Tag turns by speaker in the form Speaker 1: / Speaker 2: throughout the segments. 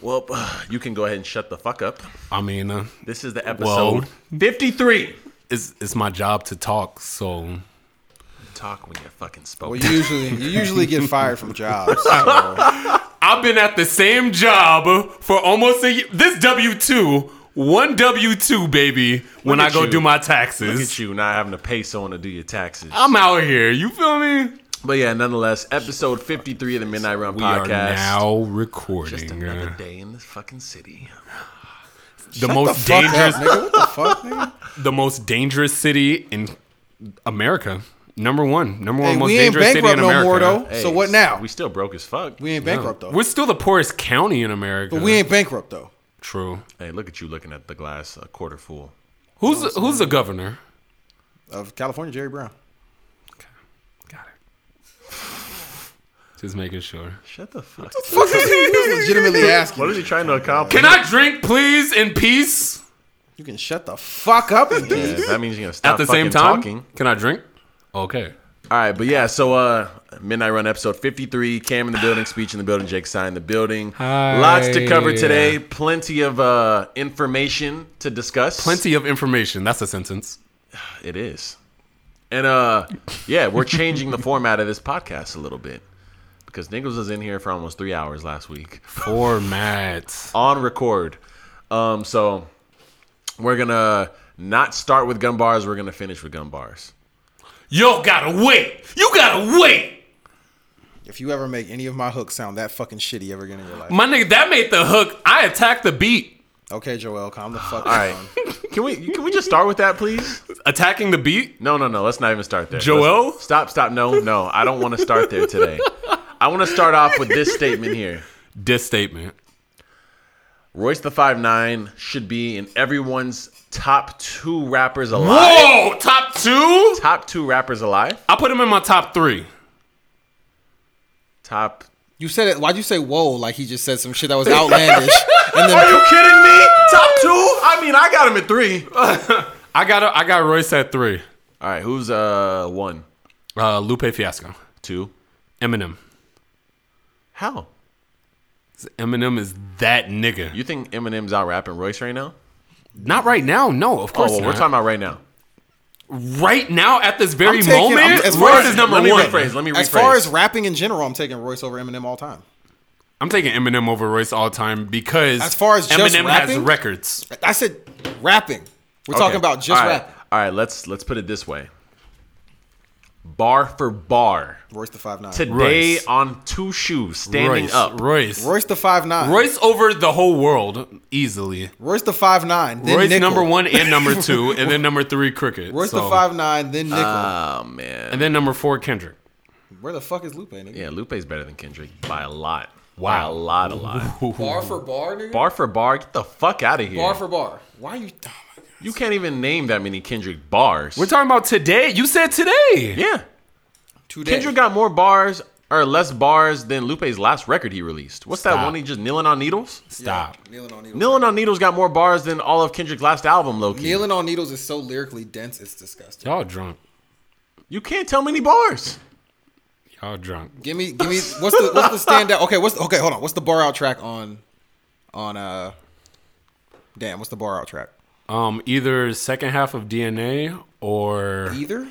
Speaker 1: Well, you can go ahead and shut the fuck up.
Speaker 2: I mean, uh,
Speaker 1: This is the episode
Speaker 2: Whoa.
Speaker 1: 53.
Speaker 2: it's it's my job to talk, so
Speaker 1: Talk when you're fucking
Speaker 3: Well,
Speaker 1: spoken.
Speaker 3: you usually you usually get fired from jobs. So.
Speaker 2: I've been at the same job for almost a year. This W two, one W two, baby. when
Speaker 1: Look
Speaker 2: I
Speaker 1: at
Speaker 2: go
Speaker 1: you.
Speaker 2: do my
Speaker 1: Look
Speaker 2: taxes,
Speaker 1: at you not having to pay someone to do your taxes.
Speaker 2: I'm out here. You feel me?
Speaker 1: But yeah, nonetheless, episode 53 of the Midnight Run
Speaker 2: We
Speaker 1: podcast.
Speaker 2: are now
Speaker 1: Just
Speaker 2: recording
Speaker 1: another
Speaker 2: uh,
Speaker 1: day in this fucking city.
Speaker 2: the most
Speaker 3: Fuck up,
Speaker 2: dangerous,
Speaker 3: nigga. What the fuck, nigga?
Speaker 2: the most dangerous city in America. Number one, number one
Speaker 3: Hey,
Speaker 2: most
Speaker 3: we ain't
Speaker 2: dangerous city in
Speaker 3: bankrupt
Speaker 2: America.
Speaker 3: no more though.
Speaker 1: Hey,
Speaker 3: so what now?
Speaker 1: We
Speaker 3: We,
Speaker 1: still broke as fuck.
Speaker 3: ain't bankrupt though.
Speaker 2: We're still the poorest county in America.
Speaker 3: But we ain't bankrupt though.
Speaker 2: true.
Speaker 1: hey, look at you looking at the glass a quarter full.
Speaker 2: Who's who's the governor?
Speaker 3: Of California, Jerry Brown.
Speaker 2: Got it. Just making sure.
Speaker 1: Shut the fuck.
Speaker 3: Fuck is he- he was legitimately asking.
Speaker 1: What is he trying to accomplish?
Speaker 2: Can I drink, please, in peace?
Speaker 3: You can shut the fuck up and
Speaker 1: Yeah,
Speaker 3: peace.
Speaker 1: that means you're gonna stop
Speaker 2: At the same
Speaker 1: fucking
Speaker 2: time,
Speaker 1: talking.
Speaker 2: can I drink? Okay.
Speaker 1: All right, but yeah, so uh Midnight Run episode 53, Cam in the building, speech in the building, Jake sign in the building.
Speaker 2: Hi.
Speaker 1: Lots to cover today, plenty of uh information to discuss.
Speaker 2: Plenty of information. That's a sentence.
Speaker 1: It is. And uh yeah, we're changing the format of this podcast a little bit because Nichols was in here for almost 3 hours last week
Speaker 2: Format.
Speaker 1: on record. Um so we're going to not start with gun bars, we're going to finish with gun bars.
Speaker 2: Yo, gotta wait. You gotta wait.
Speaker 3: If you ever make any of my hooks sound that fucking shitty ever again in your life,
Speaker 2: My nigga, that made the hook. I attacked the beat.
Speaker 3: okay, Joel, calm the fuck
Speaker 1: All
Speaker 3: down.
Speaker 1: right. Can we can we just start with that please?
Speaker 2: Attacking the beat?
Speaker 1: No, no, no. Let's not even start there.
Speaker 2: Joel?
Speaker 1: Let's- Stop, stop. No, no. I don't want to start there today. I want to start off with this statement here.
Speaker 2: Diss statement.
Speaker 1: Royce the Five Nine should be in everyone's top two rappers alive.
Speaker 2: Whoa, top two?
Speaker 1: Top two rappers alive.
Speaker 2: I put him in my top three.
Speaker 1: Top.
Speaker 3: You said it. Why'd you say whoa? Like he just said some shit that was outlandish. and then
Speaker 1: You kidding me? Top two? I mean, I got him at three. All
Speaker 2: I got I got Royce at three.
Speaker 1: right. Who's uh one,
Speaker 2: Uh, Lupe Fiasco.
Speaker 1: two?
Speaker 2: Eminem.
Speaker 1: How?
Speaker 2: Eminem is that nigga.
Speaker 1: You think Eminem's out rapping Royce right now?
Speaker 2: Not right now. No, of
Speaker 1: Oh,
Speaker 2: course
Speaker 1: well,
Speaker 2: not.
Speaker 1: we're talking about right now.
Speaker 2: right now at this very
Speaker 3: I'm taking-
Speaker 2: moment.
Speaker 3: I'm- as far
Speaker 2: Royce
Speaker 3: as-
Speaker 2: is number
Speaker 1: let me
Speaker 2: one.
Speaker 1: rephrase. Let me rephrase.
Speaker 3: as far as rapping in general, I'm taking Royce over Eminem all time.
Speaker 2: I'm taking Eminem over Royce all time because
Speaker 3: As far as just
Speaker 2: Eminem has
Speaker 3: rapping?
Speaker 2: records.
Speaker 3: I said rapping. We're
Speaker 1: Okay.
Speaker 3: talking about just
Speaker 1: All right.
Speaker 3: rapping.
Speaker 1: All right, let's let's put it this way. Bar for bar.
Speaker 3: Royce the five nine.
Speaker 1: Today
Speaker 2: Royce.
Speaker 1: on two shoes, standing
Speaker 2: Royce,
Speaker 1: up.
Speaker 2: Royce. Royce.
Speaker 3: Royce the five nine.
Speaker 2: over the whole world easily.
Speaker 3: Royce the five nine. Then
Speaker 2: Royce
Speaker 3: Nickel.
Speaker 2: number one and number two, and then number three cricket.
Speaker 3: Royce
Speaker 2: So-
Speaker 3: the five nine. Then Nickel.
Speaker 1: Oh man.
Speaker 2: and then number four Kendrick.
Speaker 3: Where the fuck is Lupe? Nigga?
Speaker 1: Yeah, Lupe's better than Kendrick by a lot. By
Speaker 2: Wow.
Speaker 1: a lot, a lot.
Speaker 3: Bar for bar, nigga.
Speaker 1: bar for bar, get the fuck out of here.
Speaker 3: Bar for bar. Why are you? Oh my God.
Speaker 1: you can't even name that many Kendrick bars.
Speaker 2: We're talking about today. You said today.
Speaker 1: yeah.
Speaker 3: Today.
Speaker 1: Kendrick got more bars or less bars than Lupe's last record he released. What's that
Speaker 2: Stop.
Speaker 1: one he just kneeling on needles?
Speaker 2: Stop.
Speaker 3: Kneeling on needles.
Speaker 1: Kneeling on needles got more bars than all of Kendrick's last album, Loki.
Speaker 3: Kneeling on needles is so lyrically dense, it's disgusting.
Speaker 2: Y'all drunk.
Speaker 1: you can't tell many bars.
Speaker 2: Y'all drunk.
Speaker 3: Give me, give me. What's the what's the standout? Okay, what's the, okay? Hold on. What's the bar out track on? On uh, damn. What's the bar out track?
Speaker 2: Um, either second half of DNA or
Speaker 3: Either.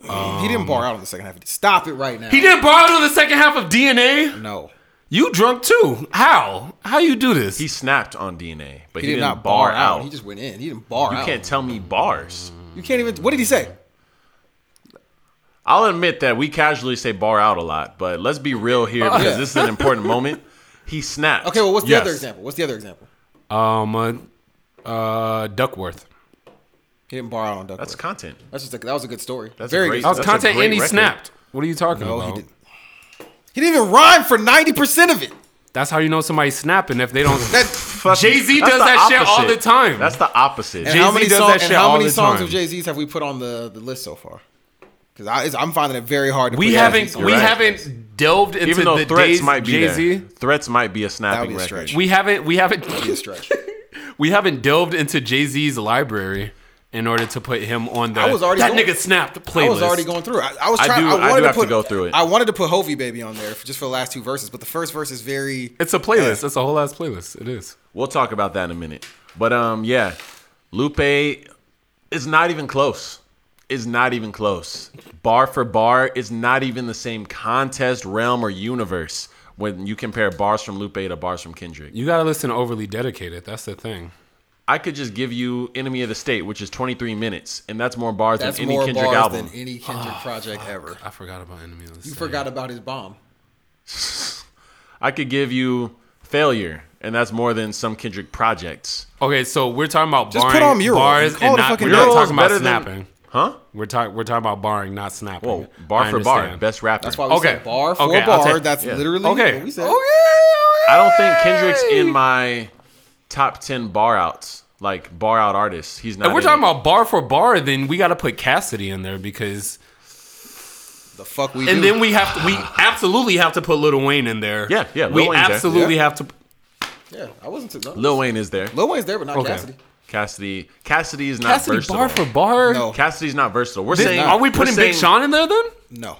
Speaker 3: he didn't bar out on the second half. of Stop it right now.
Speaker 2: he didn't borrow on the second half of DNA.
Speaker 3: No.
Speaker 2: You drunk too? How? How you do this?
Speaker 1: He snapped on DNA, but
Speaker 3: He,
Speaker 1: he, didn't
Speaker 3: did not bar, out.
Speaker 1: You
Speaker 3: He just went in. He didn't bar out.
Speaker 1: can't tell me bars.
Speaker 3: You can't even. What did he say?
Speaker 1: I'll admit that we casually say bar out a lot, but let's be real here because
Speaker 3: Oh, Yeah.
Speaker 1: this is an important moment. He snapped.
Speaker 3: Okay. Well, what's the
Speaker 2: Yes.
Speaker 3: other example? What's the other example?
Speaker 2: Um, uh, uh, Duckworth.
Speaker 3: He didn't bar out on Duckworth.
Speaker 1: that's
Speaker 3: That's,
Speaker 1: content.
Speaker 3: just a, that was a good story.
Speaker 1: That's
Speaker 3: Very
Speaker 1: a great.
Speaker 3: good.
Speaker 2: That was
Speaker 1: that's a
Speaker 2: content
Speaker 1: great
Speaker 2: and he
Speaker 1: record.
Speaker 2: snapped. What are you talking
Speaker 3: No,
Speaker 2: about?
Speaker 3: he didn't. He didn't even rhyme for ninety percent of it.
Speaker 2: That's how you know somebody's snapping if they don't.
Speaker 3: That.
Speaker 2: Jay Z
Speaker 1: That's
Speaker 2: does
Speaker 1: the
Speaker 2: that shit all
Speaker 1: opposite.
Speaker 2: the time.
Speaker 1: That's the opposite.
Speaker 3: And
Speaker 2: Jay-Z
Speaker 3: how many,
Speaker 2: does
Speaker 3: song-
Speaker 2: that shit
Speaker 3: and how
Speaker 2: all
Speaker 3: many
Speaker 2: the
Speaker 3: songs
Speaker 2: time.
Speaker 3: of Jay Z's have we put on the, the list so far? Because I'm finding it very hard. To
Speaker 2: we
Speaker 3: put
Speaker 2: haven't.
Speaker 3: Jay-Z
Speaker 2: We
Speaker 3: songs.
Speaker 1: right.
Speaker 2: haven't delved into
Speaker 1: Even though
Speaker 2: the
Speaker 1: threats
Speaker 2: days
Speaker 1: might be
Speaker 2: Jay Z.
Speaker 1: there. threats might be a snapping
Speaker 3: be a
Speaker 1: record.
Speaker 3: stretch.
Speaker 2: We haven't. We haven't.
Speaker 3: Be a stretch.
Speaker 2: we haven't delved into Jay Z's library in order to put him on the
Speaker 3: I was already
Speaker 2: that
Speaker 3: going-
Speaker 2: nigga snapped playlist.
Speaker 3: I was already going through. it. I, I was
Speaker 1: I
Speaker 3: trying.
Speaker 1: do-
Speaker 3: I,
Speaker 1: I do
Speaker 3: wanted to,
Speaker 1: have to
Speaker 3: put,
Speaker 1: go through it.
Speaker 3: I wanted to put Hovey Baby on there for, just for the last two verses, but the first verse is very.
Speaker 2: It's a playlist. It's a whole ass playlist. It is.
Speaker 1: We'll talk about that in a minute. But um, yeah, Lupe is not even close. Is not even close. Bar for bar is not even the same contest realm or universe when you compare bars from Lupe to bars from Kendrick.
Speaker 2: You gotta listen to overly dedicated. That's the thing.
Speaker 1: I could just give you Enemy of the State, which is 23 minutes, and that's more bars
Speaker 3: That's
Speaker 1: than any
Speaker 3: more
Speaker 1: Kendrick
Speaker 3: bars
Speaker 1: album. Ah,
Speaker 3: than any Kendrick project ever.
Speaker 2: I forgot about Enemy of the
Speaker 3: You
Speaker 2: State.
Speaker 3: forgot about his bomb.
Speaker 1: I could give you Failure, and that's more than some Kendrick projects.
Speaker 2: Okay, so we're talking about
Speaker 3: Just
Speaker 2: barring
Speaker 3: put on Mural
Speaker 2: bars
Speaker 3: and call
Speaker 2: and
Speaker 3: it a
Speaker 2: not,
Speaker 3: fucking
Speaker 2: we're not
Speaker 1: day.
Speaker 2: talking about
Speaker 1: Mural's better than-
Speaker 2: snapping.
Speaker 1: Huh?
Speaker 2: We're talking we're talking about barring, not snapping.
Speaker 1: Whoa, bar
Speaker 2: I
Speaker 1: for bar,
Speaker 2: understand.
Speaker 1: best rapper.
Speaker 3: That's why we
Speaker 2: Okay.
Speaker 3: said bar for
Speaker 2: Okay, I'll
Speaker 3: bar.
Speaker 2: take-
Speaker 3: That's
Speaker 1: yeah.
Speaker 3: literally
Speaker 2: Okay.
Speaker 3: what we said.
Speaker 1: I don't think Kendrick's in my top ten bar outs, like bar out artists. He's not.
Speaker 2: If we're
Speaker 1: in
Speaker 2: talking
Speaker 1: it.
Speaker 2: about bar for bar, then we gotta put Cassidy in there because
Speaker 3: The fuck we
Speaker 2: and
Speaker 3: do.
Speaker 2: then we have to we absolutely have to put Lil Wayne in there.
Speaker 1: Yeah, yeah, Lil
Speaker 2: We
Speaker 1: Wayne's there.
Speaker 2: absolutely have to
Speaker 3: yeah, I wasn't too. No.
Speaker 1: Lil Wayne is there.
Speaker 3: Lil Wayne's there, but not
Speaker 2: Okay.
Speaker 3: Cassidy.
Speaker 1: Cassidy. Cassidy is not
Speaker 2: Cassidy
Speaker 1: versatile.
Speaker 2: bar for bar.
Speaker 3: No.
Speaker 1: Cassidy's not versatile. We're saying.
Speaker 2: Are we
Speaker 1: we're
Speaker 2: putting Big
Speaker 1: saying-
Speaker 2: Sean in there then?
Speaker 3: No.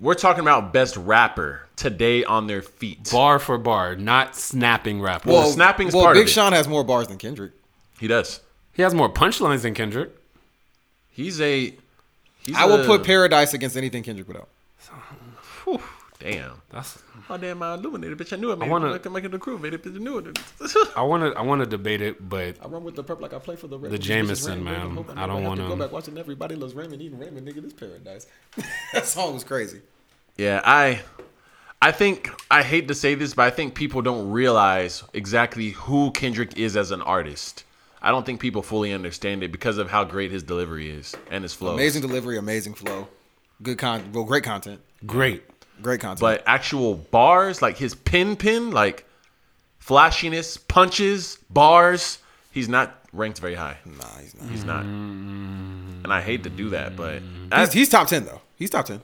Speaker 1: We're talking about best rapper today on their feet.
Speaker 2: Bar for bar, not snapping rapper.
Speaker 1: Well- snapping's
Speaker 3: well,
Speaker 1: part of
Speaker 3: Big
Speaker 1: it.
Speaker 3: Sean has more bars than Kendrick.
Speaker 1: He does.
Speaker 2: he has more punchlines than Kendrick.
Speaker 1: He's a. He's
Speaker 3: I will
Speaker 1: a-
Speaker 3: put Paradise against anything Kendrick would out.
Speaker 1: Damn.
Speaker 2: That's
Speaker 1: Oh damn! I illuminated, bitch. I knew it. Man. I
Speaker 2: wanna-
Speaker 1: wanna make it a crew, made it, bitch. I knew it.
Speaker 2: I wanna I wanna debate it, but
Speaker 3: I run with the prep like I play for the Ravens.
Speaker 2: Jameson, man. I don't wanna-
Speaker 3: go back watching everybody loves Raymond eating Raymond. Nigga, this paradise. that song was crazy.
Speaker 1: Yeah, I I think I hate to say this, but I think people don't realize exactly who Kendrick is as an artist. I don't think people fully understand it because of how great his delivery is and his flow.
Speaker 3: Amazing delivery, amazing flow, good con, well, great content,
Speaker 2: great.
Speaker 3: great content.
Speaker 1: But actual bars, like his pin pin, like flashiness, punches, bars, he's not ranked very high.
Speaker 3: nah, he's not.
Speaker 1: He's not. And I hate to do that, but
Speaker 3: He's,
Speaker 1: I,
Speaker 3: he's top ten though. He's top ten.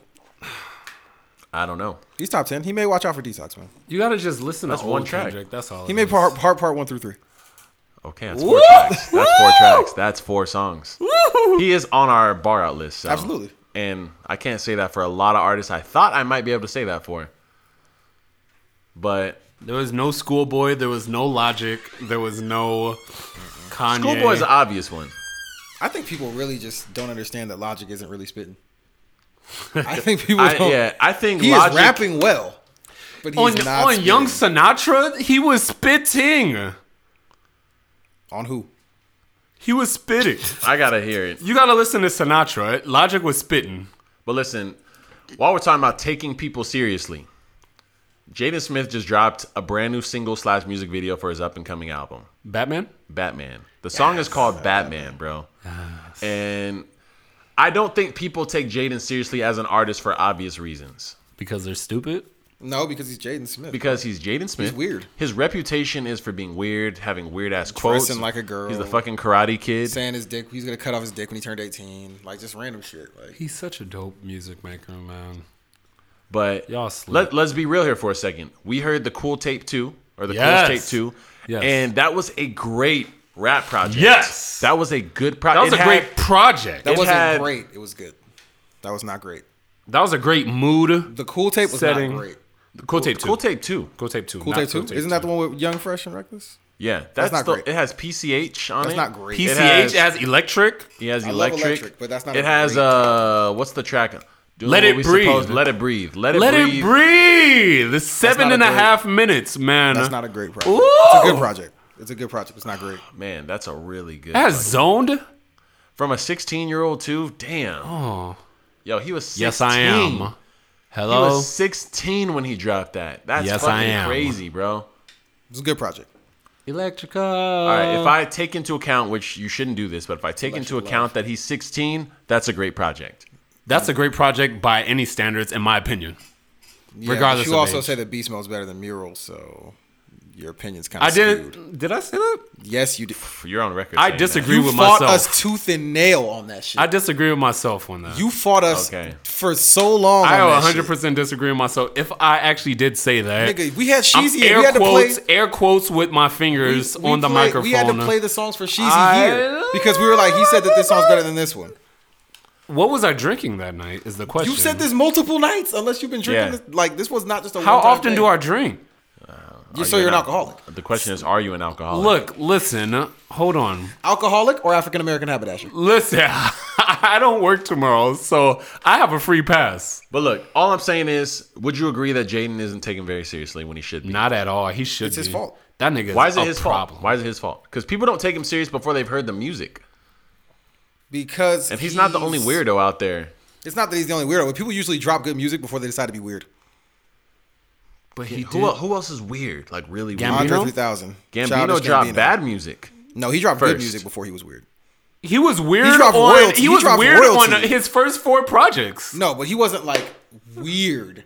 Speaker 1: I don't know.
Speaker 3: He's top ten. He may watch out for detox, man.
Speaker 2: You gotta just listen
Speaker 1: That's
Speaker 2: to
Speaker 1: one
Speaker 2: old
Speaker 1: track.
Speaker 2: Kendrick. That's all.
Speaker 3: He
Speaker 2: it
Speaker 3: may
Speaker 2: is.
Speaker 3: part part part one through three.
Speaker 1: Okay, that's four tracks. That's four tracks. That's four songs. He is on our bar out list. so-
Speaker 3: Absolutely.
Speaker 1: And I can't say that for a lot of artists. I thought I might be able to say that for. But
Speaker 2: There was no Schoolboy. There was no Logic. There was no Kanye.
Speaker 1: Schoolboy's an obvious one.
Speaker 3: I think people really just don't understand that Logic isn't really spitting. I think people
Speaker 1: I,
Speaker 3: don't.
Speaker 1: yeah, I think
Speaker 3: he
Speaker 1: Logic.
Speaker 3: is rapping well, but he's
Speaker 2: on,
Speaker 3: not
Speaker 2: on
Speaker 3: spitting.
Speaker 2: Young Sinatra, he was spitting.
Speaker 3: on who?
Speaker 2: He was spitting.
Speaker 1: I gotta hear it.
Speaker 2: You gotta listen to Sinatra. Logic was spitting.
Speaker 1: But listen, while we're talking about taking people seriously, Jaden Smith just dropped a brand new single slash music video for his up and coming album.
Speaker 2: Batman.
Speaker 1: Batman. The song is called Batman, bro. And I don't think people take Jaden seriously as an artist for obvious reasons.
Speaker 2: Because they're stupid.
Speaker 3: No, because he's Jaden Smith.
Speaker 1: Because he's Jaden Smith.
Speaker 3: weird.
Speaker 1: His reputation is for being weird, having weird ass quotes.
Speaker 3: like a girl.
Speaker 1: He's the fucking karate kid.
Speaker 3: saying his dick, he's gonna cut off his dick when he turned eighteen, like just random shit. Like
Speaker 2: He's such a dope music maker, man.
Speaker 1: But
Speaker 2: Y'all sleep.
Speaker 1: let, let's be real here for a second. We heard the Cool Tape 2 or the
Speaker 2: Yes.
Speaker 1: Cool Tape 2.
Speaker 2: Yes.
Speaker 1: And that was a great rap project.
Speaker 2: Yes.
Speaker 1: That was a good project.
Speaker 2: That was a great project.
Speaker 3: that
Speaker 1: It
Speaker 2: That,
Speaker 3: wasn't
Speaker 1: had-
Speaker 3: great. It was good. That was not great.
Speaker 2: was a great mood.
Speaker 3: The cool tape was
Speaker 2: Setting.
Speaker 3: not great.
Speaker 2: Cool tape two.
Speaker 1: Cool Tape 2.
Speaker 2: Cool tape two.
Speaker 3: Cool tape too. Isn't that the one with Young Fresh and Reckless?
Speaker 1: Yeah. That's,
Speaker 3: not
Speaker 1: the,
Speaker 3: great.
Speaker 1: It has PCH on
Speaker 3: That's
Speaker 1: it.
Speaker 3: not great.
Speaker 2: PCH
Speaker 1: It has-
Speaker 2: has, electric.
Speaker 1: He has
Speaker 3: love
Speaker 1: electric,
Speaker 3: Electric, but that's not
Speaker 1: It
Speaker 3: a
Speaker 1: has
Speaker 3: great-
Speaker 1: uh, what's the track? Doing what
Speaker 2: Let It
Speaker 1: we
Speaker 2: Breathe.
Speaker 1: supposed- Let it breathe. Let it
Speaker 2: Let
Speaker 1: breathe.
Speaker 2: it breathe. The seven
Speaker 3: not
Speaker 2: and
Speaker 3: a
Speaker 2: a
Speaker 3: great-
Speaker 2: half minutes, man.
Speaker 3: That's not a great project.
Speaker 2: Ooh!
Speaker 3: It's a good project. It's a good project. It's not great.
Speaker 1: Man, that's a really good.
Speaker 2: That is zoned.
Speaker 1: From a 16 year old too. Damn.
Speaker 2: Oh.
Speaker 1: Yo, he was 16.
Speaker 2: Yes, I am.
Speaker 1: He
Speaker 2: Hello.
Speaker 1: was 16 when he dropped that. That's
Speaker 2: Yes,
Speaker 1: fucking
Speaker 2: I am.
Speaker 1: crazy, bro.
Speaker 3: It's a good project.
Speaker 2: Electrical. Uh,
Speaker 1: All right, if I take into account, which you shouldn't do this, but if I take into account that he's 16, that's a great project.
Speaker 2: That's a great project by any standards, in my opinion.
Speaker 3: Yeah,
Speaker 2: Regardless
Speaker 3: but you
Speaker 2: of
Speaker 3: also
Speaker 2: age.
Speaker 3: say that Beast Mode's better than Mural, so Your opinion's kind
Speaker 2: I
Speaker 3: of skewed.
Speaker 2: didn't. Did I say that?
Speaker 3: Yes, you did.
Speaker 1: You're on record.
Speaker 2: I
Speaker 1: saying that.
Speaker 2: disagree
Speaker 3: You
Speaker 2: with
Speaker 3: fought
Speaker 2: myself.
Speaker 3: us tooth and nail on that shit.
Speaker 2: I disagree with myself on that.
Speaker 3: you fought us
Speaker 1: Okay.
Speaker 3: for so long.
Speaker 2: I
Speaker 3: on that
Speaker 2: 100 percent disagree with myself. If I actually did say that,
Speaker 3: shit. Nigga, we had
Speaker 2: I'm
Speaker 3: Sheezy. and
Speaker 2: air
Speaker 3: we had to play.
Speaker 2: quotes, air quotes with my fingers
Speaker 3: we
Speaker 2: on the
Speaker 3: play-
Speaker 2: microphone.
Speaker 3: We had to play the songs for Sheezy
Speaker 2: I-
Speaker 3: here because we were like, he said that this song's better than this one.
Speaker 2: what was I drinking that night? Is the question.
Speaker 3: You said this multiple nights, unless you've been drinking.
Speaker 1: Yeah.
Speaker 3: This, like this was not just a.
Speaker 2: How
Speaker 3: one-time
Speaker 2: often
Speaker 3: thing.
Speaker 2: do Oh, I drink?
Speaker 3: You,
Speaker 1: Are
Speaker 3: so
Speaker 1: you
Speaker 3: you're an
Speaker 1: not-
Speaker 3: alcoholic.
Speaker 1: The question is, are you an alcoholic?
Speaker 2: Look, listen, hold on.
Speaker 3: Alcoholic or African American haberdasher?
Speaker 2: Listen, I don't work tomorrow, so I have a free pass.
Speaker 1: But look, all I'm saying is, would you agree that Jaden isn't taken very seriously when he should be?
Speaker 2: Not at all. He should.
Speaker 3: It's his
Speaker 2: be.
Speaker 3: fault.
Speaker 2: That nigga.
Speaker 1: Why is it
Speaker 2: a
Speaker 1: his
Speaker 2: problem.
Speaker 1: fault? Why is it his fault? Because people don't take him serious before they've heard the music,
Speaker 3: Because
Speaker 1: and he's, not the only weirdo out there.
Speaker 3: It's not that he's the only weirdo. But people usually drop good music before they decide to be weird.
Speaker 2: But he
Speaker 1: Who,
Speaker 2: did.
Speaker 1: el- who else is weird? Like really weird?
Speaker 2: Gambino?
Speaker 3: Andre 3000.
Speaker 1: Gambino
Speaker 3: Childish
Speaker 1: dropped
Speaker 3: Gambino.
Speaker 1: bad music.
Speaker 3: No, he dropped good
Speaker 1: first.
Speaker 3: music before he was weird.
Speaker 2: He was weird
Speaker 3: dropped
Speaker 2: on.
Speaker 3: royalty.
Speaker 2: He
Speaker 3: He
Speaker 2: was
Speaker 3: dropped
Speaker 2: weird on
Speaker 3: royalty.
Speaker 2: his first four projects.
Speaker 3: No, but he wasn't like weird.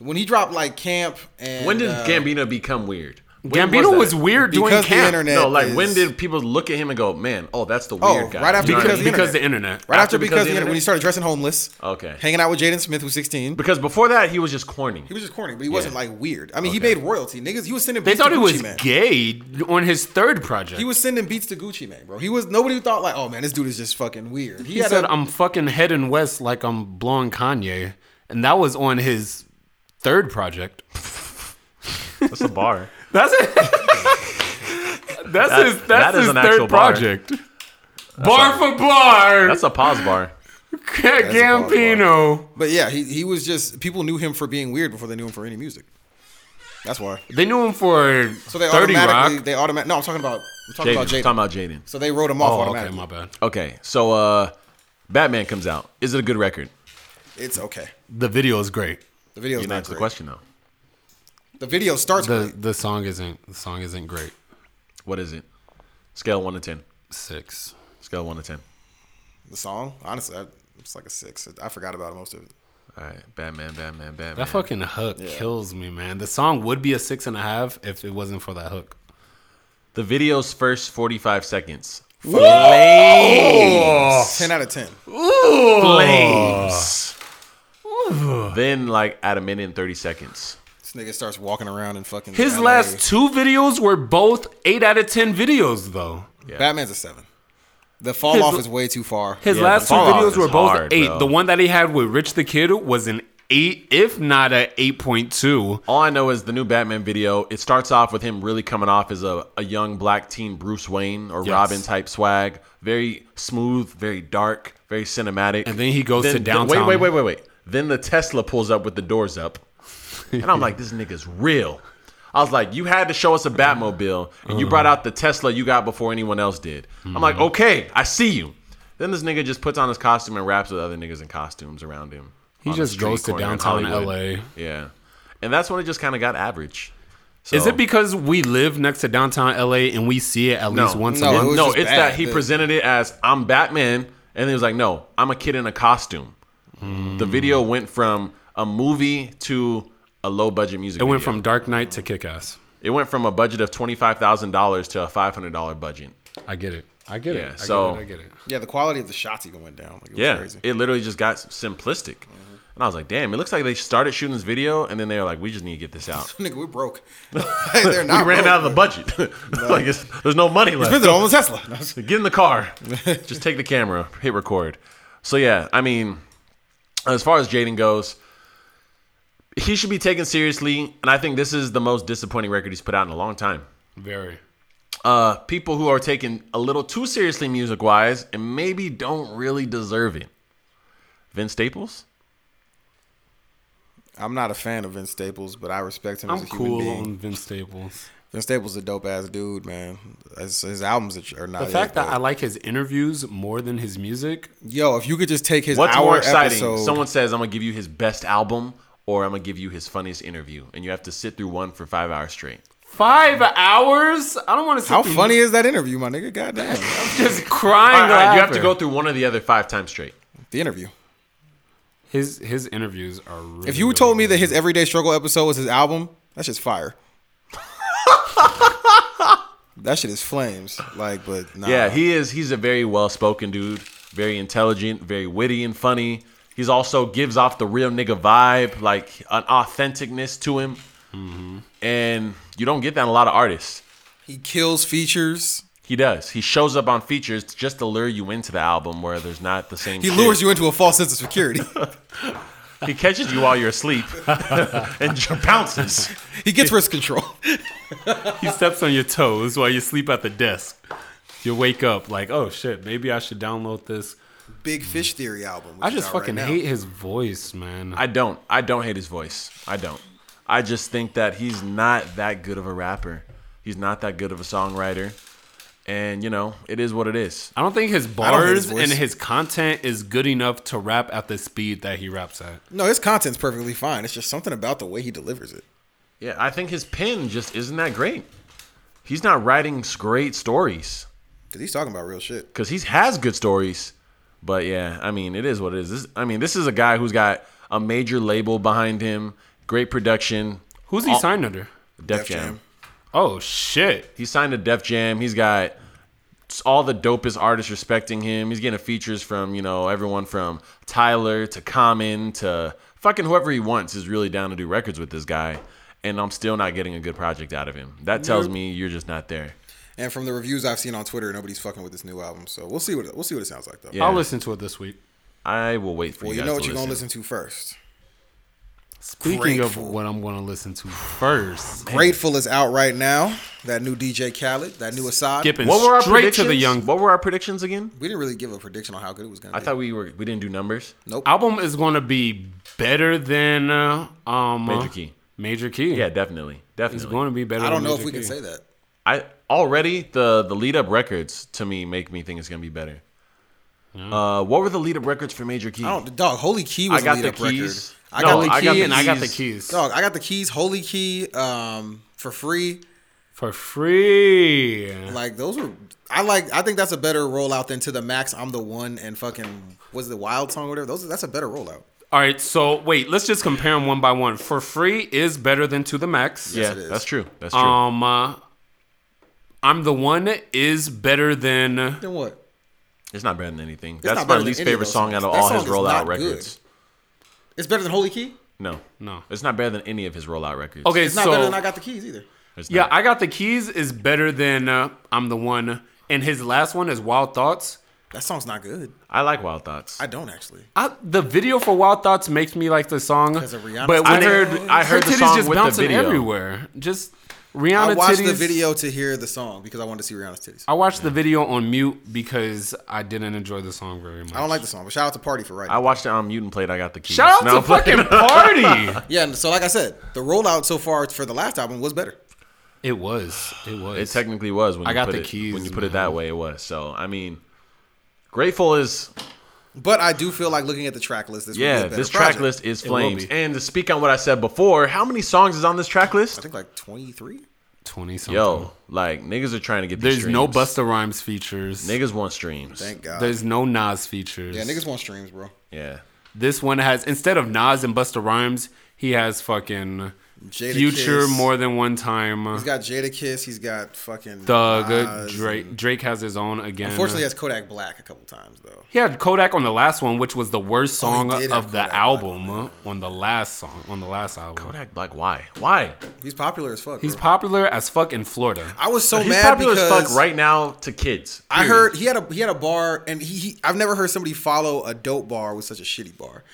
Speaker 3: When he dropped like Camp and
Speaker 1: When did
Speaker 3: uh,
Speaker 1: Gambino become weird? When
Speaker 2: Gambino
Speaker 1: that?
Speaker 2: was, weird during
Speaker 3: Because the
Speaker 2: camp.
Speaker 3: internet-
Speaker 1: No, like when
Speaker 3: is-
Speaker 1: did people look at him and go, "Man, oh, that's the
Speaker 3: Oh,
Speaker 1: weird guy"?
Speaker 3: right after
Speaker 1: You know what I
Speaker 2: Because,
Speaker 3: Because the
Speaker 1: mean?
Speaker 2: because
Speaker 3: internet.
Speaker 2: the internet.
Speaker 3: right after,
Speaker 1: after Because of
Speaker 3: because, of
Speaker 1: the
Speaker 3: the Internet, when
Speaker 1: Internet?
Speaker 3: he started dressing homeless,
Speaker 1: Okay.
Speaker 3: hanging out with Jaden Smith who's sixteen.
Speaker 1: because before that he was just corny.
Speaker 3: He was just corny, but he wasn't like weird. I mean, he made royalty. Niggas, he was sending.
Speaker 2: They
Speaker 3: beats
Speaker 2: thought
Speaker 3: to
Speaker 2: he
Speaker 3: Gucci
Speaker 2: was
Speaker 3: man.
Speaker 2: gay on his third project.
Speaker 3: He was sending beats to Gucci Man, bro. He was nobody thought like, oh man, this dude is just fucking weird. He,
Speaker 2: He
Speaker 3: had
Speaker 2: said,
Speaker 3: a,
Speaker 2: "I'm fucking heading west like I'm blowing Kanye," and that was on his third project.
Speaker 1: That's a bar.
Speaker 2: That's it. that's his. That's
Speaker 1: that is
Speaker 2: his
Speaker 1: an actual
Speaker 2: third
Speaker 1: bar.
Speaker 2: project. Bar for bar,
Speaker 1: That's a pause bar.
Speaker 2: Gambino.
Speaker 3: but yeah, he he was just people knew him for being weird before they knew him for any music. That's why.
Speaker 2: They knew him for
Speaker 3: So they
Speaker 2: Thirty
Speaker 3: automatically
Speaker 2: Rock.
Speaker 3: they automatic. No, I'm talking about I'm talking
Speaker 1: Jaden,
Speaker 3: about
Speaker 1: talking
Speaker 3: Jaden.
Speaker 1: about Jaden.
Speaker 3: So they wrote him off
Speaker 2: Oh, okay,
Speaker 3: automatically.
Speaker 2: my bad.
Speaker 1: Okay, so uh, Batman comes out. Is it a good record?
Speaker 3: It's okay.
Speaker 2: The video is great.
Speaker 3: The video's
Speaker 1: You
Speaker 3: not
Speaker 1: answer the
Speaker 3: great.
Speaker 1: question though.
Speaker 3: The video starts.
Speaker 2: the
Speaker 3: great.
Speaker 2: The song isn't. The song isn't great.
Speaker 1: What is it? Scale one to ten.
Speaker 2: Six.
Speaker 1: Scale one to ten.
Speaker 3: the song. Honestly, I, it's like a six. I forgot about most of it.
Speaker 1: All right, Batman, Batman, Batman.
Speaker 2: That fucking hook kills me, man. The song would be a six and a half if it wasn't for that hook.
Speaker 1: the video's first forty-five seconds.
Speaker 2: Oh.
Speaker 3: Ten out of ten.
Speaker 1: Flames. Then like at a minute and thirty seconds.
Speaker 3: This nigga starts walking around and fucking.
Speaker 2: His
Speaker 3: LA.
Speaker 2: last two videos were both eight out of ten videos, though.
Speaker 3: Batman's a seven. The fall
Speaker 2: His-
Speaker 3: off is way too far.
Speaker 2: His
Speaker 1: Yeah,
Speaker 2: last
Speaker 1: the
Speaker 2: two
Speaker 1: fallout
Speaker 2: videos
Speaker 1: is
Speaker 2: were both
Speaker 1: hard,
Speaker 2: eight.
Speaker 1: bro.
Speaker 2: The one that he had with Rich the Kid was an eight, if not a eight point two.
Speaker 1: All I know is the new Batman video. It starts off with him really coming off as a, a young black teen Bruce Wayne or
Speaker 2: Yes.
Speaker 1: Robin type swag. Very smooth, very dark, very cinematic.
Speaker 2: And then he goes to
Speaker 1: th- Wait,
Speaker 2: downtown.
Speaker 1: wait, wait, wait, wait. Then the Tesla pulls up with the doors up. And I'm like, this nigga's real. I was like, you had to show us a Batmobile, and you brought out the Tesla you got before anyone else did. I'm
Speaker 2: Mm-hmm.
Speaker 1: like, okay, I see you. Then this nigga just puts on his costume and raps with other niggas in costumes around him.
Speaker 2: He
Speaker 1: on a
Speaker 2: just
Speaker 1: street
Speaker 2: goes to
Speaker 1: corner in
Speaker 2: downtown
Speaker 1: Hollywood.
Speaker 2: LA.
Speaker 1: Yeah. And that's when it just kind of got average. So-
Speaker 2: Is it because we live next to downtown LA and we see it at least once
Speaker 3: No,
Speaker 2: a
Speaker 3: it
Speaker 2: month?
Speaker 3: was
Speaker 1: Uh, no,
Speaker 3: just
Speaker 1: it's
Speaker 3: bad.
Speaker 1: that he
Speaker 3: The-
Speaker 1: presented it as I'm Batman, and he was like, "No, I'm a kid in a costume." The video went from a movie to a low budget music.
Speaker 2: It went
Speaker 1: video.
Speaker 2: from Dark Knight to Kick Ass.
Speaker 1: it went from a budget of twenty five thousand dollars to a five hundred dollar budget.
Speaker 2: I get it. I get
Speaker 1: Yeah,
Speaker 2: it. I
Speaker 1: so-
Speaker 2: get it. I get it.
Speaker 3: Yeah, the quality of the shots even went down. Like, it was
Speaker 1: Yeah,
Speaker 3: crazy.
Speaker 1: it literally just got simplistic, and I was like, "Damn!" It looks like they started shooting this video, and then they were like, "We just need to get this out."
Speaker 3: Nigga, we're broke. They're not.
Speaker 1: We ran
Speaker 3: broke.
Speaker 1: out of the budget. like, it's, there's no money left.
Speaker 3: Spent it all on Tesla.
Speaker 1: Get in the car. Just take the camera. Hit record. So yeah, I mean, as far as Jaden goes, he should be taken seriously, and I think this is the most disappointing record he's put out in a long time.
Speaker 2: Very.
Speaker 1: Uh, people who are taken a little too seriously music wise and maybe don't really deserve it. Vince Staples.
Speaker 3: I'm not a fan of Vince Staples, but I respect him
Speaker 2: I'm
Speaker 3: as a human
Speaker 2: cool
Speaker 3: being.
Speaker 2: on Vince Staples.
Speaker 3: Vince Staples is a dope ass dude, man. His, his albums are not.
Speaker 2: The fact that I like his interviews more than his music,
Speaker 3: yo, if you could just take his
Speaker 1: What's
Speaker 3: hour
Speaker 1: more exciting?
Speaker 3: episode,
Speaker 1: Someone says, "I'm gonna give you his best album," or "I'm gonna give you his funniest interview," and you have to sit through one for five hours straight.
Speaker 2: five hours. I don't want to.
Speaker 3: how funny is that interview, my nigga? Goddamn,
Speaker 2: Just crying.
Speaker 1: All right, all right, you have to
Speaker 2: laughing.
Speaker 1: go through one or the other five times straight.
Speaker 3: the interview.
Speaker 2: His his interviews are. Really,
Speaker 3: If you
Speaker 2: really
Speaker 3: told me that his everyday struggle episode was his album, that's just fire. That shit is flames. Like, but nah.
Speaker 1: Yeah, he is. He's a very well spoken dude, very intelligent, very witty and funny. He's also gives off the real nigga vibe, like an authenticness to him.
Speaker 3: Mm-hmm.
Speaker 1: And you don't get that in a lot of artists.
Speaker 3: he kills features.
Speaker 1: He does. He shows up on features just to lure you into the album where there's not the same.
Speaker 3: He
Speaker 1: shit.
Speaker 3: lures you into a false sense of security.
Speaker 1: He catches you while you're asleep and j- pounces.
Speaker 3: he gets risk control.
Speaker 2: He steps on your toes while you sleep at the desk. You wake up like, oh shit, maybe I should download this.
Speaker 3: Big Fish Theory album. which
Speaker 2: I
Speaker 3: is
Speaker 2: just
Speaker 3: out right
Speaker 2: fucking
Speaker 3: now.
Speaker 2: hate his voice, man.
Speaker 1: I don't. I don't hate his voice. I don't. I just think that he's not that good of a rapper. He's not that good of a songwriter. And you know, it is what it is.
Speaker 2: I don't think his
Speaker 3: don't hate his
Speaker 2: bars and
Speaker 3: voice.
Speaker 2: his content is good enough to rap at the speed that he raps at.
Speaker 3: No, his content's perfectly fine. It's just something about the way he delivers it.
Speaker 1: Yeah, I think his pen just isn't that great. He's not writing s- great stories
Speaker 3: Cause he's talking about real shit.
Speaker 1: because he has good stories. But yeah, I mean, it is what it is. This, I mean, this is a guy who's got a major label behind him, great production.
Speaker 2: Who's he signed under?
Speaker 1: Def,
Speaker 3: Def
Speaker 1: Jam.
Speaker 3: Jam.
Speaker 2: Oh shit.
Speaker 1: He signed to Def Jam. He's got all the dopest artists respecting him. He's getting features from you know everyone from Tyler to Common to fucking whoever he wants is really down to do records with this guy. And I'm still not getting a good project out of him. That tells me you're just not there.
Speaker 3: And from the reviews I've seen on Twitter, nobody's fucking with this new album. So we'll see what it, we'll see what it sounds like though.
Speaker 1: Yeah.
Speaker 2: I'll listen to it this week.
Speaker 1: I will wait for
Speaker 3: Well,
Speaker 1: you
Speaker 3: you
Speaker 1: guys
Speaker 3: know what
Speaker 1: to
Speaker 3: you're
Speaker 1: listen.
Speaker 3: gonna listen to first.
Speaker 2: Speaking
Speaker 3: Grateful.
Speaker 2: of what I'm gonna listen to first.
Speaker 3: Grateful is out right now. That new DJ Khaled, that new Assad.
Speaker 2: Skipping
Speaker 1: What were our
Speaker 2: straight to
Speaker 1: predictions?
Speaker 2: the young
Speaker 1: What were our predictions again?
Speaker 3: We didn't really give a prediction on how good it was gonna
Speaker 1: I
Speaker 3: be.
Speaker 1: thought we were we didn't do numbers.
Speaker 3: nope.
Speaker 2: album is gonna be better than uh, um
Speaker 1: Major Key.
Speaker 2: Major Key.
Speaker 1: Yeah, definitely,
Speaker 2: It's
Speaker 1: definitely.
Speaker 2: going to be better.
Speaker 3: I don't
Speaker 2: than
Speaker 3: know if
Speaker 2: Major
Speaker 3: we can
Speaker 2: Key.
Speaker 3: say that.
Speaker 1: I already the the lead up records to me make me think it's gonna be better. Uh, what were the lead up records for Major Key?
Speaker 3: I don't dog, Holy Key
Speaker 1: I
Speaker 3: was
Speaker 1: got
Speaker 3: a
Speaker 1: the
Speaker 3: lead up record.
Speaker 1: keys.
Speaker 3: I
Speaker 1: No,
Speaker 3: got the
Speaker 1: I
Speaker 2: Key
Speaker 1: got the
Speaker 2: and I got the
Speaker 1: keys.
Speaker 2: keys
Speaker 3: dog, I got the keys, Holy Key, um, for free.
Speaker 2: for free.
Speaker 3: Like those were I like I think that's a better rollout than to the max I'm the one and fucking was the wild song or whatever. Those that's a better rollout.
Speaker 2: All right, so wait, let's just compare them one by one. For free is better than to the max.
Speaker 1: yeah,
Speaker 3: it is.
Speaker 1: that's true. That's true.
Speaker 2: Um, uh, I'm the one is better than
Speaker 3: Then what?
Speaker 1: it's not better than anything.
Speaker 3: not
Speaker 1: That's my
Speaker 3: better than
Speaker 1: least
Speaker 3: any of
Speaker 1: favorite
Speaker 3: those
Speaker 1: song out of
Speaker 3: songs. That
Speaker 1: all
Speaker 3: song
Speaker 1: his
Speaker 3: is
Speaker 1: rollout
Speaker 3: not good.
Speaker 1: records.
Speaker 3: It's better than Holy Key?
Speaker 1: No,
Speaker 2: No.
Speaker 1: it's not better than any of his rollout records.
Speaker 2: okay.
Speaker 3: It's not
Speaker 2: so
Speaker 3: better than I got the keys either.
Speaker 1: It's
Speaker 2: yeah,
Speaker 1: not.
Speaker 2: I got the keys is better than uh, I'm the one, and his last one is Wild Thoughts.
Speaker 3: That song's not good.
Speaker 1: I like Wild Thoughts.
Speaker 3: I
Speaker 1: I,
Speaker 3: don't actually.
Speaker 2: I, the video for Wild Thoughts makes me like the song.
Speaker 3: a Rihanna
Speaker 2: But
Speaker 3: song.
Speaker 2: when
Speaker 3: I
Speaker 2: it-
Speaker 1: heard, I heard
Speaker 2: her
Speaker 1: the
Speaker 2: titties
Speaker 1: song
Speaker 2: just
Speaker 1: with the
Speaker 2: bouncing
Speaker 1: video.
Speaker 2: everywhere. Just Rihanna
Speaker 3: I watched
Speaker 2: titties.
Speaker 3: the video to hear the song because I wanted to see Rihanna's titties.
Speaker 2: I watched the video on mute because I didn't enjoy the song very much.
Speaker 3: I don't like the song, but shout out to Party for writing.
Speaker 1: I watched it on mute and played. I got the keys.
Speaker 2: Shout out
Speaker 1: No,
Speaker 2: to
Speaker 1: I'm playing.
Speaker 2: fucking party.
Speaker 3: yeah, and so like I said, the rollout so far for the last album was better.
Speaker 2: it was. It was.
Speaker 1: It technically was when
Speaker 2: I
Speaker 1: you
Speaker 2: got
Speaker 1: put
Speaker 2: the
Speaker 1: it,
Speaker 2: keys,
Speaker 1: when you put it
Speaker 2: man.
Speaker 1: that way. It was so. I mean, grateful is
Speaker 3: But I do feel like looking at the track list, this would be
Speaker 1: yeah.
Speaker 3: a better
Speaker 1: This
Speaker 3: project.
Speaker 1: track list is
Speaker 2: will
Speaker 1: flames.
Speaker 2: be.
Speaker 1: And to speak on what I said before, how many songs is on this track
Speaker 3: I
Speaker 1: list?
Speaker 3: think like twenty three.
Speaker 2: twenty something.
Speaker 1: Yo, like niggas are trying to get. These
Speaker 2: there's no
Speaker 1: streams.
Speaker 2: Busta Rhymes features.
Speaker 1: Niggas want streams.
Speaker 3: Thank God.
Speaker 2: There's no Nas features.
Speaker 3: yeah, niggas want streams, bro.
Speaker 1: yeah.
Speaker 2: This one has instead of Nas and Busta Rhymes, he has fucking
Speaker 3: Jada
Speaker 2: Future
Speaker 3: Kiss.
Speaker 2: more than one time.
Speaker 3: He's got Jada Kiss. He's got fucking
Speaker 2: Thug,
Speaker 3: Nas.
Speaker 2: Drake. Drake has his own again.
Speaker 3: Unfortunately, he has Kodak Black a couple times though.
Speaker 2: He had Kodak on the last one, which was the worst song
Speaker 3: Oh, did have
Speaker 2: of the
Speaker 3: Kodak
Speaker 2: album. uh, On the last song, on the last album,
Speaker 1: Kodak Black, why? Why?
Speaker 3: He's popular as fuck.
Speaker 2: he's
Speaker 3: bro.
Speaker 2: popular as fuck in Florida.
Speaker 3: I was so
Speaker 1: He's
Speaker 3: mad
Speaker 1: popular as
Speaker 3: because
Speaker 1: fuck right now to kids.
Speaker 3: I
Speaker 1: period.
Speaker 3: heard he had a he had a bar and he, he I've never heard somebody follow a dope bar with such a shitty bar.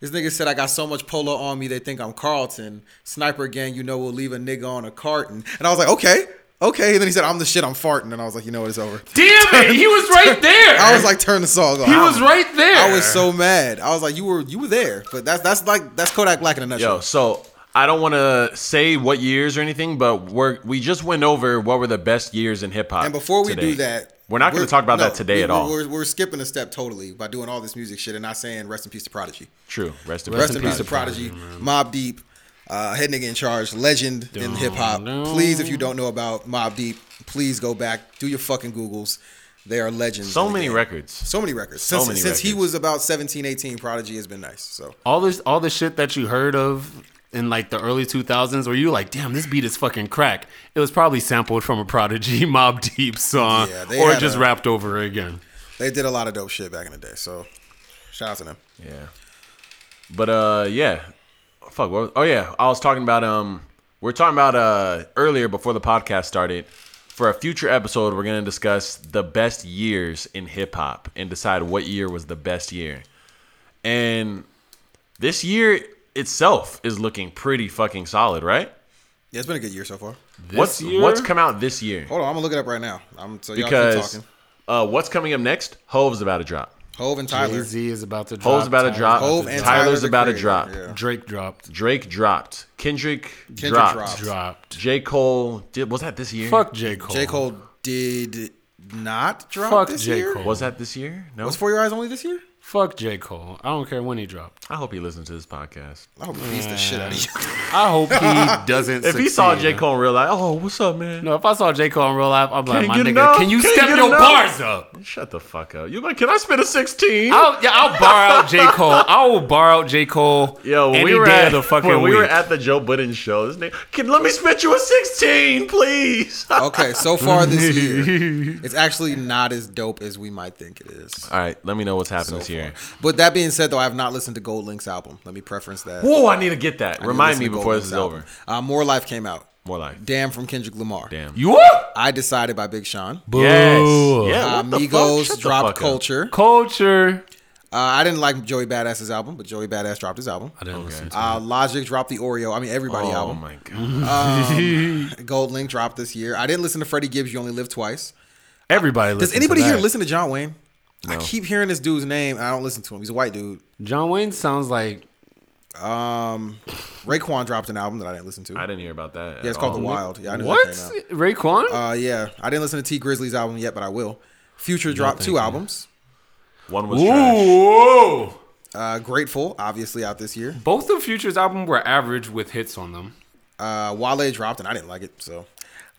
Speaker 3: This nigga said I got so much polo on me they think I'm Carlton sniper gang. You know we'll leave a nigga on a carton. And I was like, okay, okay. And then he said I'm the shit. I'm farting. And I was like, you know what? It's over.
Speaker 2: Damn it, he was right there.
Speaker 3: I was like, turn the song off.
Speaker 2: he was right there.
Speaker 3: I was so mad. I was like, you were you were there. But that's that's like that's Kodak Black in a nutshell.
Speaker 1: Yo, so I don't want to say what years or anything, but we're we just went over what were the best years in hip hop.
Speaker 3: And before we
Speaker 1: today.
Speaker 3: do that,
Speaker 1: we're not going
Speaker 3: we're-
Speaker 1: to talk about
Speaker 3: no,
Speaker 1: that today
Speaker 3: we-
Speaker 1: at
Speaker 3: we're-
Speaker 1: all.
Speaker 3: We're, we're skipping a step totally by doing all this music shit and not saying rest in peace to Prodigy.
Speaker 1: True. Rest in
Speaker 3: Rest
Speaker 1: peace.
Speaker 3: in peace to Prodigy, Mob Deep, uh, head nigga in charge, legend in hip hop.
Speaker 2: Dun, dun.
Speaker 3: Please, if you don't know about Mob Deep, please go back, do your fucking Googles. They are legends. in
Speaker 1: So
Speaker 3: the
Speaker 1: many
Speaker 3: game.
Speaker 1: records.
Speaker 3: So many records. Since,
Speaker 1: many
Speaker 3: since he
Speaker 1: records.
Speaker 3: was about 17, 18, Prodigy has been nice. So
Speaker 2: all this all the shit that you heard of in like the early 2000s where you were like, damn, this beat is fucking crack. It was probably sampled from a Prodigy Mob Deep song
Speaker 3: Yeah, they
Speaker 2: or
Speaker 3: had
Speaker 2: just
Speaker 3: a-
Speaker 2: rapped over again.
Speaker 3: They did a lot of dope shit back in the day. So shout out to them.
Speaker 1: Yeah. But uh yeah. Fuck, what was- oh yeah, I was talking about um we are talking about uh earlier before the podcast started. For a future episode, we're going to discuss the best years in hip hop and decide what year was the best year. And this year itself is looking pretty fucking solid, right?
Speaker 3: Yeah, it's been a good year so far.
Speaker 1: what's
Speaker 2: year?
Speaker 1: what's come out this year?
Speaker 3: Hold on, I'm gonna look it up right now. I'm so y'all Oh, keep
Speaker 1: Because
Speaker 3: talking.
Speaker 1: uh, what's coming up next? Hove's about to drop.
Speaker 3: Hove and Tyler.
Speaker 2: Jay-Z is about to drop.
Speaker 1: Hove's about to
Speaker 2: Tyler's
Speaker 1: drop.
Speaker 3: Hove
Speaker 2: about
Speaker 3: and
Speaker 1: Tyler's
Speaker 3: Tyler, the
Speaker 1: about to
Speaker 3: Creator.
Speaker 1: drop.
Speaker 3: Yeah.
Speaker 2: to- Drake dropped.
Speaker 1: Drake dropped. Kendrick,
Speaker 3: Kendrick
Speaker 1: dropped.
Speaker 3: dropped.
Speaker 2: Dropped.
Speaker 1: J. Cole did was that this year?
Speaker 2: Fuck J. Cole.
Speaker 3: J. Cole did not drop
Speaker 2: Fuck
Speaker 3: this
Speaker 2: J.
Speaker 3: year.
Speaker 2: Cole.
Speaker 1: Was that this year? No.
Speaker 3: Was For Your Eyes only this year?
Speaker 2: Fuck J. Cole. I don't care when he dropped.
Speaker 1: I hope he listens to this podcast.
Speaker 3: I hope he beats the shit out of you.
Speaker 2: I hope he doesn't.
Speaker 1: If he saw J.
Speaker 2: succeed.
Speaker 1: Cole in real life, oh, what's up, man?
Speaker 2: No, if I saw J. Cole in real life, I'm like,
Speaker 1: Can't
Speaker 2: my
Speaker 1: get
Speaker 2: nigga,
Speaker 1: enough.
Speaker 2: can you
Speaker 1: Can't
Speaker 2: step
Speaker 1: get
Speaker 2: your
Speaker 1: enough."
Speaker 2: bars up?
Speaker 1: Shut the fuck up. You like, can I spit a 16?
Speaker 2: I'll, yeah, I'll bar out J. Cole. I will bar out J. Cole.
Speaker 1: Yo, when
Speaker 2: any
Speaker 1: we were
Speaker 2: day
Speaker 1: at
Speaker 2: of the fucking
Speaker 1: when we were
Speaker 2: week.
Speaker 1: at the Joe Budden show, this nigga, can let me spit you a 16, please. All
Speaker 3: Okay, so far this year, it's actually not as dope as we might think it is.
Speaker 1: right, let me know what's happened Uh, this year.
Speaker 3: But that being said, though, I have not listened to Gold Link's album. Let me preference that.
Speaker 1: Whoa, I need to get that.
Speaker 3: I didn't
Speaker 1: Remind
Speaker 3: listen
Speaker 1: me
Speaker 3: to Gold
Speaker 1: before this
Speaker 3: Link's
Speaker 1: is
Speaker 3: album.
Speaker 1: over.
Speaker 3: Uh, More Life came out.
Speaker 1: More life.
Speaker 3: Damn from Kendrick Lamar.
Speaker 1: Damn.
Speaker 2: you up?
Speaker 3: I Decided by Big Sean.
Speaker 2: Boo.
Speaker 1: Yes. Yeah.
Speaker 3: Uh,
Speaker 1: What the fuck?
Speaker 3: Migos
Speaker 1: Shut the fuck
Speaker 3: dropped
Speaker 1: up.
Speaker 3: Culture.
Speaker 2: Culture.
Speaker 3: Uh, I didn't like Joey Badass's album, but Joey Badass dropped his album.
Speaker 2: I didn't listen to
Speaker 3: Uh, Logic dropped the Oreo. I mean, everybody
Speaker 1: Oh
Speaker 3: album.
Speaker 1: my god.
Speaker 3: Gold Link dropped this year. I didn't listen to Freddie Gibbs. You only live twice.
Speaker 2: Everybody
Speaker 3: Does
Speaker 2: listen
Speaker 3: anybody
Speaker 2: to
Speaker 3: here
Speaker 2: that.
Speaker 3: listen to John Wayne? I keep hearing this dude's name. And I don't listen to him. He's a white dude.
Speaker 2: John Wayne sounds like
Speaker 3: Um, Raekwon dropped an album that I didn't listen to.
Speaker 1: I didn't hear about that.
Speaker 3: yeah, it's called The Wild. Yeah, I didn't
Speaker 2: what?
Speaker 3: That came
Speaker 2: Raekwon?
Speaker 3: out. Uh, yeah, I didn't listen to T Grizzly's album yet, but I will. Future dropped two albums.
Speaker 1: One was Uh, trash.
Speaker 2: Ooh.
Speaker 3: Uh, Grateful, obviously out this year.
Speaker 2: Both of Future's album were average with hits on them.
Speaker 3: Uh, Wale dropped, and I didn't like it. So,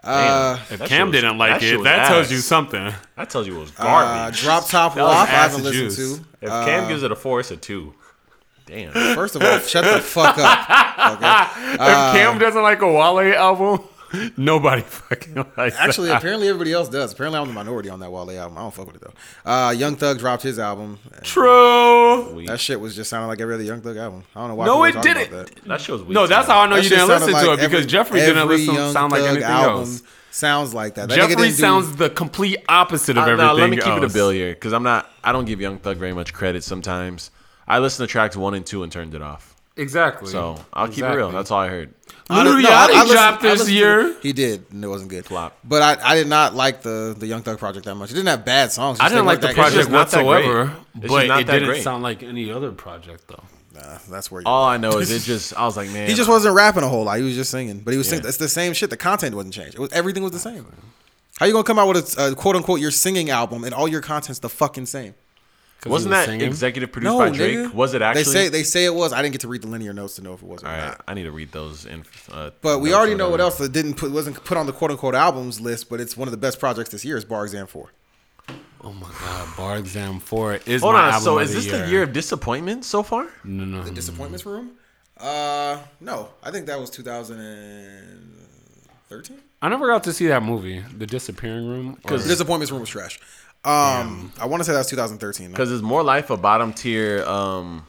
Speaker 3: uh,
Speaker 2: If
Speaker 1: That shit
Speaker 2: Cam
Speaker 1: was-
Speaker 2: didn't like
Speaker 1: that shit
Speaker 2: it,
Speaker 1: was
Speaker 2: that tells
Speaker 1: ass.
Speaker 2: you something.
Speaker 1: That tells you it was
Speaker 3: uh,
Speaker 1: garbage.
Speaker 3: Drop Top
Speaker 1: was
Speaker 3: Wop, I
Speaker 2: ass
Speaker 3: haven't listened
Speaker 2: juice.
Speaker 3: to.
Speaker 1: if Cam gives it a four, it's a two. Damn.
Speaker 3: First of all, shut the fuck up. Okay.
Speaker 2: if Cam doesn't like a Wale album, nobody fucking likes that.
Speaker 3: Actually, apparently everybody else does. Apparently, I'm the minority on that Wale album. I don't fuck with it though. Uh, Young Thug dropped his album.
Speaker 2: True.
Speaker 1: Weak.
Speaker 3: That shit was just sounding like every other Young Thug album. I don't know why.
Speaker 2: No,
Speaker 3: people
Speaker 2: it
Speaker 3: talk
Speaker 2: didn't.
Speaker 3: about that.
Speaker 1: That shit was weak.
Speaker 2: No, that's how I know
Speaker 3: That
Speaker 2: you
Speaker 3: shit
Speaker 2: didn't
Speaker 3: sounded
Speaker 2: listen to it
Speaker 3: like
Speaker 2: because
Speaker 3: every-
Speaker 2: Jeffrey didn't
Speaker 3: every
Speaker 2: listen
Speaker 3: Young
Speaker 2: sound like
Speaker 3: Thug
Speaker 2: anything
Speaker 3: album
Speaker 2: else.
Speaker 3: Sounds like that. that nigga
Speaker 2: Jeffrey
Speaker 3: didn't do-
Speaker 2: sounds the complete opposite of
Speaker 1: I-
Speaker 2: everything.
Speaker 1: Now, let me keep it a
Speaker 2: else.
Speaker 1: bill here because I'm not. I don't give Young Thug very much credit sometimes. I listened to tracks one and two and turned it off.
Speaker 2: Exactly.
Speaker 1: So I'll keep it real. That's all I heard.
Speaker 3: I don't-
Speaker 2: Lil
Speaker 3: no, I-
Speaker 2: Yachty
Speaker 3: I listened-
Speaker 2: dropped
Speaker 3: I
Speaker 2: this
Speaker 3: listened to-
Speaker 2: year.
Speaker 3: He did, and it wasn't good.
Speaker 1: Flop.
Speaker 3: But I, I did not like the the Young Thug project that much. It didn't have bad songs.
Speaker 2: I
Speaker 3: just
Speaker 2: didn't
Speaker 3: they
Speaker 2: like the
Speaker 3: weren't that
Speaker 2: project
Speaker 1: just not that
Speaker 2: whatsoever,
Speaker 1: great. It's just
Speaker 2: but
Speaker 1: not
Speaker 2: it
Speaker 1: that
Speaker 2: didn't
Speaker 1: great.
Speaker 2: sound like any other project though.
Speaker 3: good. Nah, that's where. You,
Speaker 1: All I know is it just. I was like, man.
Speaker 3: he just wasn't rapping a whole lot. He was just singing, but he was singing. It's the same shit. The content wasn't changed. It was everything was the same. How you gonna come out with a uh, quote unquote your singing album and all your content's the fucking same?
Speaker 2: 'Cause
Speaker 1: Wasn't
Speaker 2: he was
Speaker 1: that
Speaker 2: singing.
Speaker 1: executive produced by Drake?
Speaker 3: nigga.
Speaker 1: Was it actually?
Speaker 3: They say they say it was. I didn't get to read the linear notes to know if it was or
Speaker 1: all
Speaker 3: not.
Speaker 1: right, I need to read those. In, uh,
Speaker 3: But we
Speaker 1: notes
Speaker 3: already
Speaker 1: or
Speaker 3: know what
Speaker 1: whatever.
Speaker 3: else that didn't put wasn't put on the quote unquote albums list, but it's one of the best projects this year is Bar Exam Four.
Speaker 2: Oh my god, Bar Exam Four is
Speaker 1: Hold
Speaker 2: my
Speaker 1: on.
Speaker 2: Album
Speaker 1: So
Speaker 2: of
Speaker 1: is this the year of disappointment so far?
Speaker 2: No, no,
Speaker 1: Mm-hmm.
Speaker 2: no.
Speaker 3: Disappointments Room? Uh, no, I think that was 2013.
Speaker 2: I never got to see that movie, The Disappearing Room. Because
Speaker 3: Disappointments Room was trash. Um, I want to say that was 2013.
Speaker 1: Because it's more life a bottom tier um,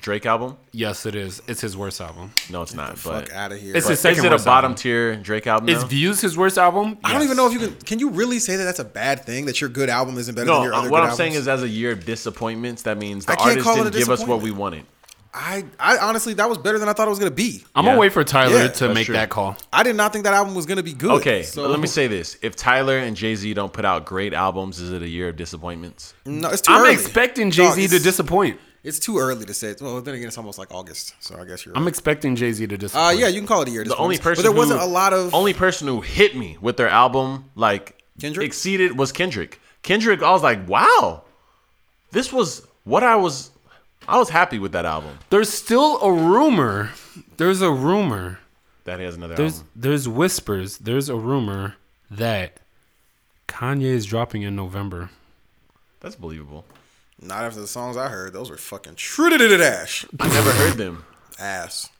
Speaker 1: Drake album.
Speaker 2: yes, it is. It's his worst album.
Speaker 1: No, it's not. But
Speaker 3: Fuck out of here.
Speaker 2: It's
Speaker 3: But
Speaker 2: his second
Speaker 1: is it a
Speaker 2: worst
Speaker 1: bottom
Speaker 2: album.
Speaker 1: tier Drake album?
Speaker 2: Is
Speaker 1: now?
Speaker 2: Views his worst album?
Speaker 3: I don't even know if you can. Can you really say that that's a bad thing? That your good album isn't better than
Speaker 1: No,
Speaker 3: your
Speaker 1: uh,
Speaker 3: other
Speaker 1: what
Speaker 3: good
Speaker 1: I'm
Speaker 3: albums?
Speaker 1: saying is, as a year of disappointments, that means
Speaker 3: I
Speaker 1: the
Speaker 3: can't
Speaker 1: artist
Speaker 3: call it a
Speaker 1: didn't give us what
Speaker 3: disappointment.
Speaker 1: we wanted.
Speaker 3: I, I honestly, that was better than I thought it was gonna be.
Speaker 2: I'm
Speaker 1: Yeah.
Speaker 2: gonna wait for Tyler
Speaker 3: Yeah,
Speaker 2: to
Speaker 1: that's
Speaker 2: make
Speaker 1: true.
Speaker 2: that call.
Speaker 3: I did not think that album was gonna be good.
Speaker 1: Okay,
Speaker 3: so
Speaker 1: but let me say this: If Tyler and Jay Z don't put out great albums, is it a year of disappointments?
Speaker 3: no, it's too
Speaker 2: I'm
Speaker 3: early.
Speaker 2: expecting
Speaker 3: Dog,
Speaker 2: Jay Z to
Speaker 3: it's-
Speaker 2: disappoint.
Speaker 3: It's too early to say. Well, then again, it's almost like August, so I guess you're.
Speaker 2: I'm
Speaker 3: Right.
Speaker 2: expecting Jay Z to disappoint.
Speaker 3: Uh, yeah, you can call it a year.
Speaker 1: The only person,
Speaker 3: but there
Speaker 1: who-
Speaker 3: wasn't a lot of
Speaker 1: only person who hit me with their album like
Speaker 3: Kendrick?
Speaker 1: exceeded was Kendrick. Kendrick, I was like, wow, this was what I was. I was happy with that album.
Speaker 2: There's still a rumor. There's a rumor.
Speaker 1: That he has another
Speaker 2: There's
Speaker 1: album.
Speaker 2: there's whispers. There's a rumor that Kanye is dropping in November.
Speaker 1: That's believable.
Speaker 3: Not after the songs I heard. Those were fucking trudidid ash.
Speaker 1: I never heard them.
Speaker 3: Ass.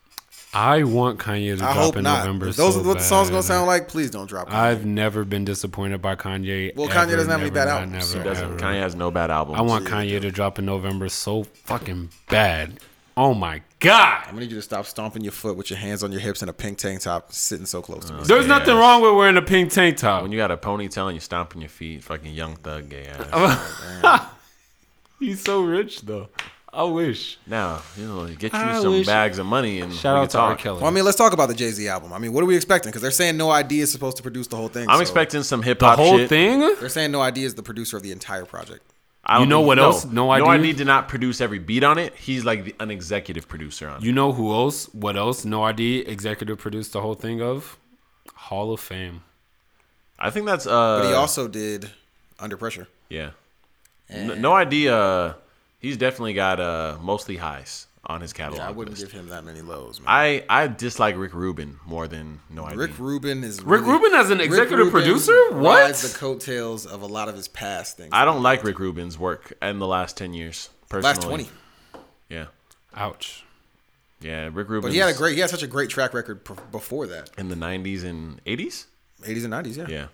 Speaker 2: I want Kanye to
Speaker 3: I
Speaker 2: drop
Speaker 3: hope
Speaker 2: in
Speaker 3: not.
Speaker 2: November.
Speaker 3: If those
Speaker 2: so
Speaker 3: are what the song's gonna
Speaker 2: bad.
Speaker 3: sound like. Please don't drop. it.
Speaker 2: I've never been disappointed by Kanye.
Speaker 3: Well,
Speaker 2: ever,
Speaker 3: Kanye doesn't have
Speaker 2: never,
Speaker 3: any bad
Speaker 2: not
Speaker 3: albums,
Speaker 2: never,
Speaker 3: so- He
Speaker 1: Doesn't-
Speaker 2: ever.
Speaker 1: Kanye has no bad albums.
Speaker 2: I want Kanye to drop in November so fucking bad. Oh my god.
Speaker 3: I'm gonna need you to stop stomping your foot with your hands on your hips and a pink tank top, sitting so close to me.
Speaker 2: There's
Speaker 1: yeah.
Speaker 2: nothing wrong with wearing a pink tank top.
Speaker 1: when you got a ponytail and you're stomping your feet, fucking young thug gay ass.
Speaker 2: He's so rich though. I wish.
Speaker 1: Now, you know, get you
Speaker 2: I
Speaker 1: some
Speaker 2: wish-
Speaker 1: bags of money and
Speaker 2: Shout
Speaker 1: we
Speaker 2: out
Speaker 1: can
Speaker 2: to R.
Speaker 1: talk.
Speaker 2: Kelly.
Speaker 3: Well, I mean, let's talk about the Jay Z album. I mean, what are we expecting? Because they're saying No ID is supposed to produce the whole thing.
Speaker 1: I'm
Speaker 3: so-
Speaker 1: expecting some hip
Speaker 2: the
Speaker 1: hop.
Speaker 2: whole
Speaker 1: shit.
Speaker 2: thing?
Speaker 3: They're saying No ID is the producer of the entire project.
Speaker 1: I don't
Speaker 2: You know
Speaker 1: think-
Speaker 2: what else? No
Speaker 1: No
Speaker 2: Idea?
Speaker 1: ID did not produce every beat on it. He's like the, an executive producer on it.
Speaker 2: You know who else? What else? No ID executive produced the whole thing of Hall of Fame.
Speaker 1: I think that's uh.
Speaker 3: But he also did Under Pressure.
Speaker 1: yeah. N- no idea. Uh, he's definitely got uh mostly highs on his catalog.
Speaker 3: I wouldn't
Speaker 1: list.
Speaker 3: give him that many lows, man.
Speaker 1: I I dislike Rick Rubin more than No ID.
Speaker 3: Rick Rubin is
Speaker 2: Rick
Speaker 3: really-
Speaker 2: Rubin as an
Speaker 3: Rick
Speaker 2: executive
Speaker 3: Rubin
Speaker 2: producer?
Speaker 3: rides
Speaker 2: What?
Speaker 3: the coattails of a lot of his past things.
Speaker 1: I don't like Rick Rubin's work in the last ten years. Personally,
Speaker 3: Last twenty,
Speaker 1: Yeah,
Speaker 2: Ouch.
Speaker 1: yeah. Rick Rubin.
Speaker 3: but he had a great, he had such a great track record p- before that,
Speaker 1: in the '90s and '80s.
Speaker 3: eighties and nineties,
Speaker 1: Yeah.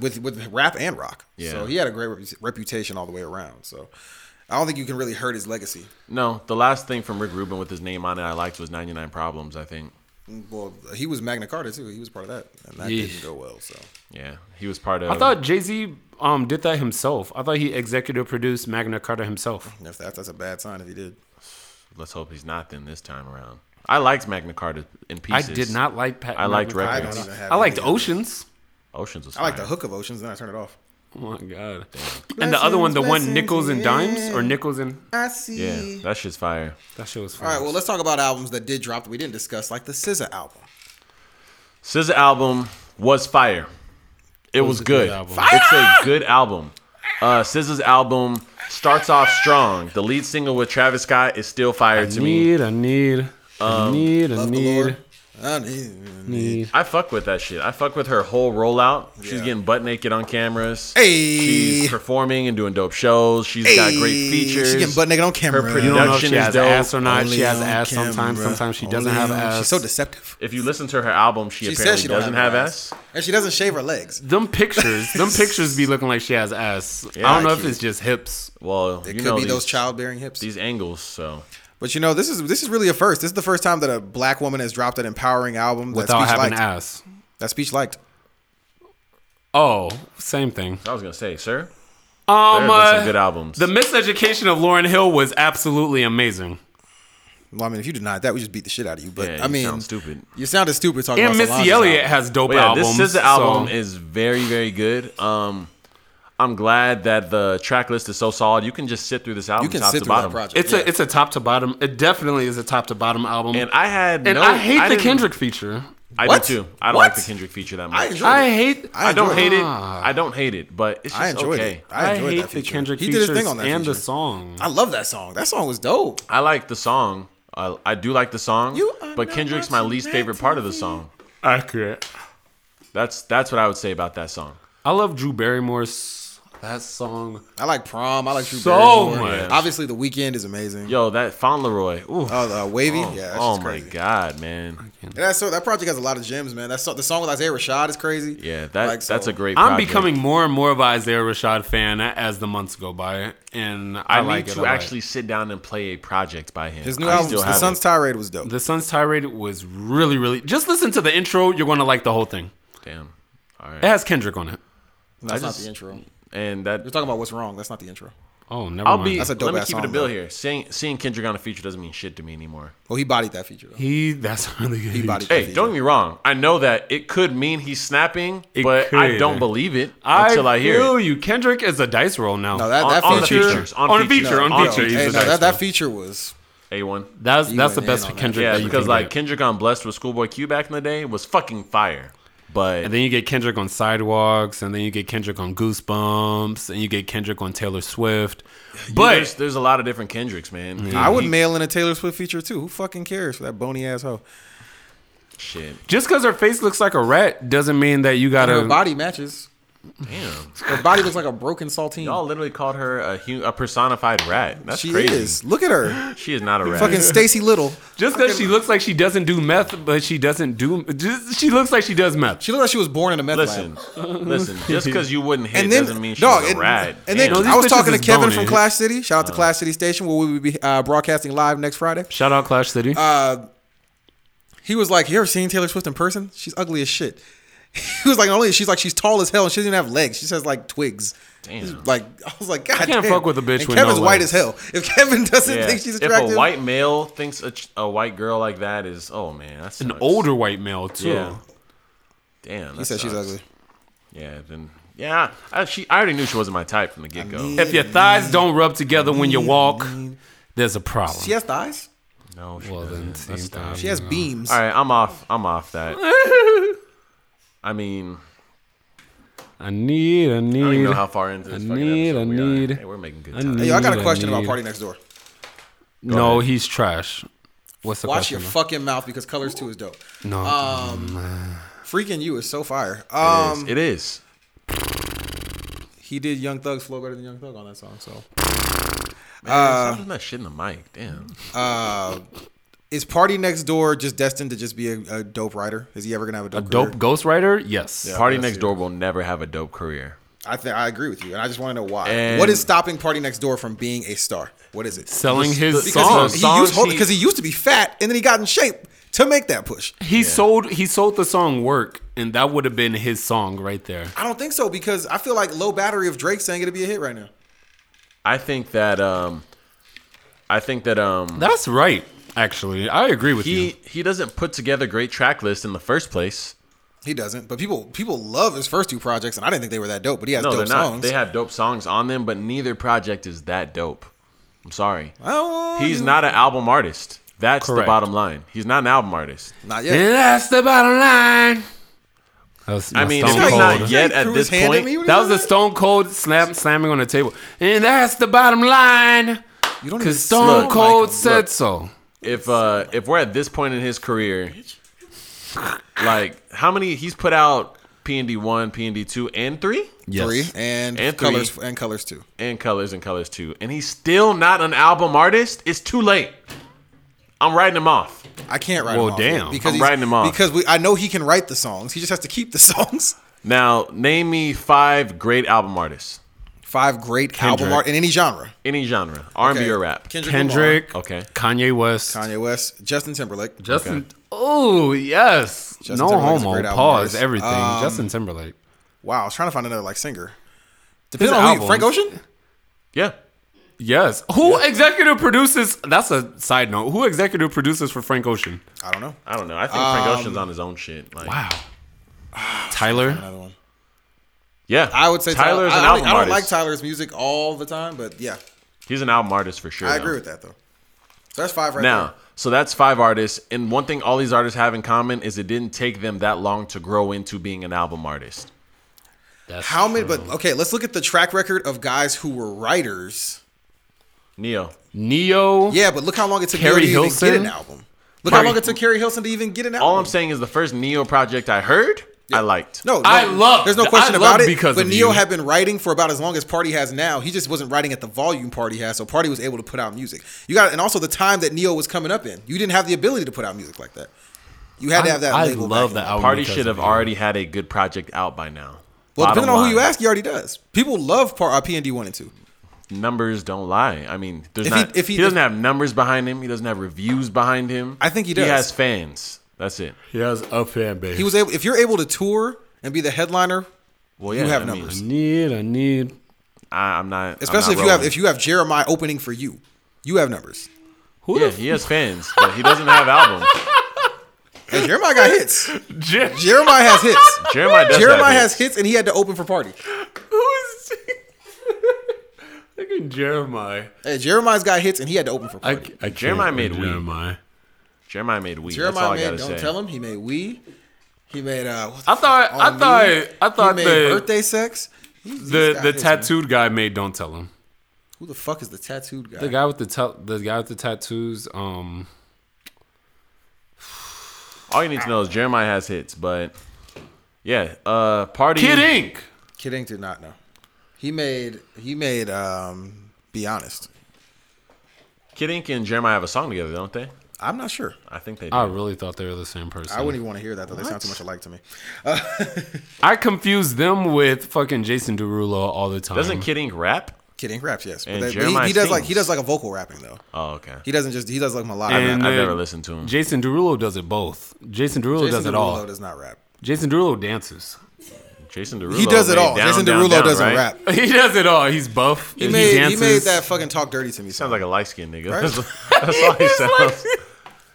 Speaker 3: with with rap and rock.
Speaker 1: Yeah.
Speaker 3: So he had a great repu- reputation all the way around. So I don't think you can really hurt his legacy.
Speaker 1: No, the last thing from Rick Rubin with his name on it I liked was 99 Problems, I think.
Speaker 3: Well, he was Magna Carta too. He was part of that, and that
Speaker 2: Yeesh.
Speaker 3: didn't go well. So
Speaker 1: Yeah, he was part of.
Speaker 2: I thought Jay Z um did that himself. I thought he executive produced Magna Carta himself.
Speaker 3: if that's that's a bad sign if he did.
Speaker 1: Let's hope he's not then this time around. I liked Magna Carta in
Speaker 2: I
Speaker 1: pieces.
Speaker 2: did not like Pat.
Speaker 1: I liked
Speaker 2: Magna Carta.
Speaker 3: I
Speaker 1: records.
Speaker 3: don't even have.
Speaker 2: I liked
Speaker 3: any-
Speaker 2: Oceans.
Speaker 1: Oceans was.
Speaker 3: I like the
Speaker 1: fire.
Speaker 3: hook of Oceans, then I turn it off.
Speaker 2: Oh my god. And the other one, the one
Speaker 3: Blessings,
Speaker 2: nickels and dimes
Speaker 3: yeah.
Speaker 2: or nickels and
Speaker 3: I see.
Speaker 1: Yeah, that shit's fire.
Speaker 2: that shit was
Speaker 3: All
Speaker 2: fun.
Speaker 3: right, well, let's talk about albums that did drop that we didn't discuss, like the SZA album.
Speaker 1: SZA album was fire. It was,
Speaker 2: a
Speaker 1: good.
Speaker 2: good album.
Speaker 1: It's a good album. Uh, SZA's album starts off strong. The lead single with Travis Scott is still fire to me.
Speaker 2: need, I need, I need, I
Speaker 3: Love the
Speaker 2: need,
Speaker 3: Lord. I need-
Speaker 2: need.
Speaker 1: I fuck with that shit. I fuck with her whole rollout. She's
Speaker 3: Yeah.
Speaker 1: getting butt naked on cameras.
Speaker 3: Hey.
Speaker 1: She's performing and doing dope shows. She's got great
Speaker 3: Hey,
Speaker 1: features.
Speaker 3: She getting butt naked on camera.
Speaker 1: pretty-
Speaker 2: You don't know if
Speaker 1: Production
Speaker 2: she
Speaker 1: is
Speaker 2: has
Speaker 1: dope.
Speaker 2: ass or not.
Speaker 3: Only
Speaker 2: she has
Speaker 3: on
Speaker 2: ass
Speaker 3: camera.
Speaker 2: sometimes. Sometimes she doesn't
Speaker 3: Only
Speaker 2: have
Speaker 3: on-
Speaker 2: ass.
Speaker 3: She's so deceptive.
Speaker 1: If you listen to her album, she,
Speaker 3: She
Speaker 1: apparently
Speaker 3: says she don't
Speaker 1: doesn't have, ass.
Speaker 3: and she doesn't shave her legs.
Speaker 2: them pictures, them pictures be looking like she has ass. I don't know if
Speaker 3: IQ.
Speaker 2: it's just hips.
Speaker 1: Well,
Speaker 3: It
Speaker 1: you
Speaker 3: could
Speaker 1: know
Speaker 3: be
Speaker 1: these,
Speaker 3: those childbearing hips.
Speaker 1: these angles. So
Speaker 3: but you know, this is this is really a first. This is the first time that a black woman has dropped an empowering album that
Speaker 2: without
Speaker 3: speech
Speaker 2: having
Speaker 3: liked.
Speaker 2: ass.
Speaker 3: That speech liked.
Speaker 2: Oh, same thing.
Speaker 1: I was gonna say, sir, there
Speaker 2: Um,
Speaker 1: have been some
Speaker 2: uh,
Speaker 1: good albums.
Speaker 2: the miseducation of Lauren Hill was absolutely amazing.
Speaker 3: Well, I mean, if you denied that, we just beat the shit out of you. But
Speaker 1: Yeah,
Speaker 3: I
Speaker 1: you
Speaker 3: mean,
Speaker 1: sound stupid.
Speaker 3: You sounded stupid talking
Speaker 2: And
Speaker 3: about
Speaker 2: Missy
Speaker 3: Solange's
Speaker 2: Elliott
Speaker 3: album.
Speaker 2: has dope
Speaker 1: But yeah,
Speaker 2: albums.
Speaker 1: this SZA
Speaker 2: so-
Speaker 1: album is very, very good. Um, I'm glad that the track list is so solid. You can just sit through this album
Speaker 3: You can
Speaker 1: top
Speaker 3: sit
Speaker 1: to
Speaker 3: through that
Speaker 1: bottom.
Speaker 3: project.
Speaker 2: It's a it's a top to bottom. It definitely is a top to bottom album.
Speaker 1: And I had
Speaker 2: And
Speaker 1: no.
Speaker 2: I hate the
Speaker 1: didn't-
Speaker 2: Kendrick feature.
Speaker 1: I
Speaker 3: What?
Speaker 1: do too. I don't
Speaker 3: What?
Speaker 1: like the Kendrick feature that much.
Speaker 3: I
Speaker 1: I,
Speaker 3: enjoyed
Speaker 2: I
Speaker 3: it.
Speaker 2: hate.
Speaker 3: I
Speaker 1: don't
Speaker 3: enjoyed
Speaker 1: hate it.
Speaker 2: Ah.
Speaker 1: I don't hate it, but it's just
Speaker 3: I enjoyed
Speaker 1: okay.
Speaker 3: it.
Speaker 2: I,
Speaker 3: I enjoyed
Speaker 2: hate
Speaker 3: that
Speaker 2: the
Speaker 3: feature.
Speaker 2: Kendrick
Speaker 3: He did his
Speaker 2: features
Speaker 3: thing on that
Speaker 2: and the
Speaker 3: feature.
Speaker 2: song.
Speaker 3: I love that song. That song was dope.
Speaker 1: I like the song. I, I do like the song,
Speaker 3: You are
Speaker 1: but
Speaker 3: not
Speaker 1: Kendrick's my
Speaker 3: watching
Speaker 1: least
Speaker 3: that
Speaker 1: favorite part of the song.
Speaker 2: Accurate.
Speaker 1: That's that's what I would say about that song.
Speaker 2: I love Drew Barrymore's that song.
Speaker 3: I like prom. I like Drew
Speaker 2: So
Speaker 3: Barrymore.
Speaker 2: much.
Speaker 3: Obviously, the weekend is amazing.
Speaker 1: Yo, that Fauntleroy. Ooh.
Speaker 3: Oh, uh, wavy.
Speaker 1: Oh,
Speaker 3: yeah. That's
Speaker 1: oh
Speaker 3: just
Speaker 1: my
Speaker 3: crazy.
Speaker 1: god, man.
Speaker 3: And that's so that project has a lot of gems, man. That's so, the song with Isaiah Rashad is crazy.
Speaker 1: Yeah, that
Speaker 3: Like, so-
Speaker 1: that's a great.
Speaker 2: I'm
Speaker 1: project.
Speaker 2: becoming more and more of an Isaiah Rashad fan as the months go by, and I,
Speaker 1: I,
Speaker 2: like
Speaker 1: need
Speaker 2: it a
Speaker 1: to
Speaker 2: lot.
Speaker 1: actually sit down and play a project by him.
Speaker 3: His new
Speaker 1: I
Speaker 3: album,
Speaker 1: still
Speaker 3: The
Speaker 1: haven't.
Speaker 3: Sun's Tirade, was dope.
Speaker 2: The Suns tirade was really, really. Just listen to the intro. You're going to like the whole thing.
Speaker 1: Damn. All
Speaker 2: It
Speaker 1: right.
Speaker 2: has Kendrick on it.
Speaker 3: that's
Speaker 1: I
Speaker 3: not
Speaker 1: just-
Speaker 3: the intro.
Speaker 1: And
Speaker 3: You're
Speaker 1: that
Speaker 3: talking about what's wrong. That's not the intro.
Speaker 2: Oh, never
Speaker 1: I'll
Speaker 2: mind.
Speaker 1: be.
Speaker 3: That's a dope
Speaker 1: let me
Speaker 3: ass
Speaker 1: keep it a
Speaker 3: song,
Speaker 1: bill
Speaker 3: though.
Speaker 1: here. Seeing seeing Kendrick on a feature doesn't mean shit to me anymore.
Speaker 3: Well, he bodied that feature. Though. He
Speaker 2: He. That's really good.
Speaker 3: bodied that
Speaker 1: Hey,
Speaker 3: feature.
Speaker 1: don't get me wrong. I know that it could mean he's snapping,
Speaker 2: It
Speaker 1: but I
Speaker 2: could.
Speaker 1: don't believe it
Speaker 2: I
Speaker 1: until I hear
Speaker 2: feel
Speaker 1: it.
Speaker 2: you. Kendrick is a dice roll now.
Speaker 3: No, that,
Speaker 1: On-
Speaker 3: that
Speaker 1: on the
Speaker 3: feature.
Speaker 1: features, on
Speaker 2: on a
Speaker 1: features,
Speaker 2: feature, on
Speaker 1: on
Speaker 2: a
Speaker 1: feature.
Speaker 2: feature. he's
Speaker 3: Hey,
Speaker 2: a
Speaker 3: no,
Speaker 2: dice
Speaker 3: that, that
Speaker 2: roll.
Speaker 3: feature was.
Speaker 1: A1.
Speaker 2: That's that's the
Speaker 3: went in
Speaker 2: best
Speaker 3: on that.
Speaker 2: Kendrick.
Speaker 1: Yeah,
Speaker 2: that you
Speaker 1: because
Speaker 2: can
Speaker 1: like
Speaker 2: get.
Speaker 1: Kendrick on Blessed with Schoolboy Q back in the day was fucking fire. But
Speaker 2: And then you get Kendrick on Sidewalks, and then you get Kendrick on Goosebumps, and you get Kendrick on Taylor Swift.
Speaker 1: there's,
Speaker 2: But
Speaker 1: there's a lot of different Kendricks, man.
Speaker 3: I would
Speaker 1: He-
Speaker 3: mail in a Taylor Swift feature too. Who fucking cares for that bony ass hoe?
Speaker 1: shit.
Speaker 2: just because her face looks like a rat doesn't mean that you
Speaker 3: Her
Speaker 2: gotta.
Speaker 3: body matches.
Speaker 1: Damn.
Speaker 3: Her body looks like a broken saltine.
Speaker 1: Y'all literally called her a, hu- a personified rat. That's
Speaker 3: she
Speaker 1: crazy.
Speaker 3: is. Look at her.
Speaker 1: She is not a rat.
Speaker 3: Fucking Stacy Little.
Speaker 2: Just because she looks like she doesn't do meth, but she doesn't do. Just, she looks like she does meth.
Speaker 3: She looked like she was born in a meth
Speaker 1: Listen,
Speaker 3: lab.
Speaker 1: listen. Just because you wouldn't hit
Speaker 3: And then,
Speaker 1: doesn't mean she's
Speaker 3: dog,
Speaker 1: a
Speaker 3: and,
Speaker 1: rat. Uh.
Speaker 3: and then
Speaker 1: Damn.
Speaker 2: No,
Speaker 3: I was
Speaker 2: these
Speaker 3: talking to
Speaker 2: bitches is
Speaker 3: Kevin from
Speaker 2: bony.
Speaker 3: Clash City. Shout out to Clash City Station, where we will be uh, broadcasting live next Friday.
Speaker 2: Shout out Clash City.
Speaker 1: Uh,
Speaker 3: He was like, "You ever seen Taylor Swift in person? She's ugly as shit." He was like, "Only she's like she's tall as hell and she doesn't even have legs. She has like twigs."
Speaker 1: Damn.
Speaker 3: Like I was like, "God
Speaker 2: can't
Speaker 3: damn."
Speaker 2: fuck with a bitch
Speaker 3: And
Speaker 2: with
Speaker 3: Kevin's
Speaker 2: no
Speaker 3: white
Speaker 2: legs.
Speaker 3: as hell. If Kevin doesn't
Speaker 1: Yeah.
Speaker 3: think she's
Speaker 1: if
Speaker 3: attractive,
Speaker 1: a white male thinks a, ch- a white girl like that is, oh man, that's
Speaker 2: An older white male too.
Speaker 1: Yeah. Damn.
Speaker 3: he said she's ugly.
Speaker 1: Yeah. Then. Yeah. I, she. I already knew she wasn't my type from the get go.
Speaker 3: mean-
Speaker 2: If your thighs don't rub together when you walk, there's a problem.
Speaker 3: She has thighs.
Speaker 1: no. She
Speaker 2: Well, then,
Speaker 1: doesn't. That's
Speaker 2: same
Speaker 1: dumb.
Speaker 2: thing.
Speaker 3: She has beams.
Speaker 1: All right. I'm off. I'm off that. I mean,
Speaker 2: I need, I need.
Speaker 1: I don't even know how far into this. fucking
Speaker 2: need,
Speaker 1: episode
Speaker 2: I
Speaker 1: we are.
Speaker 2: need-
Speaker 1: Hey, we're making good
Speaker 2: I
Speaker 1: time.
Speaker 3: Hey, yo, I got
Speaker 2: Need,
Speaker 3: a
Speaker 2: I
Speaker 3: question about
Speaker 2: need.
Speaker 3: Party Next Door.
Speaker 2: no, he's trash. What's the
Speaker 3: Watch
Speaker 2: question?
Speaker 3: your fucking mouth because Colors Two is dope.
Speaker 2: no,
Speaker 1: uh,
Speaker 3: Freaking you is so fire. Um,
Speaker 1: it is.
Speaker 3: he did Young Thug's flow better than Young Thug on that song. So
Speaker 1: Man,
Speaker 3: uh,
Speaker 1: stop doing that shit in the mic. Damn.
Speaker 3: is Party Next Door just destined to just be a, a dope writer? Is he ever gonna have a dope?
Speaker 2: dope
Speaker 3: career?
Speaker 2: ghostwriter? Yes.
Speaker 1: Party next door will never have a dope career.
Speaker 3: I think I agree with you, and I just want to know why.
Speaker 1: And-
Speaker 3: what is stopping Party Next Door from being a star? What is it?
Speaker 2: Selling his
Speaker 1: because
Speaker 2: songs.
Speaker 3: Because he,
Speaker 1: the
Speaker 3: he
Speaker 1: song
Speaker 3: used hold
Speaker 1: she-
Speaker 3: because he used to be fat, and then he got in shape to make that push.
Speaker 2: He sold he sold the song "Work," and that would have been his song right there.
Speaker 3: I don't think so because I feel like low battery of Drake saying it'll be a hit right now.
Speaker 1: I think that. Um. I think that. Um.
Speaker 2: That's right. Actually, I agree with
Speaker 1: he
Speaker 2: you.
Speaker 1: he doesn't put together great track lists in the first place.
Speaker 3: He doesn't, but people people love his first two projects, and I didn't think they were that dope. But he has
Speaker 1: No, they're
Speaker 3: dope
Speaker 1: not.
Speaker 3: songs.
Speaker 1: They have dope songs on them, but neither project is that dope. I'm sorry.
Speaker 3: Oh,
Speaker 1: He's not an album artist. That's the
Speaker 2: Correct.
Speaker 1: bottom line. He's not an album artist.
Speaker 3: not yet.
Speaker 2: And that's the bottom line. That was my
Speaker 1: I mean,
Speaker 2: Stone
Speaker 1: it's
Speaker 2: Cold.
Speaker 1: not yet
Speaker 3: He
Speaker 1: at
Speaker 3: threw
Speaker 1: this
Speaker 3: his hand at
Speaker 1: point.
Speaker 3: me when he
Speaker 2: That was
Speaker 3: said
Speaker 2: a Stone Cold slap slamming on the table. And that's the bottom line.
Speaker 3: You don't even
Speaker 2: Cause Stone
Speaker 3: look,
Speaker 2: Cold
Speaker 3: Michael,
Speaker 2: said
Speaker 1: look.
Speaker 2: so.
Speaker 1: If uh, if we're at this point in his career, like how many he's put out P and D one, P and D two, and three,
Speaker 2: Yes.
Speaker 3: three and,
Speaker 1: And three.
Speaker 3: colors and colors too.
Speaker 1: and Colors and Colors two, and he's still not an album artist. It's too late. I'm writing him off.
Speaker 3: I can't write.
Speaker 2: Well,
Speaker 3: him off
Speaker 2: damn.
Speaker 3: because
Speaker 1: I'm
Speaker 3: he's-
Speaker 1: writing him off.
Speaker 3: because we, I know he can write the songs. He just has to keep the songs.
Speaker 1: Now, name me five great album artists,
Speaker 3: Five great album
Speaker 2: Kendrick.
Speaker 3: art in any genre.
Speaker 1: any genre, R&B
Speaker 3: Okay.
Speaker 1: or rap.
Speaker 2: Kendrick.
Speaker 1: Okay.
Speaker 2: Kanye West.
Speaker 3: Lamar, Kanye West, Justin Timberlake.
Speaker 2: Justin. Oh yes. no
Speaker 3: Timberlake's a
Speaker 2: homo.
Speaker 3: great album
Speaker 2: Pause.
Speaker 3: artist. Um,
Speaker 2: Everything. Justin Timberlake.
Speaker 3: wow, I was trying to find another like singer. Depends
Speaker 2: His
Speaker 3: on who,
Speaker 2: albums.
Speaker 3: you- Frank Ocean.
Speaker 1: Yeah.
Speaker 2: Yes. Who executive produces? That's a side note. Who executive produces for Frank Ocean?
Speaker 3: I don't know.
Speaker 1: I don't know. I think Frank Ocean's
Speaker 3: Um,
Speaker 1: on his own shit. Like,
Speaker 2: Wow. Tyler.
Speaker 3: Another one.
Speaker 1: Yeah.
Speaker 3: I would say
Speaker 1: Tyler's an
Speaker 3: Tyler. I, I,
Speaker 1: album
Speaker 3: don't- I don't
Speaker 1: artist.
Speaker 3: like Tyler's music all the time, but yeah,
Speaker 1: He's an album artist for sure.
Speaker 3: I
Speaker 1: though.
Speaker 3: agree with that though. So that's five right
Speaker 1: Now,
Speaker 3: there.
Speaker 1: so that's five artists. And one thing all these artists have in common is it didn't take them that long to grow into being an album artist.
Speaker 2: That's
Speaker 3: How many? But okay, let's look at the track record of guys who were writers.
Speaker 1: Neo.
Speaker 2: Neo.
Speaker 3: Yeah, but look how long it took
Speaker 2: Carrie
Speaker 3: Carrie to even get
Speaker 2: Hilson?
Speaker 3: an album. Look
Speaker 2: Carrie-
Speaker 3: how long it took Carrie Hilson to even get an album.
Speaker 1: All I'm saying is the first Neo project I heard, I liked.
Speaker 3: No, no,
Speaker 2: I love-
Speaker 3: There's no
Speaker 2: I
Speaker 3: question
Speaker 2: love
Speaker 3: about it.
Speaker 2: Because
Speaker 3: but
Speaker 2: of
Speaker 3: Neo
Speaker 2: You.
Speaker 3: had been writing for about as long as Party has now. He just wasn't writing at the volume Party has, so Party was able to put out music. You got, and also the time that Neo was coming up in, you didn't have the ability to put out music like that. You had to have that.
Speaker 2: I
Speaker 3: label
Speaker 2: love
Speaker 3: backing.
Speaker 2: that album.
Speaker 1: Party
Speaker 2: Oh, because
Speaker 1: should
Speaker 2: of
Speaker 1: have
Speaker 2: you.
Speaker 1: already had a good project out by now.
Speaker 3: Well,
Speaker 1: Bottom
Speaker 3: depending on who you
Speaker 1: line,
Speaker 3: ask, he already does. People love Par- uh, P and D one and two.
Speaker 1: numbers don't lie. I mean, there's
Speaker 3: If he-
Speaker 1: not.
Speaker 3: if
Speaker 1: if
Speaker 3: he-
Speaker 1: he, doesn't
Speaker 3: if-
Speaker 1: have numbers behind him, he doesn't have reviews behind him.
Speaker 3: I think he
Speaker 1: He
Speaker 3: does.
Speaker 1: has fans. That's it.
Speaker 2: He has a fan base.
Speaker 3: He was able. If you're able to tour and be the headliner,
Speaker 1: Well, yeah,
Speaker 3: have
Speaker 1: I mean,
Speaker 3: numbers.
Speaker 2: need. I need.
Speaker 1: I, I'm not.
Speaker 3: especially if you have if you have Jeremiah opening for you, you have numbers.
Speaker 2: Who
Speaker 1: Yeah, he has fans, but he doesn't have albums.
Speaker 3: Hey, Jeremiah got hits.
Speaker 2: the Jer-
Speaker 3: Jeremiah has hits.
Speaker 1: Jeremiah does
Speaker 3: Jeremiah
Speaker 1: have
Speaker 3: has hits, and he had to open for Party.
Speaker 2: Who is? Look at Jeremiah.
Speaker 3: Hey, Jeremiah's got hits, and he had to open for
Speaker 2: I,
Speaker 3: Party.
Speaker 2: I
Speaker 1: Jeremiah
Speaker 2: can't
Speaker 1: made
Speaker 2: with
Speaker 1: weed.
Speaker 2: Jeremiah.
Speaker 1: Jeremiah made weed. That's all
Speaker 3: Jeremiah
Speaker 1: I gotta
Speaker 3: made.
Speaker 1: say.
Speaker 3: Don't tell him he made weed. He made. Uh, what the
Speaker 2: I thought.
Speaker 3: fuck,
Speaker 2: I
Speaker 3: on
Speaker 2: thought.
Speaker 3: me.
Speaker 2: I thought
Speaker 3: he made
Speaker 2: the
Speaker 3: birthday sex. He's- he's
Speaker 2: the
Speaker 3: got
Speaker 2: the
Speaker 3: hits, man.
Speaker 2: tattooed guy made. Don't tell him.
Speaker 3: Who the fuck is the tattooed guy?
Speaker 2: The guy with the tel- the guy with the tattoos. Um,
Speaker 1: All you need to know is Jeremiah has hits, but yeah, uh, party
Speaker 2: Kid Ink.
Speaker 3: Kid Ink did not know. He made he made um be honest.
Speaker 1: Kid Ink and Jeremiah have a song together, don't they?
Speaker 3: I'm not sure.
Speaker 1: I think they do.
Speaker 2: I really thought they were the same person.
Speaker 3: I wouldn't even want to hear that though. They sound too much alike to me.
Speaker 2: I confuse them with fucking Jason Derulo all the time.
Speaker 1: Doesn't Kid Ink rap?
Speaker 3: Kid Ink raps, yes, but,
Speaker 1: And
Speaker 3: that- but he,
Speaker 1: Jeremiah
Speaker 3: he does like
Speaker 1: sings.
Speaker 3: he does like a vocal rapping though.
Speaker 1: Oh, okay.
Speaker 3: He doesn't just he does like melodic.
Speaker 2: And
Speaker 1: I've
Speaker 2: then
Speaker 1: never listened to him.
Speaker 2: Jason Derulo does it both. Jason Derulo
Speaker 3: Jason
Speaker 2: does it
Speaker 3: Derulo
Speaker 2: all.
Speaker 3: does not rap.
Speaker 2: Jason Derulo dances.
Speaker 1: Jason Derulo.
Speaker 3: He does it
Speaker 1: made
Speaker 3: all.
Speaker 1: Down,
Speaker 3: Jason
Speaker 1: Down,
Speaker 3: Derulo
Speaker 1: Down,
Speaker 3: doesn't
Speaker 1: right?
Speaker 3: rap.
Speaker 2: He does it all. He's buff.
Speaker 3: He made
Speaker 2: dances.
Speaker 3: he made that fucking talk dirty to me.
Speaker 1: Sounds
Speaker 3: Song.
Speaker 1: like a light skinned nigga.
Speaker 3: Right?
Speaker 1: That's, that's all he sounds.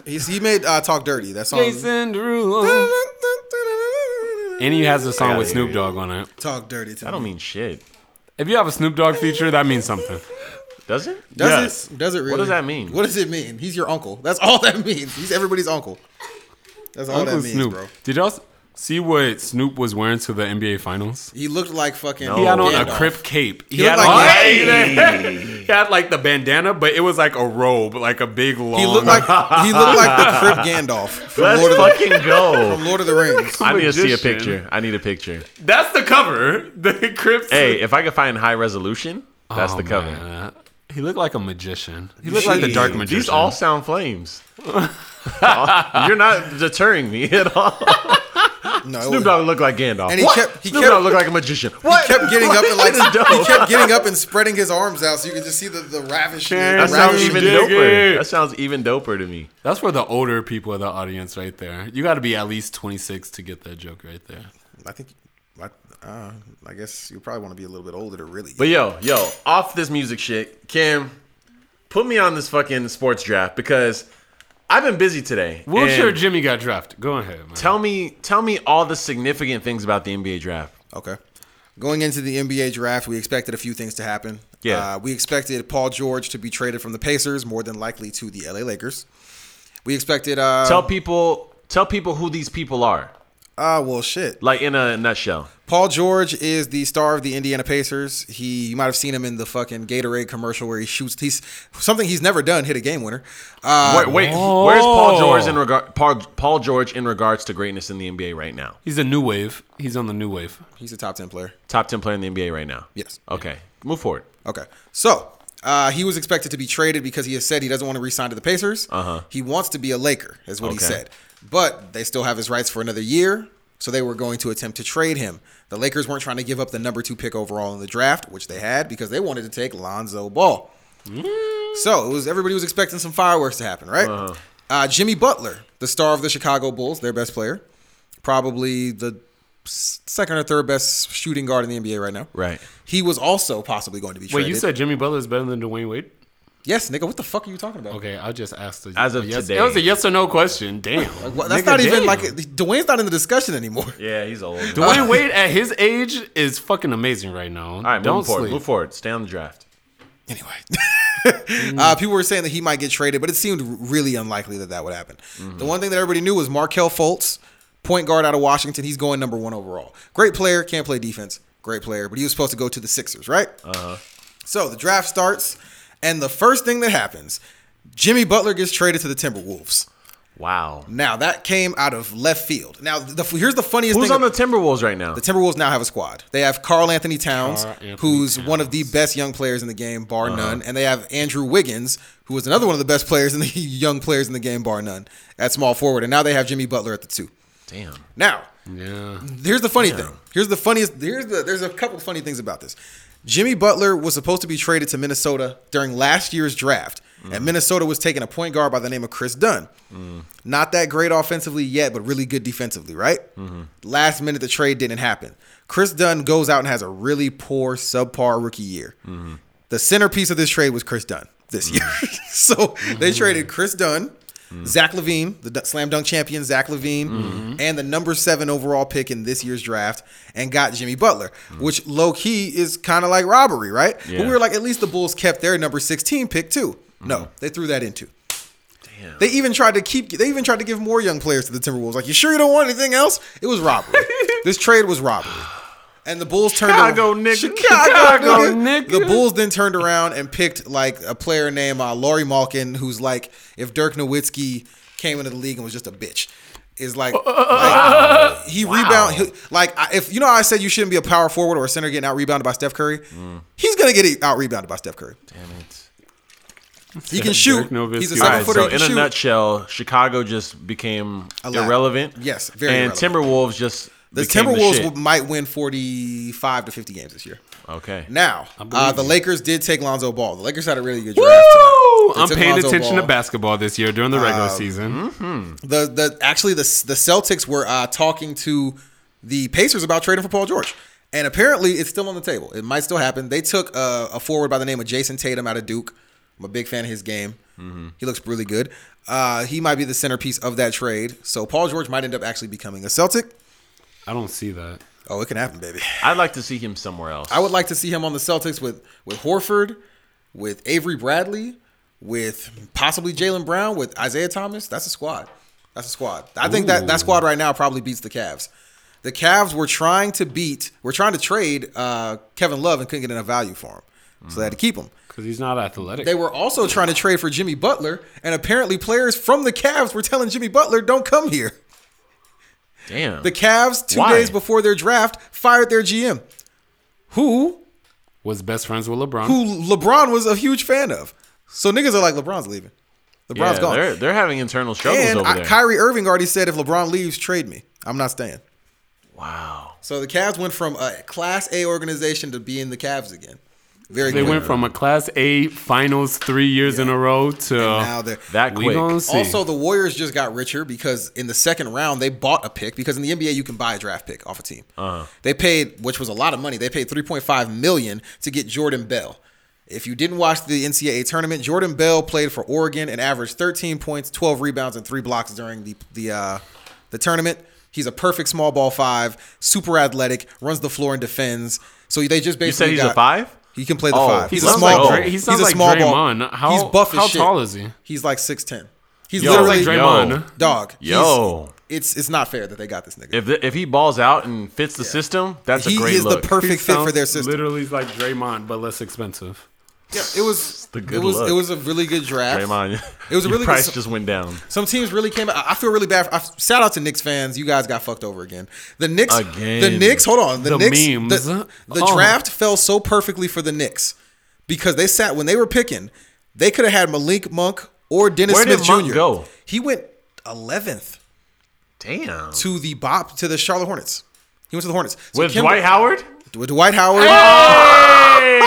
Speaker 3: He's, he made uh, talk dirty. That song.
Speaker 2: Jason Derulo. And he has a song with
Speaker 1: Yeah.
Speaker 2: Snoop Dogg on it.
Speaker 3: talk dirty to
Speaker 1: That
Speaker 3: me.
Speaker 1: don't mean shit.
Speaker 2: If you have a Snoop Dogg feature, that means something.
Speaker 1: Does it?
Speaker 3: Does
Speaker 2: Yes.
Speaker 3: it? Does it really?
Speaker 1: does that mean?
Speaker 3: What does it mean? He's your uncle. That's all that means. He's everybody's uncle. That's all
Speaker 2: Uncle
Speaker 3: that means,
Speaker 2: Snoop.
Speaker 3: bro.
Speaker 2: Did y'all s- see what Snoop was wearing to the NBA Finals?
Speaker 3: He looked like fucking.
Speaker 1: No.
Speaker 2: He had on a
Speaker 3: Gandalf.
Speaker 2: crip cape. He,
Speaker 3: Oh, looked
Speaker 2: had on
Speaker 3: like-
Speaker 2: he had like the bandana, but it was like a robe, like a big long.
Speaker 3: He looked like he looked like the crip Gandalf from
Speaker 1: Let's
Speaker 3: Lord, of the,
Speaker 1: fucking go.
Speaker 3: from Lord of the Rings.
Speaker 1: I need to see a
Speaker 2: magician.
Speaker 1: picture. I need a picture.
Speaker 2: That's the cover. The Crips.
Speaker 1: Hey, if I could find high resolution, that's
Speaker 2: Oh,
Speaker 1: the cover.
Speaker 2: man. He looked like a magician. He looked like the dark magician.
Speaker 1: These all sound flames. You're not deterring me at all.
Speaker 3: No, it
Speaker 1: Snoop
Speaker 3: wasn't.
Speaker 1: Dogg looked like Gandalf.
Speaker 3: Oh. And he
Speaker 1: what?
Speaker 3: kept- he
Speaker 1: Snoop
Speaker 3: kept-
Speaker 1: Dogg looked like a magician.
Speaker 3: He
Speaker 1: What?
Speaker 3: kept getting up and like
Speaker 1: That is
Speaker 3: he
Speaker 1: dope.
Speaker 3: kept getting up and spreading his arms out, so you can just see the the ravish.
Speaker 1: That
Speaker 2: That Right.
Speaker 1: sounds
Speaker 2: You
Speaker 1: even
Speaker 2: dig
Speaker 1: doper.
Speaker 2: it.
Speaker 1: That sounds even doper to me.
Speaker 2: That's for the older people of the audience, right there. You got to be at least 26 to get that joke right there.
Speaker 3: I think. I, uh, I guess you probably want to be a little bit older to really.
Speaker 1: But yo, yo, off this music shit, Kim, put me on this fucking sports draft because I've been busy today. and
Speaker 2: Wilshire Jimmy got drafted. Go ahead, man.
Speaker 1: Tell me, tell me all the significant things about the NBA draft.
Speaker 3: Okay. Going into the NBA draft, we expected a few things to happen.
Speaker 1: Yeah.
Speaker 3: Uh, we expected Paul George to be traded from the Pacers, more than likely to the LA Lakers. We expected. Uh,
Speaker 1: Tell people, tell people who these people are,
Speaker 3: ah, well, shit.
Speaker 1: like in a nutshell.
Speaker 3: Paul George is the star of the Indiana Pacers. He, you might have seen him in the fucking Gatorade commercial where he shoots. He's something he's never done. Hit a game winner. Uh,
Speaker 1: Wait, wait,
Speaker 2: Oh.
Speaker 1: where's Paul George in regard Paul, Paul George in regards to greatness in the NBA right now?
Speaker 2: He's a new wave. He's on the new wave.
Speaker 3: he's a top ten player.
Speaker 1: Top ten player in the NBA right now.
Speaker 3: Yes.
Speaker 1: Okay, move forward.
Speaker 3: Okay. So uh, he was expected to be traded because he has said he doesn't want to re-sign to the Pacers. Uh-huh. He wants to be a Laker, is what he
Speaker 1: Okay.
Speaker 3: said. But they still have his rights for another year, so they were going to attempt to trade him. The Lakers weren't trying to give up the number two pick overall in the draft, which they had because they wanted to take Lonzo Ball.
Speaker 1: Mm.
Speaker 3: So it was everybody was expecting some fireworks to happen, right?
Speaker 1: Uh-huh.
Speaker 3: uh Jimmy Butler, the star of the Chicago Bulls, their best player, probably the s- second or third best shooting guard in the NBA right now.
Speaker 1: Right.
Speaker 3: He was also possibly going to be
Speaker 2: Wait,
Speaker 3: traded.
Speaker 2: you said Jimmy Butler is better than Dwayne Wade?
Speaker 3: Yes, nigga. What the fuck are you talking about?
Speaker 2: Okay, I just asked. A,
Speaker 1: As of
Speaker 2: a yes,
Speaker 1: today.
Speaker 2: that was a yes or no question. Damn,
Speaker 3: Well, that's
Speaker 2: Nigga,
Speaker 3: not even
Speaker 2: damn.
Speaker 3: like Dwayne's not in the discussion anymore.
Speaker 1: Yeah, he's old.
Speaker 2: Dwayne Wade at his age is fucking amazing right now.
Speaker 1: all right,
Speaker 2: don't
Speaker 1: move forward.
Speaker 2: sleep.
Speaker 1: Move forward. Stay on the draft.
Speaker 3: Anyway,
Speaker 2: Mm.
Speaker 3: uh, people were saying that he might get traded, but it seemed really unlikely that that would happen.
Speaker 2: Mm-hmm.
Speaker 3: The one thing that everybody knew was Markel Fultz, point guard out of Washington. He's going number one overall. Great player, can't play defense. Great player, but he was supposed to go to the Sixers, right? Uh
Speaker 2: Uh-huh.
Speaker 3: huh. So the draft starts, and the first thing that happens, Jimmy Butler gets traded to the Timberwolves.
Speaker 1: Wow.
Speaker 3: Now that came out of left field. Now the, here's the funniest
Speaker 1: Who's
Speaker 3: thing.
Speaker 1: on the Timberwolves right now?
Speaker 3: The Timberwolves now have a squad. They have Carl Anthony Towns,
Speaker 2: Karl Anthony Uh-huh.
Speaker 3: who's one of the best young players in the game, bar none. And they have Andrew Wiggins, who is another one of the best players in the young players in the game, bar none, at small forward. And now they have Jimmy Butler at the two.
Speaker 1: Damn.
Speaker 3: Now,
Speaker 2: Yeah,
Speaker 3: here's the funny thing. Here's the funniest. Here's the. There's a couple of funny things about this. Jimmy Butler was supposed to be traded to Minnesota during last year's draft,
Speaker 2: Mm.
Speaker 3: and Minnesota was taking a point guard by the name of Chris Dunn. Not that great offensively yet, but really good defensively, right? Last minute, the trade didn't happen. Chris Dunn goes out and has a really poor, subpar rookie year. The centerpiece of this trade was Chris Dunn this year. so they traded Chris Dunn, Zach Levine, the du- slam dunk champion Zach Levine, and the number seven overall pick in this year's draft, and got Jimmy Butler, which low key is kind of like robbery, right? But
Speaker 1: Yeah.
Speaker 3: we were like, at least the Bulls kept their number 16 pick too. No, they threw that into.
Speaker 1: Damn.
Speaker 3: They even tried to keep. They even tried to give more young players to the Timberwolves. Like, you sure you don't want anything else? It was robbery. this trade was robbery. And the Bulls turned
Speaker 1: Chicago,
Speaker 3: around.
Speaker 1: nigga.
Speaker 3: Chicago,
Speaker 2: Chicago,
Speaker 3: nigga.
Speaker 2: nigga.
Speaker 3: The Bulls then turned around and picked like a player named uh, Laurie Malkin, who's like if Dirk Nowitzki came into the league and was just a bitch.
Speaker 1: Damn it.
Speaker 3: He can shoot.
Speaker 2: Dirk Nowitzki.
Speaker 3: He's a
Speaker 1: All
Speaker 3: seven
Speaker 1: right,
Speaker 3: footer.
Speaker 1: so
Speaker 3: he
Speaker 1: in
Speaker 3: can
Speaker 1: a
Speaker 3: shoot.
Speaker 1: nutshell, Chicago just became
Speaker 3: lab.
Speaker 1: irrelevant.
Speaker 3: Yes, very
Speaker 1: And
Speaker 3: irrelevant.
Speaker 1: Timberwolves just
Speaker 3: the
Speaker 1: became
Speaker 3: Timberwolves
Speaker 1: shit.
Speaker 3: will- might win forty-five to fifty games this year.
Speaker 1: okay.
Speaker 3: Now, uh, the Lakers did take Lonzo Ball. The Lakers had a really good draft.
Speaker 2: Woo!
Speaker 3: tonight. They
Speaker 2: I'm
Speaker 3: took
Speaker 2: paying
Speaker 3: Lonzo
Speaker 2: attention
Speaker 3: Ball.
Speaker 2: to basketball this year during the
Speaker 3: Uh,
Speaker 2: regular season.
Speaker 3: hmm? the the actually the the Celtics were uh, talking to the Pacers about trading for Paul George, and apparently it's still on the table. It might still happen. They took uh, a forward by the name of Jason Tatum out of Duke. I'm a big fan of his game.
Speaker 2: Mm-hmm.
Speaker 3: He looks really good. Uh, he might be the centerpiece of that trade. So Paul George might end up actually becoming a Celtic.
Speaker 2: I don't see that.
Speaker 3: Oh, it can happen, baby.
Speaker 1: I'd like to see him somewhere else.
Speaker 3: I would like to see him on the Celtics with with Horford, with Avery Bradley, with possibly Jalen Brown, with Isaiah Thomas. That's a squad. That's a squad. I think that that squad right now probably beats the Cavs. The Cavs were trying to beat, were trying to trade uh, Kevin Love and couldn't get enough value for him, so they had to keep him.
Speaker 2: Because he's not athletic.
Speaker 3: They were also trying to trade for Jimmy Butler, and apparently players from the Cavs were telling Jimmy Butler, "Don't come here."
Speaker 1: Damn.
Speaker 3: The Cavs, two
Speaker 1: Why?
Speaker 3: days before their draft, fired their GM, who
Speaker 2: was best friends with LeBron.
Speaker 3: who LeBron was a huge fan of. So niggas are like LeBron's leaving. LeBron's
Speaker 1: yeah,
Speaker 3: gone.
Speaker 1: they're they're having internal struggles
Speaker 3: and
Speaker 1: over
Speaker 3: I-
Speaker 1: there.
Speaker 3: Kyrie Irving already said if LeBron leaves, trade me. I'm not staying.
Speaker 1: wow.
Speaker 3: So the Cavs went from a class A organization to being the Cavs again. Very
Speaker 2: They
Speaker 3: good.
Speaker 2: went from a Class A finals three years in a row to
Speaker 3: now they're
Speaker 1: That
Speaker 2: we
Speaker 1: quick.
Speaker 2: gonna see.
Speaker 3: also the Warriors just got richer because in the second round they bought a pick because in the NBA you can buy a draft pick off a team.
Speaker 1: Uh-huh.
Speaker 3: They paid, which was a lot of money. They paid 3.5 million to get Jordan Bell. If you didn't watch the NCAA tournament, Jordan Bell played for Oregon and averaged 13 points, 12 rebounds, and three blocks during the the uh, the tournament. He's a perfect small ball five, super athletic, runs the floor and defends. So they just basically
Speaker 1: You said he's
Speaker 3: got,
Speaker 1: a five?
Speaker 3: He can play the
Speaker 1: Oh,
Speaker 3: five.
Speaker 1: he
Speaker 3: he's a
Speaker 1: sounds
Speaker 3: small
Speaker 1: like
Speaker 3: ball.
Speaker 1: Dray- he
Speaker 3: he's
Speaker 2: sounds
Speaker 3: a
Speaker 2: like
Speaker 3: small
Speaker 2: Draymond.
Speaker 3: ball.
Speaker 2: How-
Speaker 3: he's buff as
Speaker 2: how
Speaker 3: shit.
Speaker 2: tall is he?
Speaker 3: He's like six ten. He's
Speaker 1: Yo,
Speaker 3: literally
Speaker 2: like Draymond.
Speaker 1: yo,
Speaker 3: dog. he's-
Speaker 1: Yo.
Speaker 3: it's it's not fair that they got this nigga.
Speaker 1: If the, if he balls out and fits the system, that's a
Speaker 3: he
Speaker 1: great
Speaker 3: is
Speaker 1: look.
Speaker 3: the perfect fit for their
Speaker 2: Sounds
Speaker 3: system.
Speaker 2: Literally like Draymond, but less expensive.
Speaker 3: Yeah, it was
Speaker 1: the
Speaker 3: it
Speaker 1: good
Speaker 3: was
Speaker 1: look.
Speaker 3: it was a really good draft.
Speaker 1: Draymond.
Speaker 3: It was a
Speaker 1: Your
Speaker 3: really good
Speaker 1: price
Speaker 3: s-
Speaker 1: just went down
Speaker 3: Some teams really came. I I feel really bad. For, I, shout out to Knicks fans. You guys got fucked over again. The Knicks.
Speaker 1: Again.
Speaker 3: The Knicks. Hold on. The,
Speaker 2: The
Speaker 3: Knicks.
Speaker 2: memes.
Speaker 3: The, the
Speaker 2: Oh.
Speaker 3: draft fell so perfectly for the Knicks because they sat when they were picking. They could have had Malik Monk or Dennis
Speaker 1: Where did
Speaker 3: Smith
Speaker 1: Monk
Speaker 3: Jr.
Speaker 1: go?
Speaker 3: He went eleventh
Speaker 1: Damn.
Speaker 3: to the Bop to the Charlotte Hornets. He went to the Hornets So
Speaker 1: With
Speaker 3: Kemba-
Speaker 1: Dwight Howard?
Speaker 3: With Dwight Howard.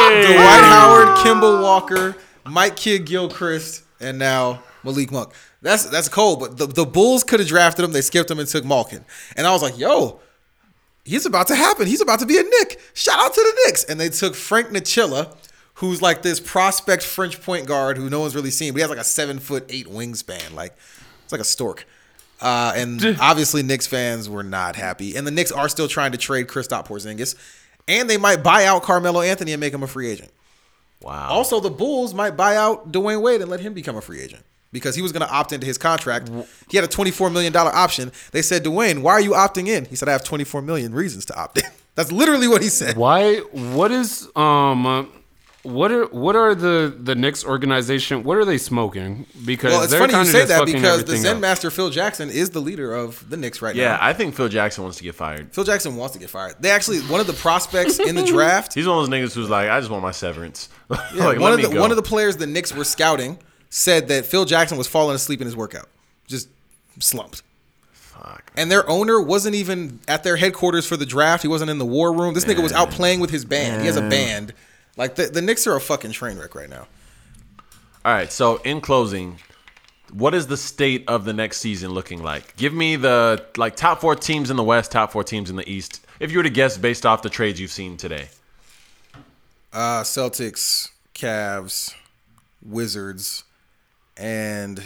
Speaker 3: Dwight Howard, Kimball Walker, Mike Kidd Gilchrist, and now Malik Monk. That's that's cold, but the, the Bulls could have drafted him. They skipped him and took Malkin. And I was like, yo, he's about to happen. He's about to be a Nick. Shout out to the Knicks. And they took Frank Nichilla, who's like this prospect French point guard who no one's really seen, but he has like a seven foot eight wingspan. Like it's like a stork. Uh, and obviously, Knicks fans were not happy. And the Knicks are still trying to trade Kristaps Porzingis, and they might buy out Carmelo Anthony and make him a free agent.
Speaker 1: Wow.
Speaker 3: Also, the Bulls might buy out Dwayne Wade and let him become a free agent because he was going to opt into his contract. He had a $24 million option. They said, Dwayne, why are you opting in? He said, I have 24 million reasons to opt in. That's literally what he said.
Speaker 2: Why? What is um? uh, What are what are the the Knicks organization? What are they smoking? Because
Speaker 3: Well, it's
Speaker 2: they're
Speaker 3: funny you
Speaker 2: kinda
Speaker 3: say
Speaker 2: just
Speaker 3: that
Speaker 2: fucking
Speaker 3: because the
Speaker 2: everything
Speaker 3: Zen
Speaker 2: up.
Speaker 3: Master Phil Jackson is the leader of the Knicks right
Speaker 1: yeah,
Speaker 3: now.
Speaker 1: I think Phil Jackson wants to get fired.
Speaker 3: Phil Jackson wants to get fired. They actually, one of the prospects in the draft
Speaker 1: He's one of those niggas who's like, I just want my severance.
Speaker 3: Yeah,
Speaker 1: like,
Speaker 3: one
Speaker 1: let
Speaker 3: of
Speaker 1: me
Speaker 3: the
Speaker 1: go.
Speaker 3: one of the players the Knicks were scouting said that Phil Jackson was falling asleep in his workout, just slumped.
Speaker 1: Fuck.
Speaker 3: And their owner wasn't even at their headquarters for the draft. He wasn't in the war room. This nigga was out playing with his band. He has a band. Like the, the Knicks are a fucking train wreck right now.
Speaker 1: All right. So, in closing, what is the state of the next season looking like? Give me the like top four teams in the West, top four teams in the East. If you were to guess based off the trades you've seen today,
Speaker 3: Uh, Celtics, Cavs, Wizards, and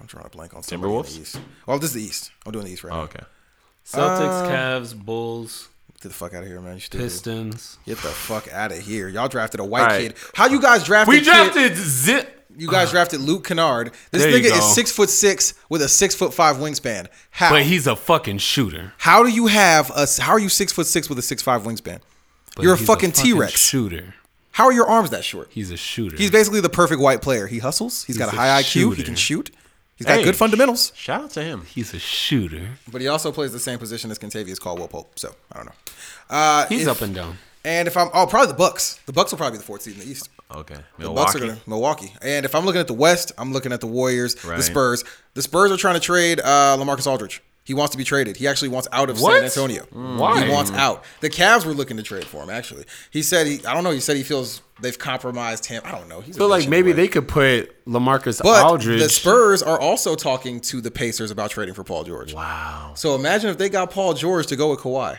Speaker 3: I'm trying to blank on somebody in the
Speaker 1: Timberwolves?
Speaker 3: East. Well, this is the East. I'm doing the East right
Speaker 1: oh,
Speaker 3: now.
Speaker 1: okay.
Speaker 3: Uh,
Speaker 2: Celtics, Cavs, Bulls,
Speaker 3: Get the fuck out of here, man. You stupid.
Speaker 2: Pistons.
Speaker 3: Get the fuck out of here. Y'all drafted a white
Speaker 1: All right.
Speaker 3: kid. How you guys drafted?
Speaker 2: We
Speaker 3: kid-
Speaker 2: drafted Zip.
Speaker 3: You guys drafted Luke Kennard. This
Speaker 2: There you
Speaker 3: nigga
Speaker 2: go.
Speaker 3: is six foot six with a six foot five wingspan. How?
Speaker 2: But he's a fucking shooter.
Speaker 3: how do you have a? How are you six foot six with a six five wingspan?
Speaker 2: But
Speaker 3: You're a
Speaker 2: he's
Speaker 3: fucking T Rex.
Speaker 2: shooter.
Speaker 3: How are your arms that short?
Speaker 2: He's a shooter.
Speaker 3: He's basically the perfect white player. He hustles. he's got a
Speaker 2: He's a
Speaker 3: high IQ. He
Speaker 2: shooter.
Speaker 3: can shoot. He's got
Speaker 1: Hey.
Speaker 3: good fundamentals,
Speaker 1: Shout out to him.
Speaker 2: He's a shooter.
Speaker 3: but he also plays the same position as Contavious Caldwell Pope. So I don't know. Uh,
Speaker 2: He's
Speaker 3: if-
Speaker 2: up and down.
Speaker 3: And if I'm oh probably the Bucks. The Bucks will probably be the fourth seed in the East.
Speaker 1: Okay.
Speaker 3: The Bucks
Speaker 1: Milwaukee.
Speaker 3: are gonna Milwaukee. And if I'm looking at the West, I'm looking at the Warriors, the
Speaker 1: Right.
Speaker 3: Spurs. The Spurs are trying to trade uh, LaMarcus Aldridge. He wants to be traded. He actually wants out of
Speaker 2: What?
Speaker 3: San Antonio.
Speaker 2: Why?
Speaker 3: He wants out. The Cavs were looking to trade for him. Actually, he said he. I don't know. He said he feels they've compromised him. I don't know. He's a
Speaker 2: But like
Speaker 3: bitch
Speaker 2: maybe
Speaker 3: anyway.
Speaker 2: they could put Lamarcus
Speaker 3: But
Speaker 2: Aldridge.
Speaker 3: the Spurs are also talking to the Pacers about trading for Paul George.
Speaker 1: Wow.
Speaker 3: So imagine if they got Paul George to go with Kawhi,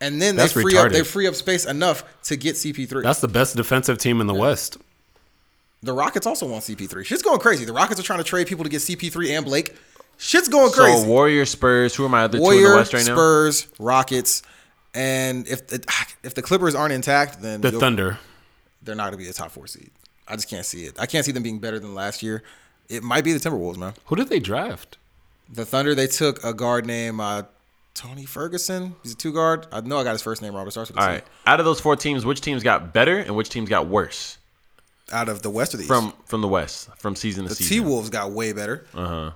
Speaker 3: and then
Speaker 2: That's
Speaker 3: they free up
Speaker 2: retarded.
Speaker 3: they free up space enough to get CP3.
Speaker 2: That's the best defensive team in the West.
Speaker 3: the Rockets also want CP3. Shit's going crazy. The Rockets are trying to trade people to get CP3 and Blake. Shit's going crazy.
Speaker 1: So Warrior Spurs. Who are my other two in the
Speaker 3: Warriors,
Speaker 1: West right now?
Speaker 3: Spurs, Rockets, and if the, if the Clippers aren't intact, then
Speaker 2: The
Speaker 3: you'll-
Speaker 2: Thunder.
Speaker 3: they're not going to be a top four seed. I just can't see it. I can't see them being better than last year. It might be the Timberwolves, man.
Speaker 2: Who did they draft?
Speaker 3: The Thunder, they took a guard named uh, Tony Ferguson. He's a two guard. I know I got his first name wrong, but it starts with a
Speaker 1: All
Speaker 3: T.
Speaker 1: right. Out of those four teams, which teams got better and which teams got worse
Speaker 3: Out of the West of the East.
Speaker 1: from from the West from season to
Speaker 3: the T
Speaker 1: season?
Speaker 3: Wolves got way better.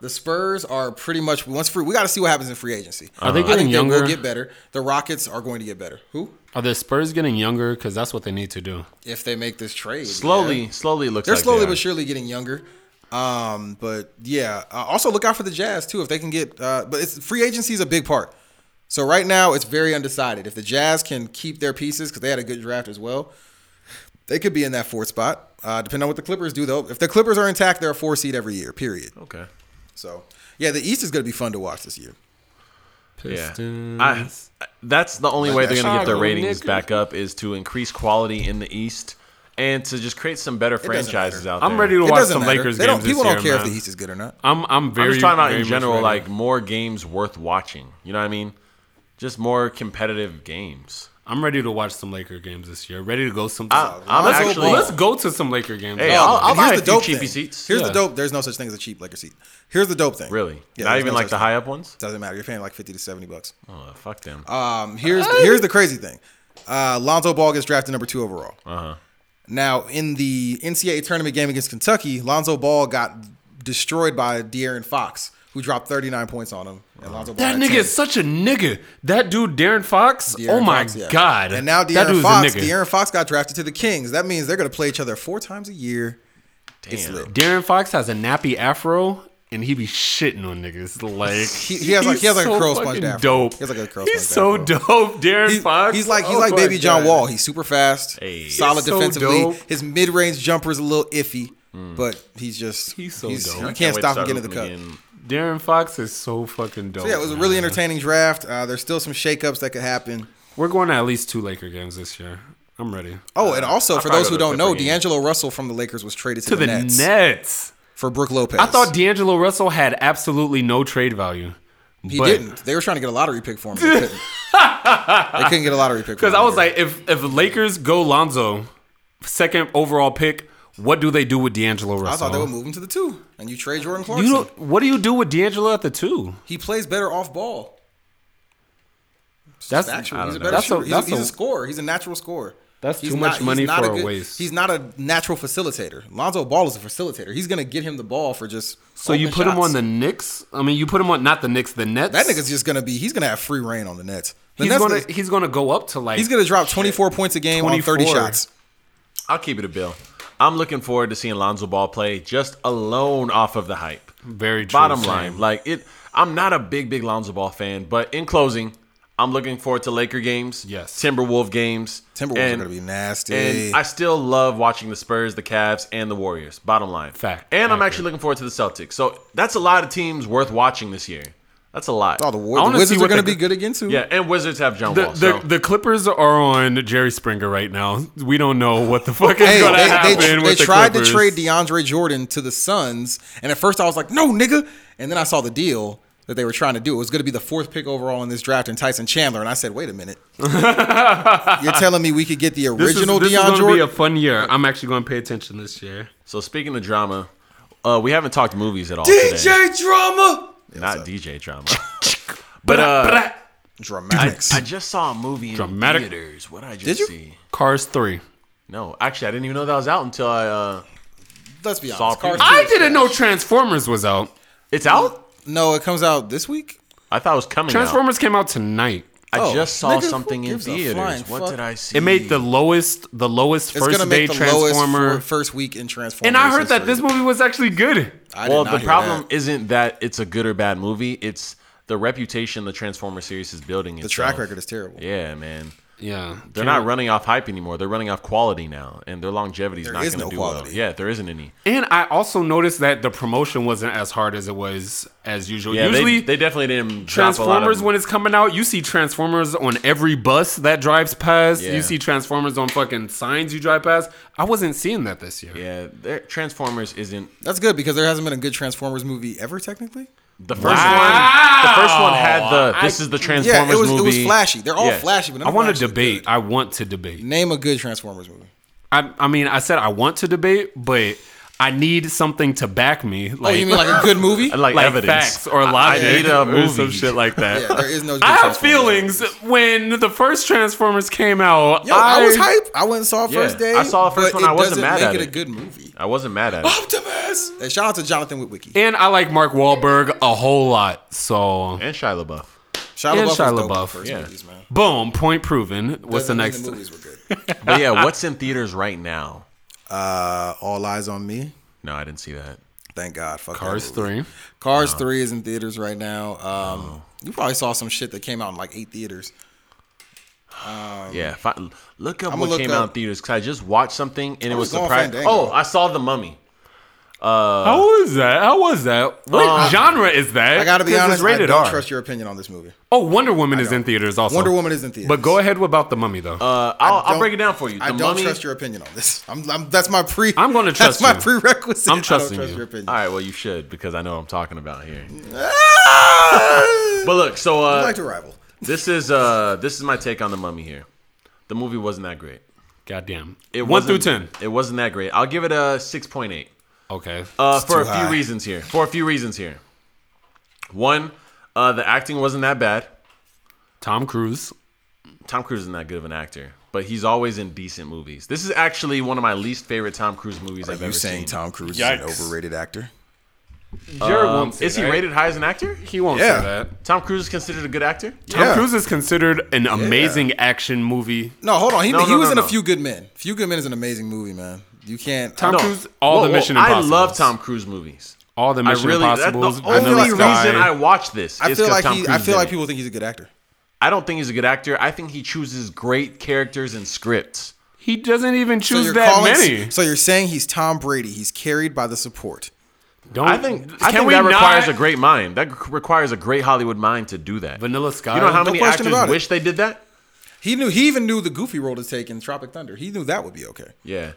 Speaker 3: The Spurs are pretty much once free. We got to see what happens in free agency.
Speaker 2: Are they
Speaker 3: I
Speaker 2: getting
Speaker 3: think they
Speaker 2: younger?
Speaker 3: will get better. The Rockets are going to get better. Who?
Speaker 2: Are the Spurs getting younger? Because that's what they need to do.
Speaker 3: If they make this trade
Speaker 1: slowly,
Speaker 3: yeah.
Speaker 1: slowly it looks.
Speaker 3: they're
Speaker 1: like
Speaker 3: slowly
Speaker 1: they
Speaker 3: but
Speaker 1: are.
Speaker 3: surely getting younger. Um, but yeah. Uh, also look out for the Jazz too if they can get. Uh, but it's free agency is a big part. So right now it's very undecided. If the Jazz can keep their pieces because they had a good draft as well, they could be in that fourth spot. Uh, depending on what the Clippers do though. If the Clippers are intact, they're a four seed every year. Period.
Speaker 1: Okay.
Speaker 3: So yeah, the East is going to be fun to watch this year.
Speaker 1: Yeah.
Speaker 2: Pistons.
Speaker 1: I, that's the only way they're going to get their
Speaker 2: Chicago
Speaker 1: ratings
Speaker 2: Knicks.
Speaker 1: back up is to increase quality in the East and to just create some better
Speaker 3: doesn't
Speaker 1: franchises
Speaker 3: matter.
Speaker 1: out there.
Speaker 2: I'm ready to
Speaker 3: It
Speaker 2: watch
Speaker 3: doesn't
Speaker 2: some
Speaker 3: matter.
Speaker 2: Lakers
Speaker 3: they
Speaker 2: games
Speaker 3: don't, people
Speaker 2: this
Speaker 3: don't
Speaker 2: year,
Speaker 3: care
Speaker 2: man.
Speaker 3: if the East is good or not.
Speaker 2: I'm I'm very.
Speaker 1: I'm just talking about in
Speaker 2: very much
Speaker 1: general,
Speaker 2: ready.
Speaker 1: like more games worth watching. You know what I mean? Just more competitive games.
Speaker 2: I'm ready to watch some Laker games this year. Ready to go some.
Speaker 1: I'm
Speaker 2: let's,
Speaker 1: actually-
Speaker 2: let's go to some Laker games.
Speaker 1: Hey,
Speaker 2: Oh,
Speaker 1: I'll-
Speaker 3: And
Speaker 1: buy a few
Speaker 3: dope
Speaker 1: cheapy
Speaker 3: thing.
Speaker 1: seats.
Speaker 3: Here's
Speaker 2: Yeah.
Speaker 3: the dope. There's no such thing as a cheap Laker seat. Here's the dope thing.
Speaker 1: Really?
Speaker 3: Yeah,
Speaker 1: Not
Speaker 3: there's
Speaker 1: even
Speaker 3: no
Speaker 1: like
Speaker 3: such
Speaker 1: the
Speaker 3: thing.
Speaker 1: high up ones?
Speaker 3: Doesn't matter. You're paying like fifty to seventy bucks.
Speaker 1: Oh, fuck them.
Speaker 3: Um, here's the, here's the crazy thing. Uh, Lonzo Ball gets drafted number two overall.
Speaker 1: Uh-huh.
Speaker 3: Now in the NCAA tournament game against Kentucky, Lonzo Ball got destroyed by De'Aaron Fox, who dropped 39 points on him. And Lonzo Ball
Speaker 2: that
Speaker 3: had
Speaker 2: nigga
Speaker 3: 10.
Speaker 2: is such a nigga. That dude Darren Fox.
Speaker 3: De'Aaron
Speaker 2: oh my
Speaker 3: Fox, yeah.
Speaker 2: god.
Speaker 3: And now
Speaker 2: that
Speaker 3: De'Aaron
Speaker 2: dude's
Speaker 3: Fox,
Speaker 2: a nigga.
Speaker 3: De'Aaron Fox got drafted to the Kings. That means they're gonna play each other four times a year. It's
Speaker 1: Damn.
Speaker 3: lit.
Speaker 2: Darren Fox has a nappy afro and he be shitting on niggas. Like
Speaker 3: He- he has like- he has like a curl sponge
Speaker 2: fucking
Speaker 3: afro.
Speaker 2: Dope.
Speaker 3: He has like a curl
Speaker 2: He's so
Speaker 3: sponge
Speaker 2: dope, Darren
Speaker 3: He's,
Speaker 2: Fox.
Speaker 3: he's like he's
Speaker 2: Oh
Speaker 3: like
Speaker 2: my
Speaker 3: baby John
Speaker 2: God.
Speaker 3: Wall. He's super fast,
Speaker 1: Hey.
Speaker 3: solid
Speaker 2: He's so
Speaker 3: defensively.
Speaker 2: dope. Hmm.
Speaker 3: His mid range jumper is a little iffy, but he's just
Speaker 2: He's so dope. I
Speaker 3: You
Speaker 1: I
Speaker 3: can't
Speaker 1: wait
Speaker 3: stop
Speaker 1: to
Speaker 3: him getting to the
Speaker 1: looking
Speaker 3: cup.
Speaker 1: again.
Speaker 2: Darren Fox is so fucking dope.
Speaker 3: So yeah, it was a
Speaker 2: man.
Speaker 3: really entertaining draft. Uh, there's still some shakeups that could happen.
Speaker 2: We're going to at least two Laker games this year. I'm ready.
Speaker 3: Oh, and also
Speaker 1: I'll
Speaker 3: for
Speaker 1: probably
Speaker 3: those
Speaker 1: go
Speaker 3: who
Speaker 1: to a
Speaker 3: don't know,
Speaker 1: Clipper game.
Speaker 3: D'Angelo Russell from the Lakers was traded to,
Speaker 2: To
Speaker 3: the,
Speaker 2: the
Speaker 3: Nets,
Speaker 2: Nets.
Speaker 3: for Brooke Lopez.
Speaker 2: I thought D'Angelo Russell had absolutely no trade value.
Speaker 3: he didn't. They were trying to get a lottery pick for him. They couldn't, They couldn't get a lottery pick
Speaker 2: Because I was like, if if Lakers go Lonzo, second overall pick, what do they do with D'Angelo Russell?
Speaker 3: I thought they would move him to the two, and you trade Jordan Clarkson.
Speaker 2: You don't, what do you do with D'Angelo at the two?
Speaker 3: he plays better off ball.
Speaker 2: That's
Speaker 3: Actually, he's a
Speaker 1: know.
Speaker 3: better
Speaker 2: That's a-
Speaker 3: shooter. he's, a,
Speaker 2: that's
Speaker 3: he's a
Speaker 2: a-
Speaker 3: scorer. He's a natural scorer.
Speaker 2: That's
Speaker 3: He's
Speaker 2: too much
Speaker 3: he's
Speaker 2: money for
Speaker 3: a
Speaker 2: a waste.
Speaker 3: He's not a natural facilitator. Lonzo Ball is a facilitator. He's gonna get him the ball for just.
Speaker 2: So you
Speaker 3: open
Speaker 2: put him
Speaker 3: shots.
Speaker 2: on the Knicks? I mean, you put him on not the Knicks, the Nets.
Speaker 3: That nigga's just gonna be. He's gonna have free reign on the Nets. The
Speaker 2: he's
Speaker 3: Nets
Speaker 2: gonna
Speaker 3: is-
Speaker 2: he's gonna go up to like
Speaker 3: he's gonna drop 24 points a game on 30 shots.
Speaker 1: I'll keep it a bill. I'm looking forward to seeing Lonzo Ball play just alone off of the hype.
Speaker 2: very true,
Speaker 1: Bottom
Speaker 2: same.
Speaker 1: line, like it. I'm not a big, big Lonzo Ball fan, but in closing, I'm looking forward to Laker games,
Speaker 2: Yes.
Speaker 1: Timberwolf games,
Speaker 3: Timberwolves
Speaker 1: and,
Speaker 3: are gonna be nasty.
Speaker 1: And I still love watching the Spurs, the Cavs, and the Warriors. Bottom line,
Speaker 2: Fact.
Speaker 1: And I'm
Speaker 2: Accurate.
Speaker 1: actually looking forward to the Celtics. So that's a lot of teams worth watching this year. That's a lot.
Speaker 3: oh, the,
Speaker 2: I
Speaker 3: War-
Speaker 2: wanna
Speaker 3: the
Speaker 2: see
Speaker 3: Wizards
Speaker 2: what
Speaker 3: are gonna
Speaker 2: the-
Speaker 3: be good again too.
Speaker 1: yeah, and Wizards have John
Speaker 2: The,
Speaker 1: Wall.
Speaker 2: the,
Speaker 1: so.
Speaker 2: the Clippers are on Jerry Springer right now. We don't know what the fuck is
Speaker 3: Hey,
Speaker 2: gonna
Speaker 3: they,
Speaker 2: happen.
Speaker 3: they,
Speaker 2: with
Speaker 3: they
Speaker 2: the
Speaker 3: tried to
Speaker 2: Clippers.
Speaker 3: trade DeAndre Jordan to the Suns, and at first I was like, "No, nigga," and then I saw the deal that they were trying to do. It was going to be the fourth pick overall in this draft, and Tyson Chandler, and I said, "Wait a minute, you're telling me we could get the
Speaker 2: This is,
Speaker 3: original
Speaker 2: this is
Speaker 3: DeAndre
Speaker 2: gonna be a
Speaker 3: Jordan?"
Speaker 2: fun year. I'm actually gonna pay attention this year.
Speaker 1: so speaking of drama, uh, we haven't talked movies at all. today.
Speaker 3: DJ drama,
Speaker 1: not DJ drama. but uh,
Speaker 2: Blah.
Speaker 3: dramatics.
Speaker 1: I just saw a movie in
Speaker 2: Dramatic.
Speaker 1: theaters. What I just
Speaker 3: you?
Speaker 1: see?
Speaker 2: Cars three.
Speaker 1: No, actually, I didn't even know that was out until I. Uh,
Speaker 3: Let's be honest,
Speaker 1: Saw
Speaker 3: Cars
Speaker 1: people.
Speaker 2: I
Speaker 3: two is
Speaker 2: didn't
Speaker 3: trash.
Speaker 2: know Transformers was out.
Speaker 1: It's out.
Speaker 3: No, it comes out this week.
Speaker 1: I thought it was coming. Transformers.
Speaker 2: Transformers came out tonight.
Speaker 1: I
Speaker 3: Oh,
Speaker 1: just saw
Speaker 3: nigga, who
Speaker 1: something in
Speaker 3: gives a
Speaker 1: theaters.
Speaker 3: flying
Speaker 1: What
Speaker 3: fuck?
Speaker 1: did I see?
Speaker 2: It made the lowest, the lowest
Speaker 3: It's
Speaker 2: first
Speaker 3: gonna
Speaker 2: day
Speaker 3: make the
Speaker 2: Transformer.
Speaker 3: lowest for, first week in Transformers.
Speaker 2: and I heard that this
Speaker 3: history.
Speaker 2: movie was actually good.
Speaker 3: I did
Speaker 1: Well,
Speaker 3: not
Speaker 1: the
Speaker 3: hear
Speaker 1: problem
Speaker 3: that.
Speaker 1: is isn't that it's a good or bad movie. It's the reputation the Transformer series is building.
Speaker 3: the track record is terrible.
Speaker 1: Yeah, man.
Speaker 2: Yeah,
Speaker 1: They're not running off hype anymore. They're running off quality now, and their longevity is not going
Speaker 3: is
Speaker 1: to
Speaker 3: no
Speaker 1: do well.
Speaker 3: quality.
Speaker 1: Yeah, there isn't any.
Speaker 2: And I also noticed that the promotion wasn't as hard as it was as usual.
Speaker 1: Yeah,
Speaker 2: Usually,
Speaker 1: they, they definitely didn't. drop a lot of-
Speaker 2: Transformers when it's coming out, you see Transformers on every bus that drives past.
Speaker 1: Yeah.
Speaker 2: You see Transformers on fucking signs you drive past. I wasn't seeing that this year.
Speaker 1: Yeah, their- Transformers isn't
Speaker 3: That's good because there hasn't been a good Transformers movie ever, technically.
Speaker 1: the first one. The first one had the this is the Transformers
Speaker 3: Yeah, it was
Speaker 1: movie.
Speaker 3: it was flashy. They're all
Speaker 1: Yeah.
Speaker 3: flashy, but none
Speaker 2: I
Speaker 3: of them
Speaker 2: want to
Speaker 3: actually
Speaker 2: debate.
Speaker 3: good.
Speaker 2: I want to debate.
Speaker 3: Name a good Transformers movie.
Speaker 2: I, I mean, I said I want to debate, but I need something to back me. Like,
Speaker 3: Oh, you mean like a good movie?
Speaker 1: I like,
Speaker 2: like
Speaker 1: evidence
Speaker 2: facts or
Speaker 1: I-
Speaker 2: logic
Speaker 1: I need a
Speaker 2: or
Speaker 1: movie.
Speaker 2: some shit like that.
Speaker 3: yeah, there is no. Good
Speaker 2: I have
Speaker 3: Transformers
Speaker 2: feelings
Speaker 3: movie.
Speaker 2: when the first Transformers came out.
Speaker 3: Yo, I, was hype. I went and saw it
Speaker 1: Yeah,
Speaker 3: first day.
Speaker 1: I saw it first
Speaker 3: but
Speaker 1: one, I wasn't
Speaker 3: doesn't
Speaker 1: mad
Speaker 3: make
Speaker 1: at
Speaker 3: it,
Speaker 1: it.
Speaker 3: a good movie.
Speaker 1: I wasn't mad at it.
Speaker 2: Optimus.
Speaker 3: And shout out to Jonathan Witwicky.
Speaker 2: And I like Mark Wahlberg a whole lot. So
Speaker 1: And Shia LaBeouf.
Speaker 3: Shia
Speaker 2: and
Speaker 3: LaBeouf.
Speaker 2: Shia
Speaker 3: was dope in
Speaker 2: LaBeouf,
Speaker 3: First
Speaker 1: yeah.
Speaker 3: movies, man.
Speaker 2: boom, point proven. What's
Speaker 3: Doesn't
Speaker 2: the
Speaker 3: mean
Speaker 2: next?
Speaker 3: The movies were good.
Speaker 1: But yeah, what's in theaters right now?
Speaker 3: Uh, All Eyes on Me.
Speaker 1: No, I didn't see that.
Speaker 3: Thank God. Fuck that
Speaker 2: Cars
Speaker 3: movie.
Speaker 2: three.
Speaker 3: Cars three is in theaters right now. Um, You probably saw some shit that came out in like eight theaters.
Speaker 1: yeah, if I, look up
Speaker 3: Um, I'ma
Speaker 1: what
Speaker 3: look
Speaker 1: came
Speaker 3: up-
Speaker 1: out in theaters because I just watched something and it was
Speaker 3: was going
Speaker 1: surprising.
Speaker 3: Fandango.
Speaker 1: Oh, I saw The Mummy.
Speaker 2: How was that? How was that? What
Speaker 1: Uh,
Speaker 2: genre is that?
Speaker 3: Uh, Um, I gotta be
Speaker 2: 'Cause it's
Speaker 3: honest.
Speaker 2: rated
Speaker 3: I don't
Speaker 2: R.
Speaker 3: trust your opinion on this movie.
Speaker 2: oh, Wonder Woman is in theaters also.
Speaker 3: Wonder Woman is in theaters.
Speaker 2: But go ahead about the mummy though.
Speaker 1: Uh, I'll, I'll
Speaker 3: don't-
Speaker 1: break it down for you. The
Speaker 3: I don't
Speaker 1: Mummy.
Speaker 3: trust your opinion on this. I'm, I'm that's my pre.
Speaker 2: I'm gonna trust
Speaker 3: that's my
Speaker 2: you.
Speaker 3: prerequisite.
Speaker 2: I'm
Speaker 3: I don't
Speaker 2: trusting
Speaker 3: trust
Speaker 2: you.
Speaker 3: your opinion.
Speaker 1: All right, well you should because I know what I'm talking about here.
Speaker 3: Ah!
Speaker 1: But look, so
Speaker 3: I
Speaker 1: uh,
Speaker 3: like to rival.
Speaker 1: this is uh, this is my take on The Mummy here. The movie wasn't that great.
Speaker 2: Goddamn.
Speaker 1: It
Speaker 2: One through ten.
Speaker 1: wasn't- It wasn't that great. I'll give it a six point eight.
Speaker 2: Okay.
Speaker 1: Uh, for a
Speaker 3: too
Speaker 1: few
Speaker 3: high.
Speaker 1: reasons here. For a few reasons here. One, uh, the acting wasn't that bad.
Speaker 2: Tom Cruise.
Speaker 1: Tom Cruise isn't that good of an actor, but he's always in decent movies. This is actually one of my least favorite Tom Cruise movies I've ever seen.
Speaker 3: Tom Cruise
Speaker 2: Yikes.
Speaker 3: actor?
Speaker 2: Jared won't say
Speaker 1: is he
Speaker 2: that.
Speaker 1: rated high as an actor?
Speaker 2: He won't
Speaker 3: Yeah.
Speaker 2: say that.
Speaker 1: Tom Cruise is considered a good actor.
Speaker 2: Tom
Speaker 3: Yeah.
Speaker 2: Cruise is considered an amazing action movie.
Speaker 3: No, hold on. He,
Speaker 1: No,
Speaker 3: he
Speaker 1: no,
Speaker 3: was
Speaker 1: no,
Speaker 3: in
Speaker 1: no.
Speaker 3: a Few Good Men. Few Good Men is an amazing movie, man. You can't.
Speaker 2: Tom
Speaker 1: No.
Speaker 2: Cruise, all the Mission
Speaker 1: I
Speaker 2: Impossible.
Speaker 1: love Tom Cruise movies.
Speaker 2: All the
Speaker 1: I
Speaker 2: Mission
Speaker 1: really. That's the
Speaker 2: Impossibles.
Speaker 1: only
Speaker 2: Vanilla
Speaker 1: reason
Speaker 2: Sky.
Speaker 1: I watch this.
Speaker 3: I
Speaker 1: is
Speaker 3: feel
Speaker 1: 'cause
Speaker 3: like
Speaker 1: Tom
Speaker 3: he,
Speaker 1: Cruise
Speaker 3: I
Speaker 1: is
Speaker 3: feel
Speaker 1: in
Speaker 3: like
Speaker 1: it.
Speaker 3: people think he's a good actor.
Speaker 1: I don't think he's a good actor. I think he chooses great characters and scripts.
Speaker 2: He doesn't even
Speaker 3: So
Speaker 2: choose
Speaker 3: you're
Speaker 2: that
Speaker 3: calling-
Speaker 2: many.
Speaker 3: So you're saying he's Tom Brady. He's carried by the support.
Speaker 2: Don't,
Speaker 1: I think
Speaker 2: Can
Speaker 1: I think
Speaker 2: we
Speaker 1: that
Speaker 2: not-
Speaker 1: requires a great mind. That g- requires a great Hollywood mind to do that.
Speaker 2: Vanilla Sky.
Speaker 1: You know how many actors
Speaker 3: question about it.
Speaker 1: wish they did that?
Speaker 3: He knew. He even knew the goofy role to take in Tropic Thunder. He knew that would be okay.
Speaker 1: Yeah.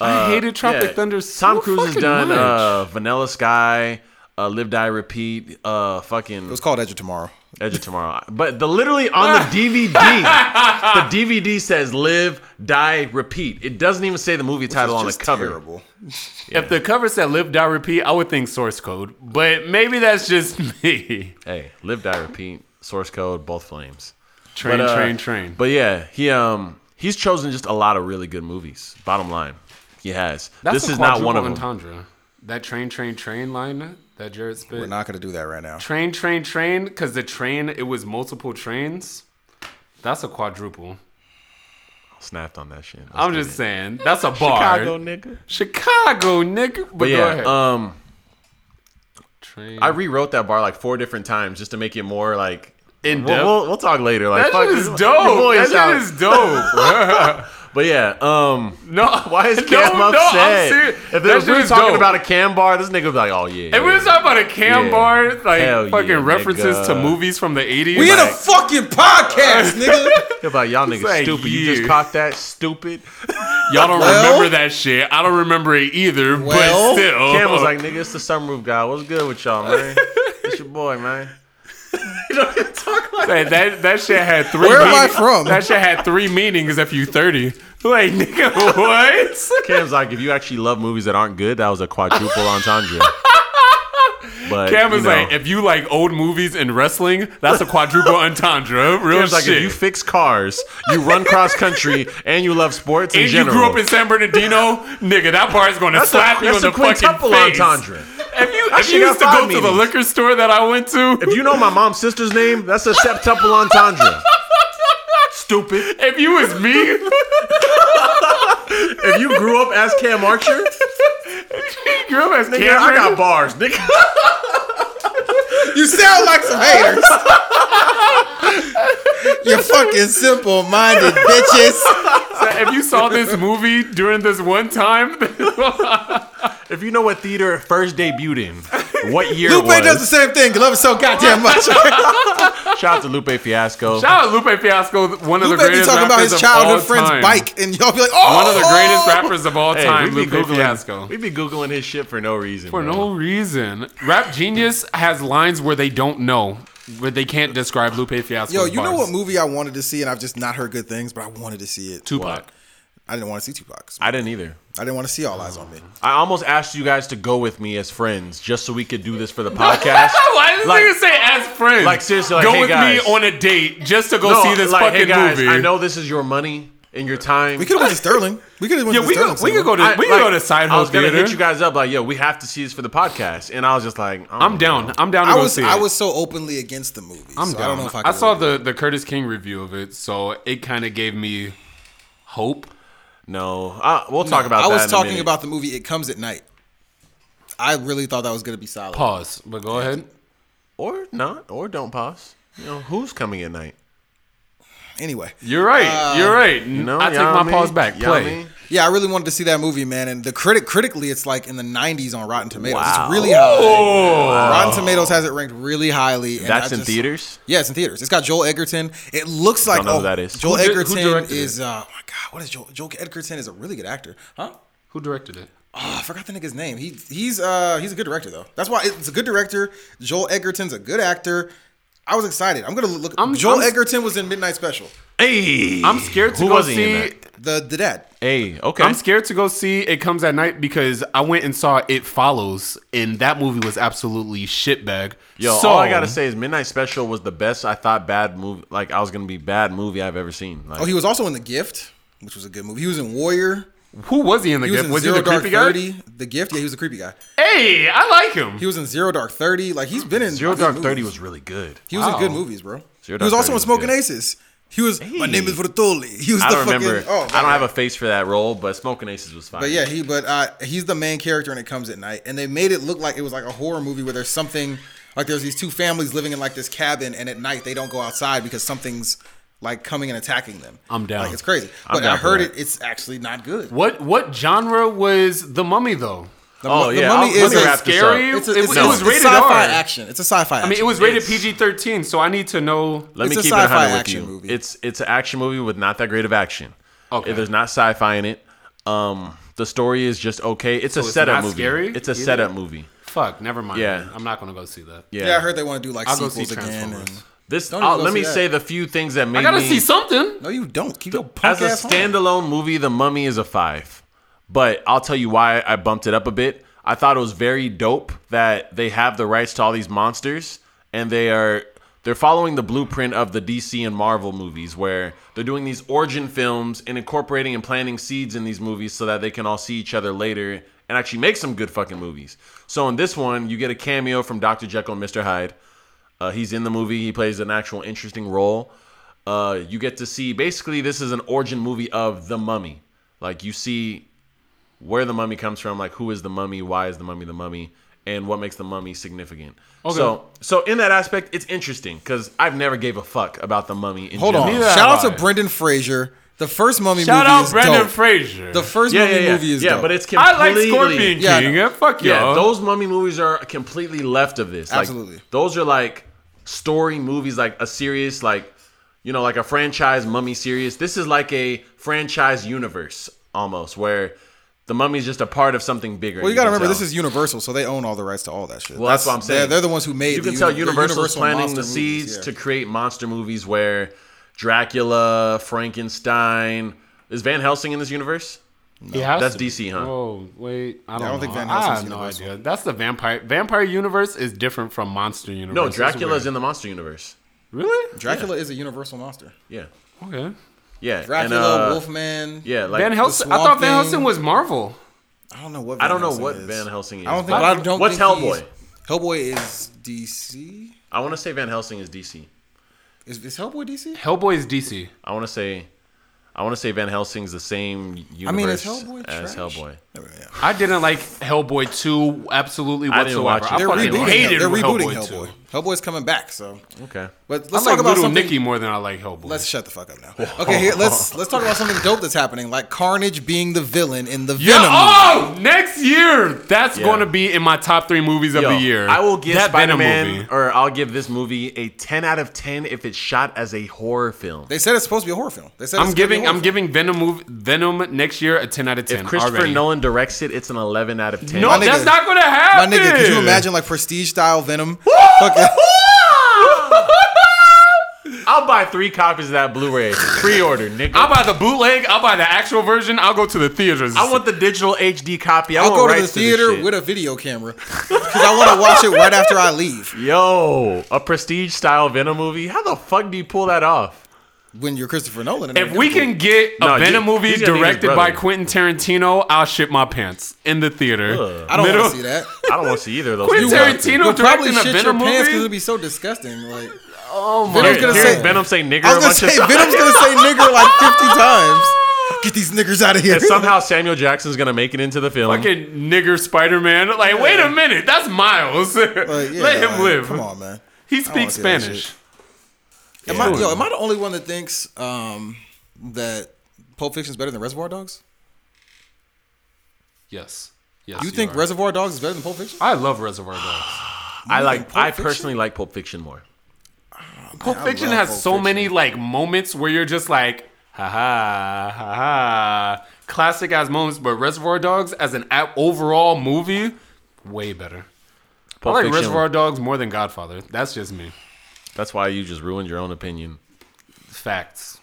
Speaker 2: I hated Tropic
Speaker 1: Uh, Yeah.
Speaker 2: Thunder. So
Speaker 1: Tom Cruise has
Speaker 2: fucking
Speaker 1: done
Speaker 2: much.
Speaker 1: uh, Vanilla Sky, uh, Live Die Repeat, uh, fucking
Speaker 3: It was called Edge of Tomorrow.
Speaker 1: Edge of Tomorrow. But the literally on the DVD, the DVD says Live Die Repeat. It doesn't even say the movie title on the
Speaker 3: Just
Speaker 1: cover.
Speaker 3: terrible.
Speaker 2: If the cover said "Live, Die, Repeat," I would think source code, but maybe that's just me.
Speaker 1: Hey, Live Die Repeat, source code, both flames.
Speaker 2: Train,
Speaker 1: But, uh,
Speaker 2: train, train.
Speaker 1: But yeah, he um he's chosen just a lot of really good movies. Bottom line, he has. this
Speaker 2: a
Speaker 1: is not one of
Speaker 2: quadruple
Speaker 1: them.
Speaker 2: entendre. That train, train, train line that Jared spit.
Speaker 3: We're not going to do that right now.
Speaker 2: Train, train, train. Because the train, it was multiple trains. That's a quadruple.
Speaker 1: Snapped on that shit. Let's
Speaker 2: I'm
Speaker 1: do
Speaker 2: just
Speaker 1: it.
Speaker 2: saying. That's a bar.
Speaker 1: Chicago nigga.
Speaker 2: Chicago, nigga. But,
Speaker 1: But
Speaker 2: go ahead.
Speaker 1: yeah, um,
Speaker 2: train.
Speaker 1: I rewrote that bar like four different times just to make it more like.
Speaker 2: In
Speaker 1: we'll,
Speaker 2: depth?
Speaker 1: we'll, we'll talk later. Like,
Speaker 2: that
Speaker 1: fuck,
Speaker 2: shit is
Speaker 1: your
Speaker 2: dope.
Speaker 1: voice
Speaker 2: That
Speaker 1: out.
Speaker 2: shit is dope.
Speaker 1: But yeah, um,
Speaker 2: No,
Speaker 1: why is Cam upset? if
Speaker 2: that
Speaker 1: this- if we
Speaker 2: shit
Speaker 1: were
Speaker 2: is
Speaker 1: talking
Speaker 2: dope.
Speaker 1: about a Cam bar, this nigga would be like, "Oh yeah."
Speaker 2: If we were talking about a cam
Speaker 1: Yeah.
Speaker 2: bar, like
Speaker 1: Hell
Speaker 2: fucking
Speaker 1: yeah,
Speaker 2: references to
Speaker 1: nigga.
Speaker 2: movies from the 80s.
Speaker 3: We in a
Speaker 2: like, uh,
Speaker 3: fucking podcast, nigga.
Speaker 1: He'll be like, "Y'all niggas
Speaker 2: like,
Speaker 1: stupid. You
Speaker 2: yeah.
Speaker 1: just caught that stupid."
Speaker 2: y'all don't
Speaker 3: Well-
Speaker 2: remember that shit. I don't remember it either,
Speaker 3: Well-
Speaker 2: but still.
Speaker 1: Cam was like, "Nigga, it's the sunroof guy. What's good with y'all, man? It's your boy, man."
Speaker 2: Like, that, that shit had three
Speaker 3: Where am I
Speaker 2: meanings.
Speaker 3: from?
Speaker 2: That shit had three meanings if you 30. Like, nigga, what?
Speaker 1: Cam's like, "If you actually love movies that aren't good, that was a quadruple entendre." But
Speaker 2: Cam
Speaker 1: you
Speaker 2: was
Speaker 1: know,
Speaker 2: like, if you like old movies and wrestling, that's a quadruple entendre. Real
Speaker 1: Cam's like,
Speaker 2: shit.
Speaker 1: if you fix cars, you run cross country, and you love sports in
Speaker 2: and
Speaker 1: general,
Speaker 2: you grew up in San Bernardino, nigga, that bar is going to slap you in
Speaker 1: that's
Speaker 2: the
Speaker 1: a quintuple
Speaker 2: fucking face.
Speaker 1: entendre.
Speaker 2: If you, if
Speaker 1: she
Speaker 2: you
Speaker 1: got
Speaker 2: used to
Speaker 1: five
Speaker 2: go to the
Speaker 1: meanings.
Speaker 2: liquor store that I went to,
Speaker 1: If you know my mom's sister's name, that's a septuple entendre. Stupid.
Speaker 2: if you was me,
Speaker 1: If you grew up as Cam Archer,
Speaker 2: Girl, that's
Speaker 1: nigga,
Speaker 2: Cameron.
Speaker 1: I got bars, nigga.
Speaker 3: You sound like some haters. you fucking simple minded bitches.
Speaker 2: if you saw this movie during this one time,
Speaker 1: If you know what theater it first debuted in, what year
Speaker 3: Lupe
Speaker 1: it was,
Speaker 3: does the same thing. You love it so goddamn much.
Speaker 1: shout out to Lupe Fiasco.
Speaker 2: shout out Lupe Fiasco, one of
Speaker 3: Lupe
Speaker 2: the
Speaker 3: be
Speaker 2: greatest
Speaker 3: talking about
Speaker 2: rappers
Speaker 3: his
Speaker 2: of all
Speaker 3: childhood friend's
Speaker 2: time.
Speaker 3: bike, and y'all be like, oh,
Speaker 2: One of the greatest rappers of all
Speaker 1: Hey,
Speaker 2: time,
Speaker 1: we
Speaker 2: Lupe
Speaker 1: be googling,
Speaker 2: Fiasco.
Speaker 1: We be googling his shit for no reason.
Speaker 2: For
Speaker 1: bro.
Speaker 2: no reason, Rap Genius has lines where they don't know, where they can't describe Lupe Fiasco's
Speaker 3: Yo, you know
Speaker 2: bars.
Speaker 3: what movie I wanted to see, and I've just not heard good things, but I wanted to see it.
Speaker 2: Tupac.
Speaker 1: What?
Speaker 3: I didn't want to see Tupac. I
Speaker 1: I didn't either.
Speaker 3: didn't want to see All Eyes on Me.
Speaker 1: I almost asked you guys to go with me as friends just so we could do this for the podcast.
Speaker 2: Why does
Speaker 1: Like-
Speaker 2: nigga say as friends?
Speaker 1: like, seriously, like,
Speaker 2: go
Speaker 1: hey,
Speaker 2: with
Speaker 1: guys.
Speaker 2: me on a date just to go
Speaker 1: No,
Speaker 2: see this
Speaker 1: like,
Speaker 2: fucking
Speaker 1: hey guys,
Speaker 2: movie.
Speaker 1: I know this is your money and your time.
Speaker 3: We could have went to Sterling. We could have went
Speaker 2: Yeah,
Speaker 3: to
Speaker 2: we
Speaker 3: Sterling.
Speaker 2: could, we could
Speaker 3: cinema.
Speaker 2: go to
Speaker 1: I-
Speaker 2: we could
Speaker 1: like,
Speaker 2: go to side
Speaker 1: I was
Speaker 2: hole
Speaker 1: gonna
Speaker 2: theater.
Speaker 1: hit you guys up like, yo, we have to see this for the podcast, and I was just like, um, I don't
Speaker 2: I'm
Speaker 1: know.
Speaker 2: down. I'm down to
Speaker 3: I
Speaker 2: go
Speaker 3: was
Speaker 2: see it.
Speaker 3: I was so openly against the movie.
Speaker 2: I'm
Speaker 3: so
Speaker 2: down.
Speaker 3: I don't know if I,
Speaker 2: I
Speaker 3: could
Speaker 2: saw
Speaker 3: really-
Speaker 2: the the Curtis King review of it, so it kind of gave me hope.
Speaker 1: No, I, we'll talk about.
Speaker 3: I
Speaker 1: that
Speaker 3: was
Speaker 1: in a
Speaker 3: talking
Speaker 1: minute.
Speaker 3: about the movie It Comes at Night. I really thought that was gonna be solid.
Speaker 2: Pause. But go ahead.
Speaker 1: or not, or don't pause. You know who's coming at night?
Speaker 3: Anyway,
Speaker 2: You're right.
Speaker 3: Uh,
Speaker 2: You're right.
Speaker 1: You know,
Speaker 2: I take
Speaker 1: y'all
Speaker 2: my
Speaker 1: me?
Speaker 2: pause back.
Speaker 1: Y'all
Speaker 2: Play.
Speaker 1: me?
Speaker 3: yeah, I really wanted to see that movie, man. And the critic critically, it's like in the 90s on Rotten Tomatoes.
Speaker 1: Wow.
Speaker 3: It's really high.
Speaker 2: Oh,
Speaker 3: Rotten Tomatoes has it ranked really highly. and
Speaker 1: That's
Speaker 3: I
Speaker 1: in
Speaker 3: just-
Speaker 1: theaters.
Speaker 3: Yeah, it's in theaters. It's got Joel Egerton. It looks like
Speaker 1: Don't know
Speaker 3: oh,
Speaker 1: who that is.
Speaker 2: Who
Speaker 3: Joel
Speaker 2: di- who
Speaker 3: Egerton
Speaker 2: directed
Speaker 3: is uh, oh my god, what is Joel? Joel Egerton is a really good actor, huh?
Speaker 2: who directed it?
Speaker 3: Oh, I forgot the nigga's name. He he's uh he's a good director though. That's why it's a good director. Joel Egerton's a good actor. I was excited. I'm gonna look.
Speaker 2: I'm-
Speaker 3: Joel
Speaker 2: I'm-
Speaker 3: Egerton was in Midnight Special.
Speaker 1: Hey,
Speaker 2: I'm scared to
Speaker 1: Who
Speaker 2: go
Speaker 1: was He in
Speaker 2: see.
Speaker 1: that?
Speaker 3: The the dad.
Speaker 1: Hey, okay.
Speaker 2: I'm scared to go see It Comes at Night because I went and saw It Follows, and that movie was absolutely shitbag.
Speaker 1: Yo,
Speaker 2: so,
Speaker 1: all I gotta say is Midnight Special was the best I thought bad movie. Like I was gonna be bad movie I've ever seen. Like,
Speaker 3: Oh, he was also in The Gift, which was a good movie. He was in Warrior.
Speaker 2: who was he in the
Speaker 3: He was
Speaker 2: gift?
Speaker 3: in
Speaker 2: Was he
Speaker 3: Zero
Speaker 2: the
Speaker 3: Dark
Speaker 2: creepy guy?
Speaker 3: Thirty. The Gift. Yeah, he was a creepy guy.
Speaker 2: Hey, I like him.
Speaker 3: He was in Zero Dark Thirty. Like he's been in
Speaker 1: Zero
Speaker 3: good
Speaker 1: Dark
Speaker 3: movies.
Speaker 1: Thirty was really good.
Speaker 3: He was in
Speaker 2: Wow.
Speaker 3: good movies, bro.
Speaker 1: Zero
Speaker 3: he was
Speaker 1: Dark
Speaker 3: also
Speaker 1: Thirty
Speaker 3: in
Speaker 1: was
Speaker 3: Smoking
Speaker 1: good.
Speaker 3: Aces. He was my
Speaker 1: Hey.
Speaker 3: name is Vertoli. He was
Speaker 1: I
Speaker 3: the
Speaker 1: don't
Speaker 3: fucking
Speaker 1: remember. I
Speaker 3: oh,
Speaker 1: don't
Speaker 3: man.
Speaker 1: have a face for that role, but Smoking Aces was fine.
Speaker 3: But yeah, he but uh, he's the main character, and it comes at night. And they made it look like it was like a horror movie where there's something like there's these two families living in like this cabin, and at night they don't go outside because something's like coming and attacking them.
Speaker 2: I'm down.
Speaker 3: Like it's crazy.
Speaker 1: I'm
Speaker 3: but
Speaker 1: down
Speaker 3: I
Speaker 1: for
Speaker 3: heard
Speaker 1: that.
Speaker 3: it. It's actually not good.
Speaker 2: What what genre was The Mummy though?
Speaker 3: The,
Speaker 1: Oh,
Speaker 3: mu- the
Speaker 1: yeah,
Speaker 3: mummy
Speaker 1: I'll- let
Speaker 3: is
Speaker 1: me
Speaker 3: a-
Speaker 1: wrap this
Speaker 2: scary-
Speaker 1: up.
Speaker 3: It's a,
Speaker 2: It
Speaker 3: it's,
Speaker 2: was-
Speaker 3: no.
Speaker 2: it was rated
Speaker 3: sci-fi
Speaker 2: R.
Speaker 3: action. It's a sci-fi.
Speaker 2: I mean, it was rated PG thirteen, so I need to know.
Speaker 1: Let me
Speaker 3: It's a
Speaker 1: keep it 100
Speaker 3: sci-fi
Speaker 1: with
Speaker 3: action
Speaker 1: you.
Speaker 3: movie.
Speaker 1: It's it's an action movie with not that great of action.
Speaker 2: Okay.
Speaker 1: There's not sci-fi in it. Um, the story is just okay. It's a
Speaker 2: it's
Speaker 1: setup
Speaker 2: not
Speaker 1: movie.
Speaker 2: scary
Speaker 1: It's a
Speaker 2: either?
Speaker 1: setup movie.
Speaker 2: Fuck, never mind.
Speaker 1: Yeah.
Speaker 2: I'm not gonna go see that.
Speaker 1: Yeah.
Speaker 3: yeah. I heard they want to do like
Speaker 2: I'll go see
Speaker 3: sequels again.
Speaker 2: Transformers.
Speaker 3: And,
Speaker 1: This.
Speaker 3: Don't even
Speaker 1: I'll-
Speaker 3: go
Speaker 1: let
Speaker 3: see
Speaker 1: me
Speaker 3: that.
Speaker 1: say the few things that made
Speaker 2: I gotta
Speaker 1: me
Speaker 2: see something.
Speaker 3: no, you don't. Keep your punk
Speaker 1: as a
Speaker 3: ass home.
Speaker 1: standalone movie. The Mummy is a five, but I'll tell you why I bumped it up a bit. I thought it was very dope that they have the rights to all these monsters, and they are they're following the blueprint of the DC and Marvel movies, where they're doing these origin films and incorporating and planting seeds in these movies so that they can all see each other later and actually make some good fucking movies. So in this one, you get a cameo from Dr. Jekyll and Mr. Hyde. Uh, he's in the movie. He plays an actual interesting role. Uh, you get to see basically this is an origin movie of the mummy. Like you see where the mummy comes from, like who is the mummy, why is the mummy the mummy, and what makes the mummy significant. So, so in that aspect, it's interesting because I've never gave a fuck about the mummy. In
Speaker 3: Hold on.
Speaker 1: general.
Speaker 2: Neither
Speaker 3: Shout
Speaker 2: have
Speaker 3: out to
Speaker 2: I.
Speaker 3: Brendan Fraser. The first mummy
Speaker 2: Shout
Speaker 3: movie
Speaker 2: out
Speaker 3: is
Speaker 2: Brendan
Speaker 3: dope.
Speaker 2: Fraser.
Speaker 3: The first
Speaker 1: Yeah, yeah,
Speaker 3: mummy
Speaker 1: yeah,
Speaker 3: movie is
Speaker 1: yeah.
Speaker 3: dope.
Speaker 1: But it's
Speaker 2: I
Speaker 1: completely.
Speaker 2: like Scorpion
Speaker 3: Yeah, I
Speaker 2: King.
Speaker 3: know.
Speaker 2: Yeah, fuck
Speaker 1: Yeah,
Speaker 2: y'all.
Speaker 1: those mummy movies are completely left of this. Like,
Speaker 3: Absolutely.
Speaker 1: those are like story movies, like a serious, like you know, like a franchise mummy series. This is like a franchise universe almost, where the mummy is just a part of something bigger.
Speaker 3: Well, you got to remember,
Speaker 1: can
Speaker 3: this
Speaker 1: tell.
Speaker 3: is Universal, so they own all the rights to all that shit.
Speaker 1: Well, that's, what I'm saying.
Speaker 3: They're, they're the ones who made.
Speaker 1: You
Speaker 3: the
Speaker 1: can tell
Speaker 3: uni- the
Speaker 1: Universal's planning
Speaker 3: monster
Speaker 1: the
Speaker 3: movies,
Speaker 1: seeds
Speaker 3: yeah.
Speaker 1: to create monster movies where Dracula, Frankenstein. Is Van Helsing in this universe?
Speaker 2: He has
Speaker 1: That's
Speaker 2: to be.
Speaker 1: DC, huh?
Speaker 2: Oh wait, I don't,
Speaker 3: I don't
Speaker 2: know.
Speaker 3: think Van
Speaker 2: I
Speaker 3: Helsing's
Speaker 2: have no
Speaker 3: Universal.
Speaker 2: idea. That's the vampire vampire universe is different from monster universe.
Speaker 1: No,
Speaker 2: That's
Speaker 1: Dracula's
Speaker 2: weird.
Speaker 1: in the monster universe.
Speaker 2: really
Speaker 3: Dracula is a Universal monster.
Speaker 1: Yeah,
Speaker 2: okay.
Speaker 1: yeah. and,
Speaker 3: Dracula,
Speaker 1: uh,
Speaker 3: Wolfman.
Speaker 1: Yeah, like
Speaker 2: Van Helsing. I
Speaker 3: Swamp
Speaker 2: thought Van
Speaker 3: Thing.
Speaker 2: Helsing was Marvel.
Speaker 3: I don't know what.
Speaker 1: I don't
Speaker 3: Van
Speaker 1: know
Speaker 3: Helsing
Speaker 1: what
Speaker 3: is.
Speaker 1: Van Helsing is.
Speaker 3: I don't think.
Speaker 1: but
Speaker 3: but I don't
Speaker 1: What's
Speaker 3: think
Speaker 1: Hellboy?
Speaker 3: he's- Hellboy is DC.
Speaker 1: I want to say Van Helsing is DC.
Speaker 3: Is, is Hellboy DC?
Speaker 2: Hellboy is DC.
Speaker 1: I want to say, I want to say Van Helsing's the same universe
Speaker 3: I mean, is Hellboy
Speaker 1: as
Speaker 3: trash?
Speaker 1: Hellboy.
Speaker 3: Never mind.
Speaker 2: I didn't like Hellboy 2 absolutely
Speaker 1: I didn't
Speaker 2: whatsoever. I,
Speaker 1: watch it. They're
Speaker 2: fucking
Speaker 3: Rebooting
Speaker 2: hated
Speaker 3: Hellboy. They're
Speaker 2: Hellboy,
Speaker 3: rebooting
Speaker 2: 2.
Speaker 3: Hellboy. Hellboy's coming back, so.
Speaker 1: Okay.
Speaker 2: I
Speaker 3: But let's
Speaker 2: like
Speaker 3: talk about
Speaker 2: Little
Speaker 3: something.
Speaker 2: Nicky more than I like Hellboy.
Speaker 3: Let's shut the fuck up now. Okay, here, let's let's talk about something dope that's happening, like Carnage being the villain in the
Speaker 2: Yeah,
Speaker 3: Venom. movie.
Speaker 2: oh, next year. That's
Speaker 1: Yeah.
Speaker 2: going to be in my top three movies of
Speaker 1: Yo,
Speaker 2: the year.
Speaker 1: I will give
Speaker 2: that
Speaker 1: Spider
Speaker 2: Venom
Speaker 1: Man,
Speaker 2: movie.
Speaker 1: or I'll give this movie a ten out of ten if it's shot as a horror film.
Speaker 3: They said it's supposed to be a horror film. They said
Speaker 2: I'm
Speaker 3: it's gonna be a
Speaker 2: giving
Speaker 3: horror
Speaker 2: I'm giving Venom move, Venom next year a 10 out of 10.
Speaker 1: If Christopher
Speaker 2: already.
Speaker 1: Nolan directs it, it's an eleven out of ten.
Speaker 2: no,
Speaker 3: My nigga-
Speaker 2: that's not going to
Speaker 3: film.
Speaker 2: happen.
Speaker 3: my nigga. Could you imagine like prestige style Venom? Fucking-
Speaker 1: I'll buy three copies of that Blu-ray pre-order, nigga.
Speaker 2: I'll buy the bootleg. I'll buy the actual version. I'll go to the theaters.
Speaker 1: I want the digital HD copy. I
Speaker 3: I'll
Speaker 1: want
Speaker 3: go to the
Speaker 1: rights this
Speaker 3: theater
Speaker 1: shit.
Speaker 3: with a video camera because I want to watch it right after I leave.
Speaker 1: Yo, a prestige style Venom movie. How the fuck do you pull that off?
Speaker 3: When you're Christopher Nolan, I mean,
Speaker 2: If we can get a
Speaker 1: No, you-
Speaker 2: Venom movie
Speaker 1: he's gonna need his
Speaker 2: directed by
Speaker 1: brother.
Speaker 2: Quentin Tarantino, I'll shit my pants in the theater.
Speaker 1: Ugh.
Speaker 3: I don't
Speaker 2: Middle-
Speaker 3: want to see that.
Speaker 1: I don't want to see either of those.
Speaker 2: Quentin
Speaker 1: things happen.
Speaker 2: Tarantino
Speaker 3: You'll probably
Speaker 2: directing a
Speaker 3: shit your
Speaker 2: Venom
Speaker 3: pants because
Speaker 2: movie?
Speaker 3: it'll be so disgusting. Like
Speaker 2: Oh my
Speaker 3: Venom's
Speaker 1: Here-
Speaker 3: gonna
Speaker 1: here's
Speaker 3: say-
Speaker 1: Venom say nigger
Speaker 3: I
Speaker 1: a
Speaker 3: was gonna
Speaker 1: bunch of
Speaker 3: say,
Speaker 1: times.
Speaker 3: Venom's gonna say nigger like 50 times. Get these niggers out of here.
Speaker 1: And somehow Samuel Jackson's gonna make it into the film.
Speaker 2: fucking nigger Spider Man. Like, wait a minute, that's Miles.
Speaker 3: Like, yeah,
Speaker 2: Let him
Speaker 3: like,
Speaker 2: live.
Speaker 3: Come on, man.
Speaker 2: He
Speaker 3: I don't
Speaker 2: speaks
Speaker 3: wanna see that
Speaker 2: Spanish.
Speaker 3: shit. Am I, yo, am I the only one that thinks um, that Pulp Fiction's better than Reservoir Dogs?
Speaker 2: Yes. Yes.
Speaker 3: You think
Speaker 2: are.
Speaker 3: Reservoir Dogs is better than Pulp Fiction?
Speaker 2: I love Reservoir Dogs.
Speaker 1: I like.
Speaker 3: Pulp
Speaker 1: I
Speaker 3: Fiction?
Speaker 1: personally like Pulp Fiction more.
Speaker 2: Pulp
Speaker 3: I
Speaker 2: Fiction
Speaker 3: love
Speaker 2: has
Speaker 3: Pulp
Speaker 2: so many like moments where you're just like, ha ha ha ha. Classic ass moments, but Reservoir Dogs as an a- overall movie, way better.
Speaker 1: Pulp
Speaker 2: I like
Speaker 1: Fiction.
Speaker 2: Reservoir Dogs more than Godfather. That's just me.
Speaker 1: That's why you just ruined your own opinion.
Speaker 2: Facts.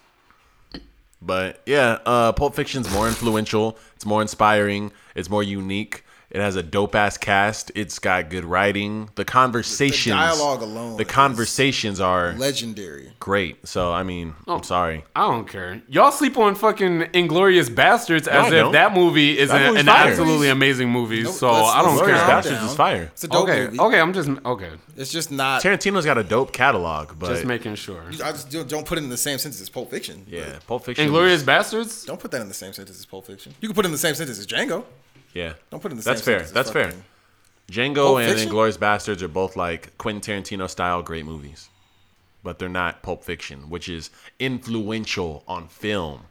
Speaker 1: But yeah, uh, Pulp Fiction's more influential. It's more inspiring. It's more unique. It has a dope ass cast. It's got good writing. The conversations,
Speaker 3: dialogue alone
Speaker 1: the
Speaker 3: is-
Speaker 1: conversations are
Speaker 3: Legendary.
Speaker 1: great. So I mean, I'm sorry.
Speaker 2: I don't care. Y'all sleep on fucking Inglorious Bastards
Speaker 1: I
Speaker 2: as if
Speaker 1: don't.
Speaker 2: that movie is
Speaker 1: That
Speaker 2: an,
Speaker 1: movie's
Speaker 2: an
Speaker 1: fire.
Speaker 2: absolutely amazing movie.
Speaker 3: Nope,
Speaker 2: so
Speaker 3: let's-
Speaker 2: I don't
Speaker 3: let's
Speaker 2: care.
Speaker 1: Glorious
Speaker 3: calm
Speaker 1: Bastards
Speaker 3: down.
Speaker 1: is fire.
Speaker 3: It's a dope
Speaker 2: Okay,
Speaker 3: movie.
Speaker 2: okay, I'm just okay.
Speaker 3: It's just not.
Speaker 1: Tarantino's got a dope catalog, but
Speaker 2: Just making sure.
Speaker 3: I just don't, don't put it in the same sentence as Pulp Fiction.
Speaker 1: yeah,
Speaker 3: Like,
Speaker 1: Pulp Fiction.
Speaker 2: Inglorious Bastards?
Speaker 3: don't put that in the same sentence as Pulp Fiction. You can put it in the same sentence as Django.
Speaker 1: Yeah,
Speaker 3: Don't put it in the
Speaker 1: That's
Speaker 3: same
Speaker 1: fair.
Speaker 3: sentence as
Speaker 1: That's fair.
Speaker 3: fucking-
Speaker 1: Django
Speaker 3: Pulp
Speaker 1: and
Speaker 3: Fiction?
Speaker 1: Inglorious Bastards are both like Quentin Tarantino style great movies, but they're not Pulp Fiction, which is influential on film.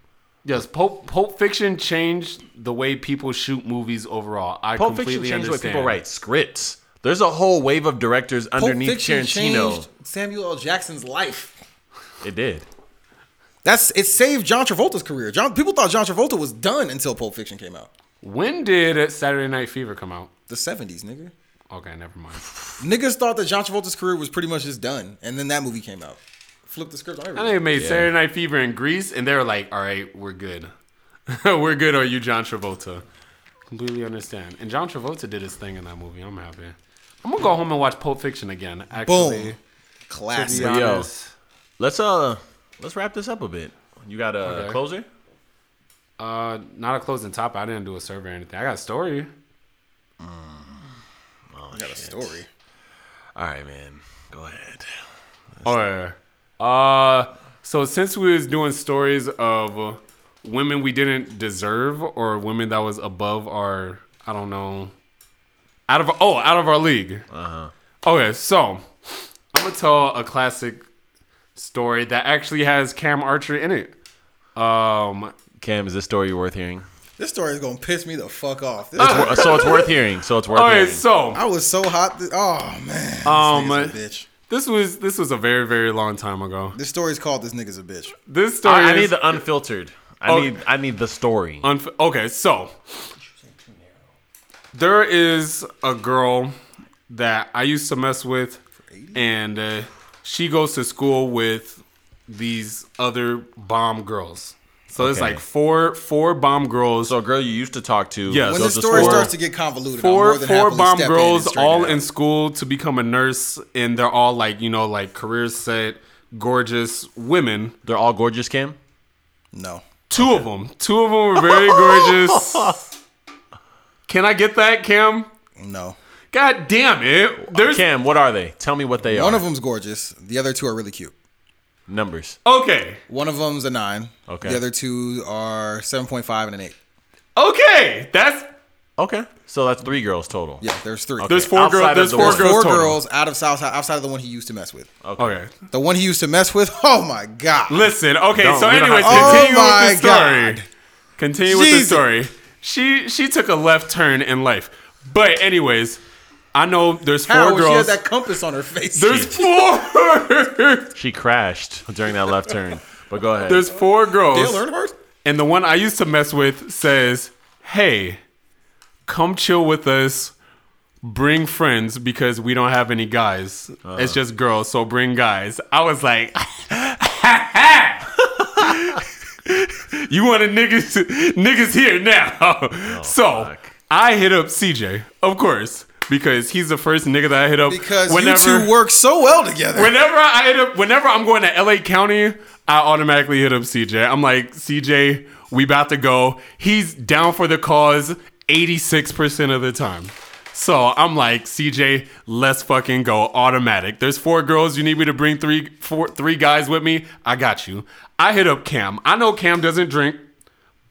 Speaker 2: Yes, Pulp, Pulp Fiction changed the way people shoot movies overall. I
Speaker 1: Pulp Fiction
Speaker 2: completely
Speaker 1: changed
Speaker 2: understand.
Speaker 1: what people write scripts. There's a whole wave of directors
Speaker 3: Pulp
Speaker 1: underneath
Speaker 3: Fiction
Speaker 1: Tarantino.
Speaker 3: changed Samuel L. Jackson's life.
Speaker 1: It did.
Speaker 3: That's it saved John Travolta's career. John people thought John Travolta was done until Pulp Fiction came out.
Speaker 2: When did Saturday Night Fever come out?
Speaker 3: The 70s, nigga.
Speaker 2: Okay, never mind.
Speaker 3: Niggas thought that John Travolta's career was pretty much just done, and then that movie came out. Flip the script on
Speaker 2: I
Speaker 3: everything.
Speaker 2: think they made Saturday Night Fever in Greece, and they were like, "All right, we're good. we're good. Are you John Travolta?" Completely understand. And John Travolta did his thing in that movie. I'm happy. I'm gonna go home and watch Pulp Fiction again. Actually,
Speaker 3: Boom.
Speaker 2: To be
Speaker 3: Classic.
Speaker 1: yo.
Speaker 2: honest,
Speaker 1: Let's uh let's wrap this up a bit. You got a
Speaker 2: Okay.
Speaker 1: closer?
Speaker 2: uh, not a closing top. I didn't do a survey or anything. I got a story.
Speaker 3: I got a story.
Speaker 1: All right, man. Go ahead.
Speaker 2: All right. Oh, Uh, so since we was doing stories of women we didn't deserve or women that was above our, I don't know, out of oh out of our league. Uh
Speaker 1: Uh-huh.
Speaker 2: huh. Okay, so I'm gonna tell a classic story that actually has Cam Archer in it. Um,
Speaker 1: Cam, is this story worth hearing?
Speaker 3: This story is gonna piss me the fuck off.
Speaker 2: Uh.
Speaker 3: This-
Speaker 1: It's wor- so it's worth hearing. So it's worth
Speaker 2: all
Speaker 1: hearing.
Speaker 2: right, so
Speaker 3: I was so hot. th- oh man. This
Speaker 2: Um,
Speaker 3: nigga's a bitch.
Speaker 2: this was this was a very very long time ago.
Speaker 3: This story is called "This Nigga's a Bitch."
Speaker 2: This story
Speaker 1: I, I need
Speaker 2: is
Speaker 1: the unfiltered. I
Speaker 2: Oh.
Speaker 1: need I need the story.
Speaker 2: Unf- okay, so there is a girl that I used to mess with, and uh, she goes to school with these other bomb girls. So there's
Speaker 1: Okay.
Speaker 2: like four four bomb girls.
Speaker 1: So a girl you used to talk to.
Speaker 2: Yes.
Speaker 3: When
Speaker 1: goes
Speaker 3: this
Speaker 1: to
Speaker 3: story
Speaker 1: school-
Speaker 3: starts to get convoluted, I'll
Speaker 2: four
Speaker 3: more than
Speaker 2: four
Speaker 3: happily
Speaker 2: bomb
Speaker 3: step in and
Speaker 2: girls
Speaker 3: straighten
Speaker 2: all
Speaker 3: it out.
Speaker 2: in school to become a nurse, and they're all like you know like career set, gorgeous women.
Speaker 1: They're all gorgeous, Cam.
Speaker 3: No,
Speaker 2: Two of them. Two of them were very gorgeous. Can I get that, Cam?
Speaker 3: No.
Speaker 2: God damn it. There's
Speaker 1: Cam, what are they? Tell me what they
Speaker 3: One
Speaker 1: are.
Speaker 3: of them's gorgeous. The other two are really cute.
Speaker 1: Numbers.
Speaker 2: Okay.
Speaker 3: One of them's a nine.
Speaker 1: Okay.
Speaker 3: The other two are seven point five and an eight.
Speaker 2: Okay. That's
Speaker 1: Okay. So that's three girls total.
Speaker 3: Yeah, there's three.
Speaker 2: there's four
Speaker 1: Outside
Speaker 2: girls.
Speaker 1: of
Speaker 2: There's
Speaker 1: the
Speaker 2: four
Speaker 1: one.
Speaker 2: girls.
Speaker 3: There's four
Speaker 2: total. Uh.
Speaker 3: girls out of South outside of the one he used to mess with.
Speaker 2: Okay.
Speaker 3: The one he used to mess with. Oh my god.
Speaker 2: Listen. Okay.
Speaker 1: Don't-
Speaker 2: so,
Speaker 1: we don't
Speaker 2: anyways,
Speaker 1: have to-
Speaker 2: continue with
Speaker 3: Oh
Speaker 2: the
Speaker 3: my
Speaker 2: story.
Speaker 3: God.
Speaker 2: Continue with the
Speaker 3: Jesus.
Speaker 2: story. She she took a left turn in life. But anyways, I know there's four
Speaker 3: How? She had
Speaker 2: girls.
Speaker 3: that compass on her face.
Speaker 2: there's four.
Speaker 1: She crashed during that left turn. But go ahead.
Speaker 2: there's four girls.
Speaker 3: Dale Earnhardt.
Speaker 2: And the one I used to mess with says, Hey, come chill with us. Bring friends because we don't have any guys. It's just girls, so bring guys. I was like, You want a niggas, niggas here now. so
Speaker 1: fuck.
Speaker 2: I hit up CJ, of course, because he's the first nigga that I hit up.
Speaker 3: Because you two work so well together.
Speaker 2: Whenever I hit up, whenever I'm going to LA County, I automatically hit up CJ. I'm like, CJ, we about to go. He's down for the cause 86% of the time. So I'm like, CJ, let's fucking go. Automatic. There's four girls. You need me to bring three, four, three guys with me. I got you. I hit up Cam. I know Cam doesn't drink,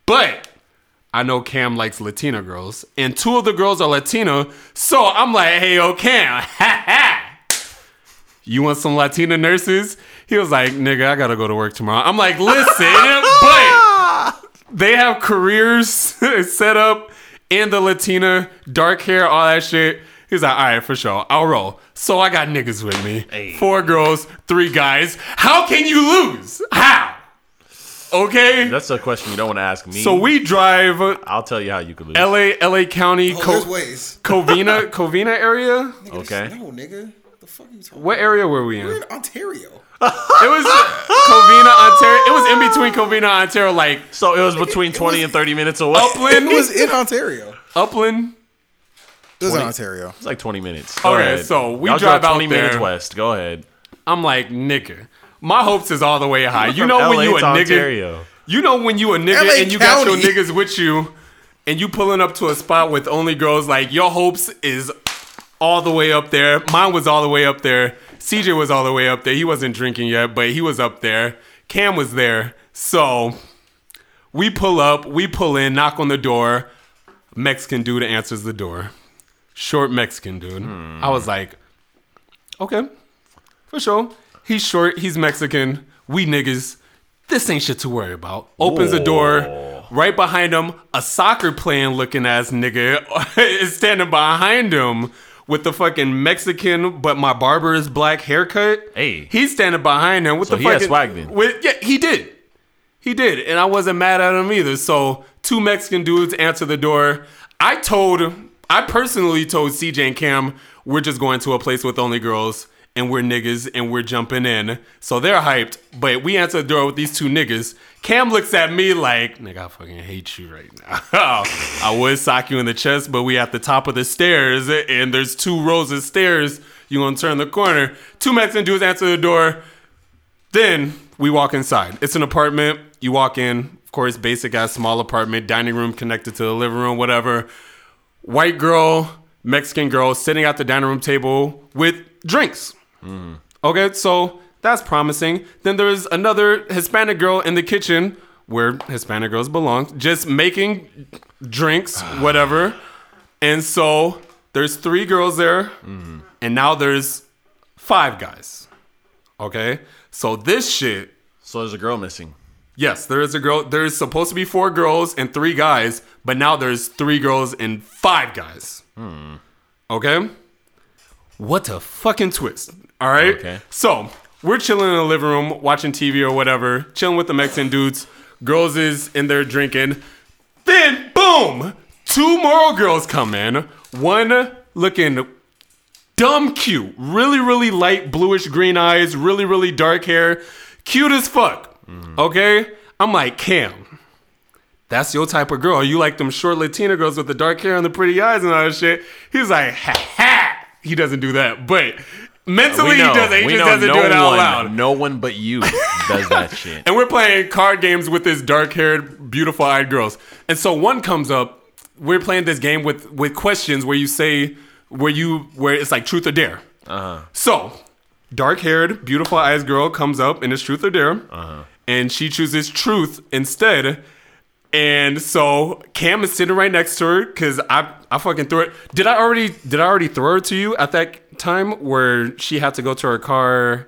Speaker 2: but I know Cam likes Latina girls, and two of the girls are Latina. So I'm like, hey, yo, Cam, ha ha. You want some Latina nurses? He was like, nigga, I gotta go to work tomorrow. I'm like, listen, but they have careers set up in the Latina, dark hair, all that shit. He's like, all right, for sure, I'll roll. So I got niggas with me, four girls, three guys. How can you lose? How? Okay.
Speaker 1: that's a question you don't want to ask me.
Speaker 2: So we drive
Speaker 1: I'll tell you how you could lose.
Speaker 2: LA, LA County,
Speaker 3: Oh,
Speaker 2: Co-
Speaker 3: there's ways.
Speaker 2: Covina, Covina area.
Speaker 3: Nigga, this-
Speaker 1: Okay.
Speaker 3: No, nigga. The fuck are you talking?
Speaker 2: What area were we in? It
Speaker 3: about? Ontario.
Speaker 2: was Covina, Ontario. It was in between Covina, Ontario, like
Speaker 1: so it was between 20 and 30 minutes away.
Speaker 2: Upland.
Speaker 3: It was in Ontario.
Speaker 2: Upland.
Speaker 3: It was in Ontario.
Speaker 1: It's like 20 minutes.
Speaker 2: Okay, so we drive out
Speaker 1: 20 minutes
Speaker 2: there.
Speaker 1: west. Go ahead.
Speaker 2: I'm like nigga. My hopes is all the way high. You
Speaker 1: From
Speaker 2: know when
Speaker 1: LA
Speaker 2: you a
Speaker 1: to
Speaker 2: nigga.
Speaker 1: Ontario.
Speaker 2: You know when you a nigga
Speaker 3: LA
Speaker 2: and you got your
Speaker 3: County.
Speaker 2: niggas with you, and you pulling up to a spot with only girls. Like your hopes is all the way up there. Mine was all the way up there. CJ was all the way up there. He wasn't drinking yet, but he was up there. Cam was there. So we pull up, we pull in, knock on the door. Mexican dude answers the door. Short Mexican dude. I was like, okay, for sure. He's short, he's Mexican. We niggas, this ain't shit to worry about. Opens the door. Right behind him, a soccer playing looking ass nigga is standing behind him with the fucking Mexican, but my barber is black haircut.
Speaker 1: Hey.
Speaker 2: he's standing behind him with
Speaker 1: So
Speaker 2: the
Speaker 1: he had
Speaker 2: fucking
Speaker 1: swag then.
Speaker 2: with- yeah, he did. He did, and I wasn't mad at him either. So two Mexican dudes answer the door. I told, I personally told CJ and Cam, we're just going to a place with only girls, and we're niggas, and we're jumping in. So they're hyped, but we answer the door with these two niggas. Cam looks at me like, nigga, I fucking hate you right now. I would sock you in the chest, but we at the top of the stairs, and there's two rows of stairs. You gonna turn the corner? Two Mexican dudes answer the door. Then we walk inside. It's an apartment. You walk in, of course, basic ass small apartment, dining room connected to the living room, whatever. White girl, Mexican girl sitting at the dining room table with drinks. Okay, so that's promising. Then there's another Hispanic girl in the kitchen where Hispanic girls belong, just making drinks, whatever. And so there's three girls there, and now there's five guys. Okay, so this shit
Speaker 1: So there's a girl missing.
Speaker 2: Yes, there is a girl. There's supposed to be four girls and three guys, but now there's three girls and five guys. Hmm. Okay? What a fucking twist. All right?
Speaker 1: Okay.
Speaker 2: So, we're chilling in the living room, watching TV or whatever, chilling with the Mexican dudes. Girls is in there drinking. Then, boom, two more girls come in. One looking dumb cute. Really, really light bluish green eyes, really, really dark hair. Cute as fuck.
Speaker 1: Mm-hmm.
Speaker 2: Okay? I'm like, Cam, that's your type of girl. You like them short Latina girls with the dark hair and the pretty eyes and all that shit. He's like, ha ha. He doesn't do that, but mentally Oh, he doesn't. He
Speaker 1: we
Speaker 2: just
Speaker 1: know
Speaker 2: doesn't do it out
Speaker 1: one,
Speaker 2: loud.
Speaker 1: No one but you does that shit.
Speaker 2: And we're playing card games with this dark haired, beautiful eyed girls. And so one comes up, we're playing this game with with questions where you say where you where it's like truth or dare. Uh-huh. So, dark-haired, beautiful eyes girl comes up and it's truth or dare, uh-huh. and she chooses truth instead. And so Cam is sitting right next to her because I I fucking threw it. Did I already did I already throw her to you at that time where she had to go to her car,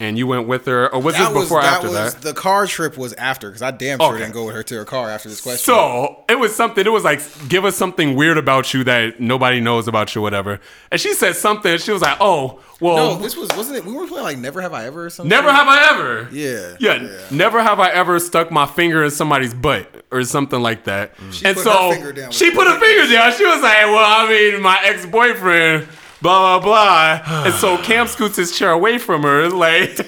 Speaker 2: and you went with her, or was
Speaker 3: That
Speaker 2: this
Speaker 3: was
Speaker 2: before or
Speaker 3: that
Speaker 2: after
Speaker 3: was
Speaker 2: that?
Speaker 3: the car trip was after because I damn sure
Speaker 2: Okay.
Speaker 3: didn't go with her to her car after this question.
Speaker 2: So it was something. It was like, give us something weird about you that nobody knows about you, whatever. And she said something. She was like, oh, well,
Speaker 3: no, this was wasn't it? We were playing like Never Have I Ever or something.
Speaker 2: never have I ever.
Speaker 3: Yeah,
Speaker 2: Yeah, never have I ever stuck my finger in somebody's butt or something like that. and
Speaker 3: put
Speaker 2: so
Speaker 3: her finger down with
Speaker 2: she
Speaker 3: the
Speaker 2: put a
Speaker 3: butt.
Speaker 2: finger down. She was like, well, I mean, my ex boyfriend. Blah blah blah, and so Cam scoots his chair away from her. Like,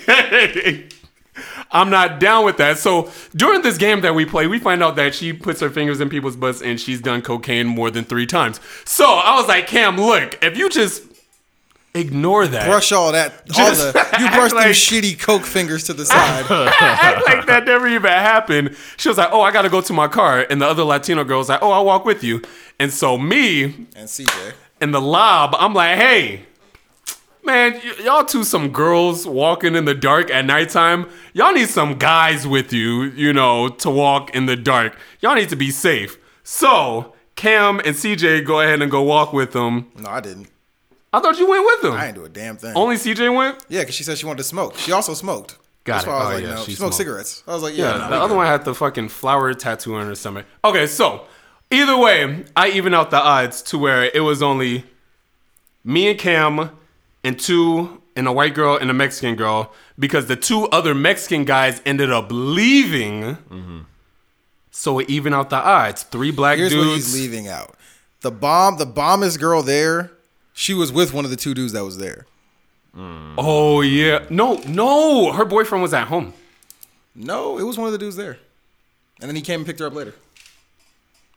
Speaker 2: I'm not down with that. So during this game that we play, we find out that she puts her fingers in people's butts and she's done cocaine more than three times. So I was like, Cam, look, if you just ignore that,
Speaker 3: brush all that.
Speaker 2: Just
Speaker 3: all the you brush
Speaker 2: like-
Speaker 3: them shitty coke fingers to the side.
Speaker 2: act like that never even happened. She was like, "Oh, I gotta go to my car," and the other Latino girl was like, "Oh, I'll walk with you." And so me
Speaker 3: and CJ,
Speaker 2: and the lob, I'm like, "Hey, man, y- y'all two some girls walking in the dark at nighttime. Y'all need some guys with you, you know, to walk in the dark. Y'all need to be safe." So Cam and CJ go ahead and go walk with them.
Speaker 3: no, I didn't.
Speaker 2: I thought you went with them.
Speaker 3: I didn't do a damn thing.
Speaker 2: Only CJ went.
Speaker 3: yeah, because she said she wanted to smoke. She also smoked.
Speaker 2: Got
Speaker 3: That's
Speaker 2: it.
Speaker 3: why I was
Speaker 2: Oh,
Speaker 3: like,
Speaker 2: yeah,
Speaker 3: no,
Speaker 2: she
Speaker 3: she smoked,
Speaker 2: smoked.
Speaker 3: cigarettes. I was like,
Speaker 2: Yeah,
Speaker 3: yeah, no,
Speaker 2: the
Speaker 3: we
Speaker 2: other
Speaker 3: good.
Speaker 2: one had the fucking flower tattoo on her stomach. Okay, so either way, I even out the odds to where it was only me and Cam and two and a white girl and a Mexican girl because the two other Mexican guys ended up leaving. So it even out the odds. Three black
Speaker 3: Here's what he's
Speaker 2: dudes.
Speaker 3: leaving out. The bomb, the bombest girl there. She was with one of the two dudes that was there.
Speaker 2: Oh yeah, no, no, her boyfriend was at home.
Speaker 3: No, it was one of the dudes there. And then he came and picked her up later.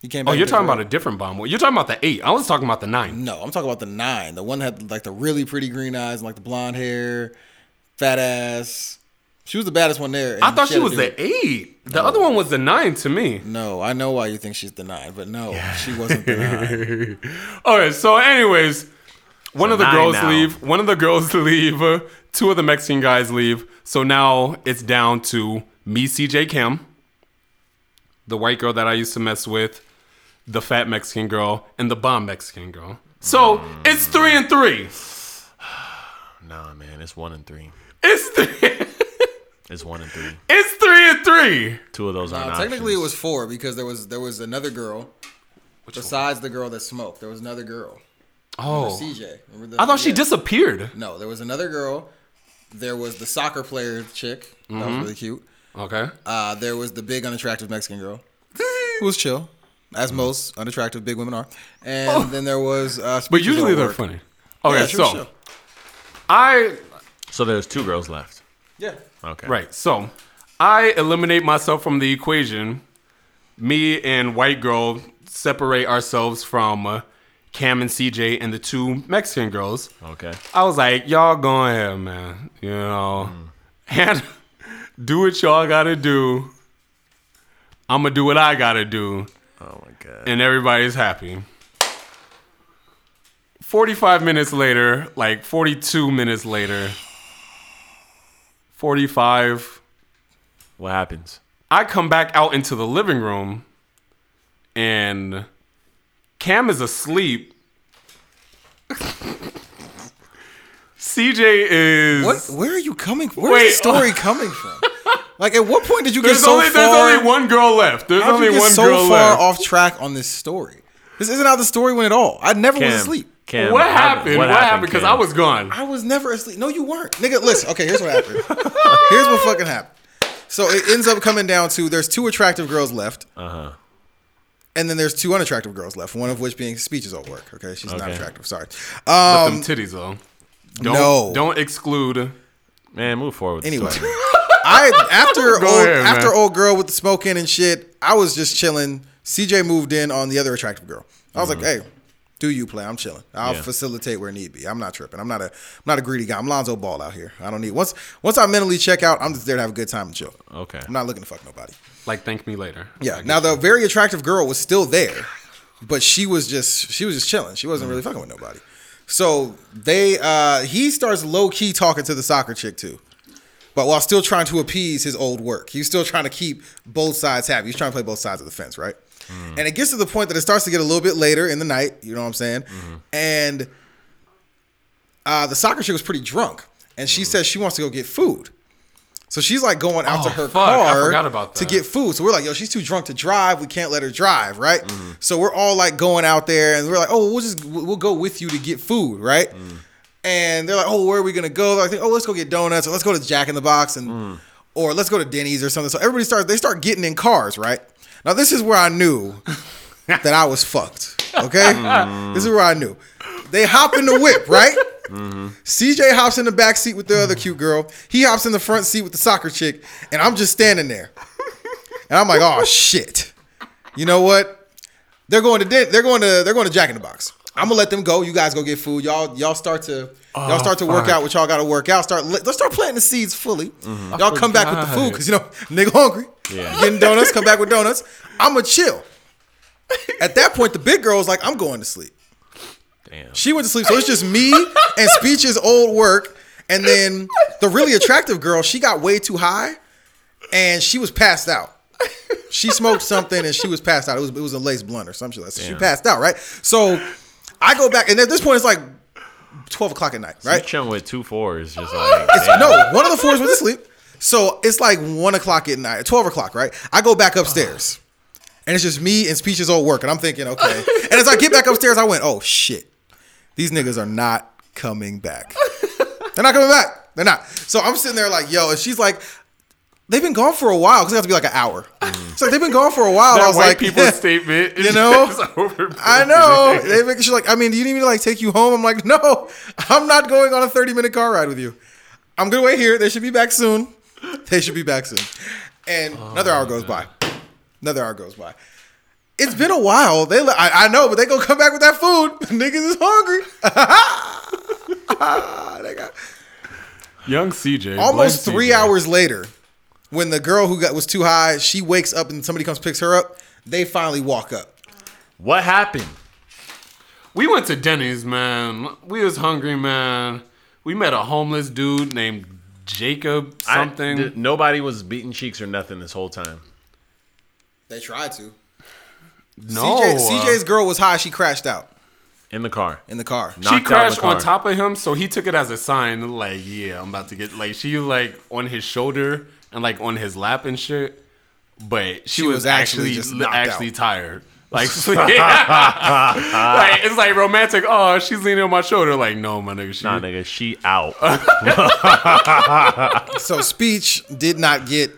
Speaker 3: He came. Back
Speaker 2: Oh,
Speaker 3: and
Speaker 2: you're
Speaker 3: picked
Speaker 2: talking
Speaker 3: her
Speaker 2: about
Speaker 3: up.
Speaker 2: a different bomb. You're talking about the eight. I was talking about the nine.
Speaker 3: No, I'm talking about the nine. The one that had like the really pretty green eyes and like the blonde hair, fat ass. She was the baddest one there.
Speaker 2: I thought she was the eight. The other one was the nine to me.
Speaker 3: No, I know why you think she's the nine, but no, she wasn't the nine. Uh,
Speaker 2: All right. So, anyways, one of the
Speaker 1: nine
Speaker 2: girls
Speaker 1: now.
Speaker 2: leave. One of the girls leave. uh, Two of the Mexican guys leave. So now it's down to me, CJ Cam, the white girl that I used to mess with, the fat Mexican girl, and the bomb Mexican girl. So it's three and three.
Speaker 1: Nah, man, it's one and three.
Speaker 2: It's three.
Speaker 1: It's one and three.
Speaker 2: It's three and three.
Speaker 1: Two of those are
Speaker 3: Uh,
Speaker 1: not.
Speaker 3: technically, it was four because there was there was another girl. besides the girl that smoked, there was another girl.
Speaker 2: Oh,
Speaker 3: CJ. Remember the,
Speaker 2: I thought she
Speaker 3: yeah.
Speaker 2: disappeared.
Speaker 3: No, there was another girl. There was the soccer player chick. That
Speaker 2: Mm-hmm.
Speaker 3: was really cute.
Speaker 2: Okay.
Speaker 3: Uh, there was the big unattractive Mexican girl. Who was chill, as most unattractive big women are. And then there was. Uh,
Speaker 2: Oh. But usually they're funny. Okay,
Speaker 3: Yeah, she was
Speaker 2: so
Speaker 3: chill.
Speaker 2: I
Speaker 1: so there's two girls left.
Speaker 3: Yeah.
Speaker 1: Okay.
Speaker 2: Right. So I eliminate myself from the equation. Me and white girl separate ourselves from uh, Cam and CJ and the two Mexican girls.
Speaker 1: Okay.
Speaker 3: Oh
Speaker 2: I was like, y'all go ahead, man. You know, and do what y'all gotta do. I'm gonna do what I gotta do,
Speaker 1: Oh my god.
Speaker 2: and everybody's happy. 45 minutes later, like 42 minutes later, 45,
Speaker 1: What happens?
Speaker 2: I come back out into the living room and Cam is asleep. CJ is
Speaker 3: What? Where are you coming from? Where's
Speaker 2: Wait,
Speaker 3: the story coming from? Like, at what point did you
Speaker 2: there's
Speaker 3: get so
Speaker 2: only
Speaker 3: far?
Speaker 2: there's only one girl left. There's
Speaker 3: How'd
Speaker 2: only
Speaker 3: you get
Speaker 2: one
Speaker 3: so
Speaker 2: girl
Speaker 3: far
Speaker 2: left.
Speaker 3: off track on this story? This isn't how the story went at all. I never was asleep.
Speaker 1: Cam,
Speaker 2: what happened? What happened? Because
Speaker 1: Cam?
Speaker 2: I was gone.
Speaker 3: I was never asleep. No, you weren't. Nigga, listen. Okay, here's what happened. here's what fucking happened. So it ends up coming down to there's two attractive girls left. Uh
Speaker 1: Uh-huh.
Speaker 3: huh. And then there's two unattractive girls left, one of which being speeches all work. Okay, she's not
Speaker 1: Okay.
Speaker 3: attractive. Sorry.
Speaker 2: Them
Speaker 3: Um,
Speaker 2: titties though. Don't,
Speaker 3: no.
Speaker 2: Don't exclude.
Speaker 1: Man, move forward. with the
Speaker 3: Anyway,
Speaker 1: story.
Speaker 3: I after
Speaker 2: Go
Speaker 3: old,
Speaker 2: ahead,
Speaker 3: after
Speaker 2: man.
Speaker 3: old girl with the smoking and shit, I was just chilling. CJ moved in on the other attractive girl. I was like,
Speaker 2: Mm-hmm.
Speaker 3: hey. Do you play? I'm chilling. I'll
Speaker 1: Yeah.
Speaker 3: facilitate where need be. I'm not tripping. I'm not a I'm not a greedy guy. I'm Lonzo Ball out here. I don't need once once I mentally check out. I'm just there to have a good time and chill.
Speaker 1: Okay.
Speaker 3: I'm not looking to fuck nobody.
Speaker 2: Like thank me later.
Speaker 3: Yeah. Now the very attractive girl was still there, but she was just she was just chilling. She wasn't really fucking with nobody. So they uh he starts low key talking to the soccer chick too. But while still trying to appease his old work, he's still trying to keep both sides happy. He's trying to play both sides of the fence, right? And it gets to the point that it starts to get a little bit later in the night, you know what I'm saying? And uh, the soccer chick was pretty drunk, and she says she wants to go get food. So she's like going out to
Speaker 2: Oh,
Speaker 3: her
Speaker 2: fuck, I
Speaker 3: car
Speaker 2: forgot about
Speaker 3: to
Speaker 2: that.
Speaker 3: get food. So we're like, yo, she's too drunk to drive. We can't let her drive, right? So we're all like going out there, and we're like, oh, we'll just we'll we'll go with you to get food, right? And they're like, oh, where are we gonna go? They're like, oh, let's go get donuts, or let's go to Jack in the Box, and or let's go to Denny's or something. So everybody starts they start getting in cars, right? Now this is where I knew that I was fucked. Okay,
Speaker 2: Mm.
Speaker 3: this is where I knew. They hop in the whip, right? CJ hops in the back seat with the other cute girl. He hops in the front seat with the soccer chick, and I'm just standing there, and I'm like, oh shit. You know what? They're going to din- they're going to they're going to Jack in the Box. I'm gonna let them go. You guys go get food. Y'all y'all start to y'all start to work out what y'all got to work out. Start let- let's start planting the seeds fully. Y'all come back with the food because you know nigga hungry.
Speaker 1: Yeah.
Speaker 3: getting donuts. Come back with donuts. I'ma chill. At that point, the big girl's like, I'm going to sleep.
Speaker 1: Damn.
Speaker 3: She went to sleep, so it's just me and Speech's old work. And then the really attractive girl, she got way too high, and she was passed out. She smoked something and she was passed out. It was it was a lace blunt or something like that. So she
Speaker 1: Damn.
Speaker 3: passed out, right? So I go back, and at this point, it's like twelve o'clock at night,
Speaker 1: Right?
Speaker 3: right?
Speaker 1: chilling with two fours, just like damn.
Speaker 3: No, one of the fours went to sleep. So it's like one o'clock at night, twelve o'clock, right? I go back upstairs, and it's just me and Speech's old work, and I'm thinking, okay. And as I get back upstairs, I went, oh shit, these niggas are not coming back. They're not coming back. They're not. So I'm sitting there like, yo, and she's like. They've been gone for a while because it has to be like an hour. It's like they've been gone for a while. I
Speaker 2: That
Speaker 3: was
Speaker 2: white
Speaker 3: like,
Speaker 2: people statement.
Speaker 3: you know?
Speaker 2: over-
Speaker 3: I know. They make, she's like, I mean, do you need me to like take you home? I'm like, no, I'm not going on a 30 minute car ride with you. I'm gonna wait here. They should be back soon. They should be back soon. And another hour goes by. Another hour goes by. It's been a while. They, li- I, I know, but they gonna come back with that food. Niggas is hungry. they got,
Speaker 2: Young CJ.
Speaker 3: almost
Speaker 2: blame
Speaker 3: three
Speaker 2: CJ.
Speaker 3: hours later, when the girl who got was too high, she wakes up and somebody comes picks her up. They finally walk up.
Speaker 1: What happened?
Speaker 2: We went to Denny's, man. We was hungry, man. We met a homeless dude named Jacob
Speaker 1: I-
Speaker 2: something.
Speaker 1: d- nobody was beating cheeks or nothing this whole time.
Speaker 3: They tried to.
Speaker 2: no, uh,
Speaker 3: CJ, CJ's girl was high. She crashed out
Speaker 1: In the car.
Speaker 3: in the car.
Speaker 2: she
Speaker 1: knocked out in the
Speaker 2: crashed on
Speaker 1: car.
Speaker 2: top of him, so he took it as a sign, like, yeah, I'm about to get like she was, like on his shoulder and like on his lap and shit. But she, was,
Speaker 3: was actually
Speaker 2: actually
Speaker 3: just
Speaker 2: li-
Speaker 3: knocked
Speaker 2: actually
Speaker 3: out.
Speaker 2: tired. Like, so- like, it's like romantic. Oh, she's leaning on my shoulder. Like, no, my nigga, she
Speaker 1: Nah, nigga, she out.
Speaker 3: So speech did not get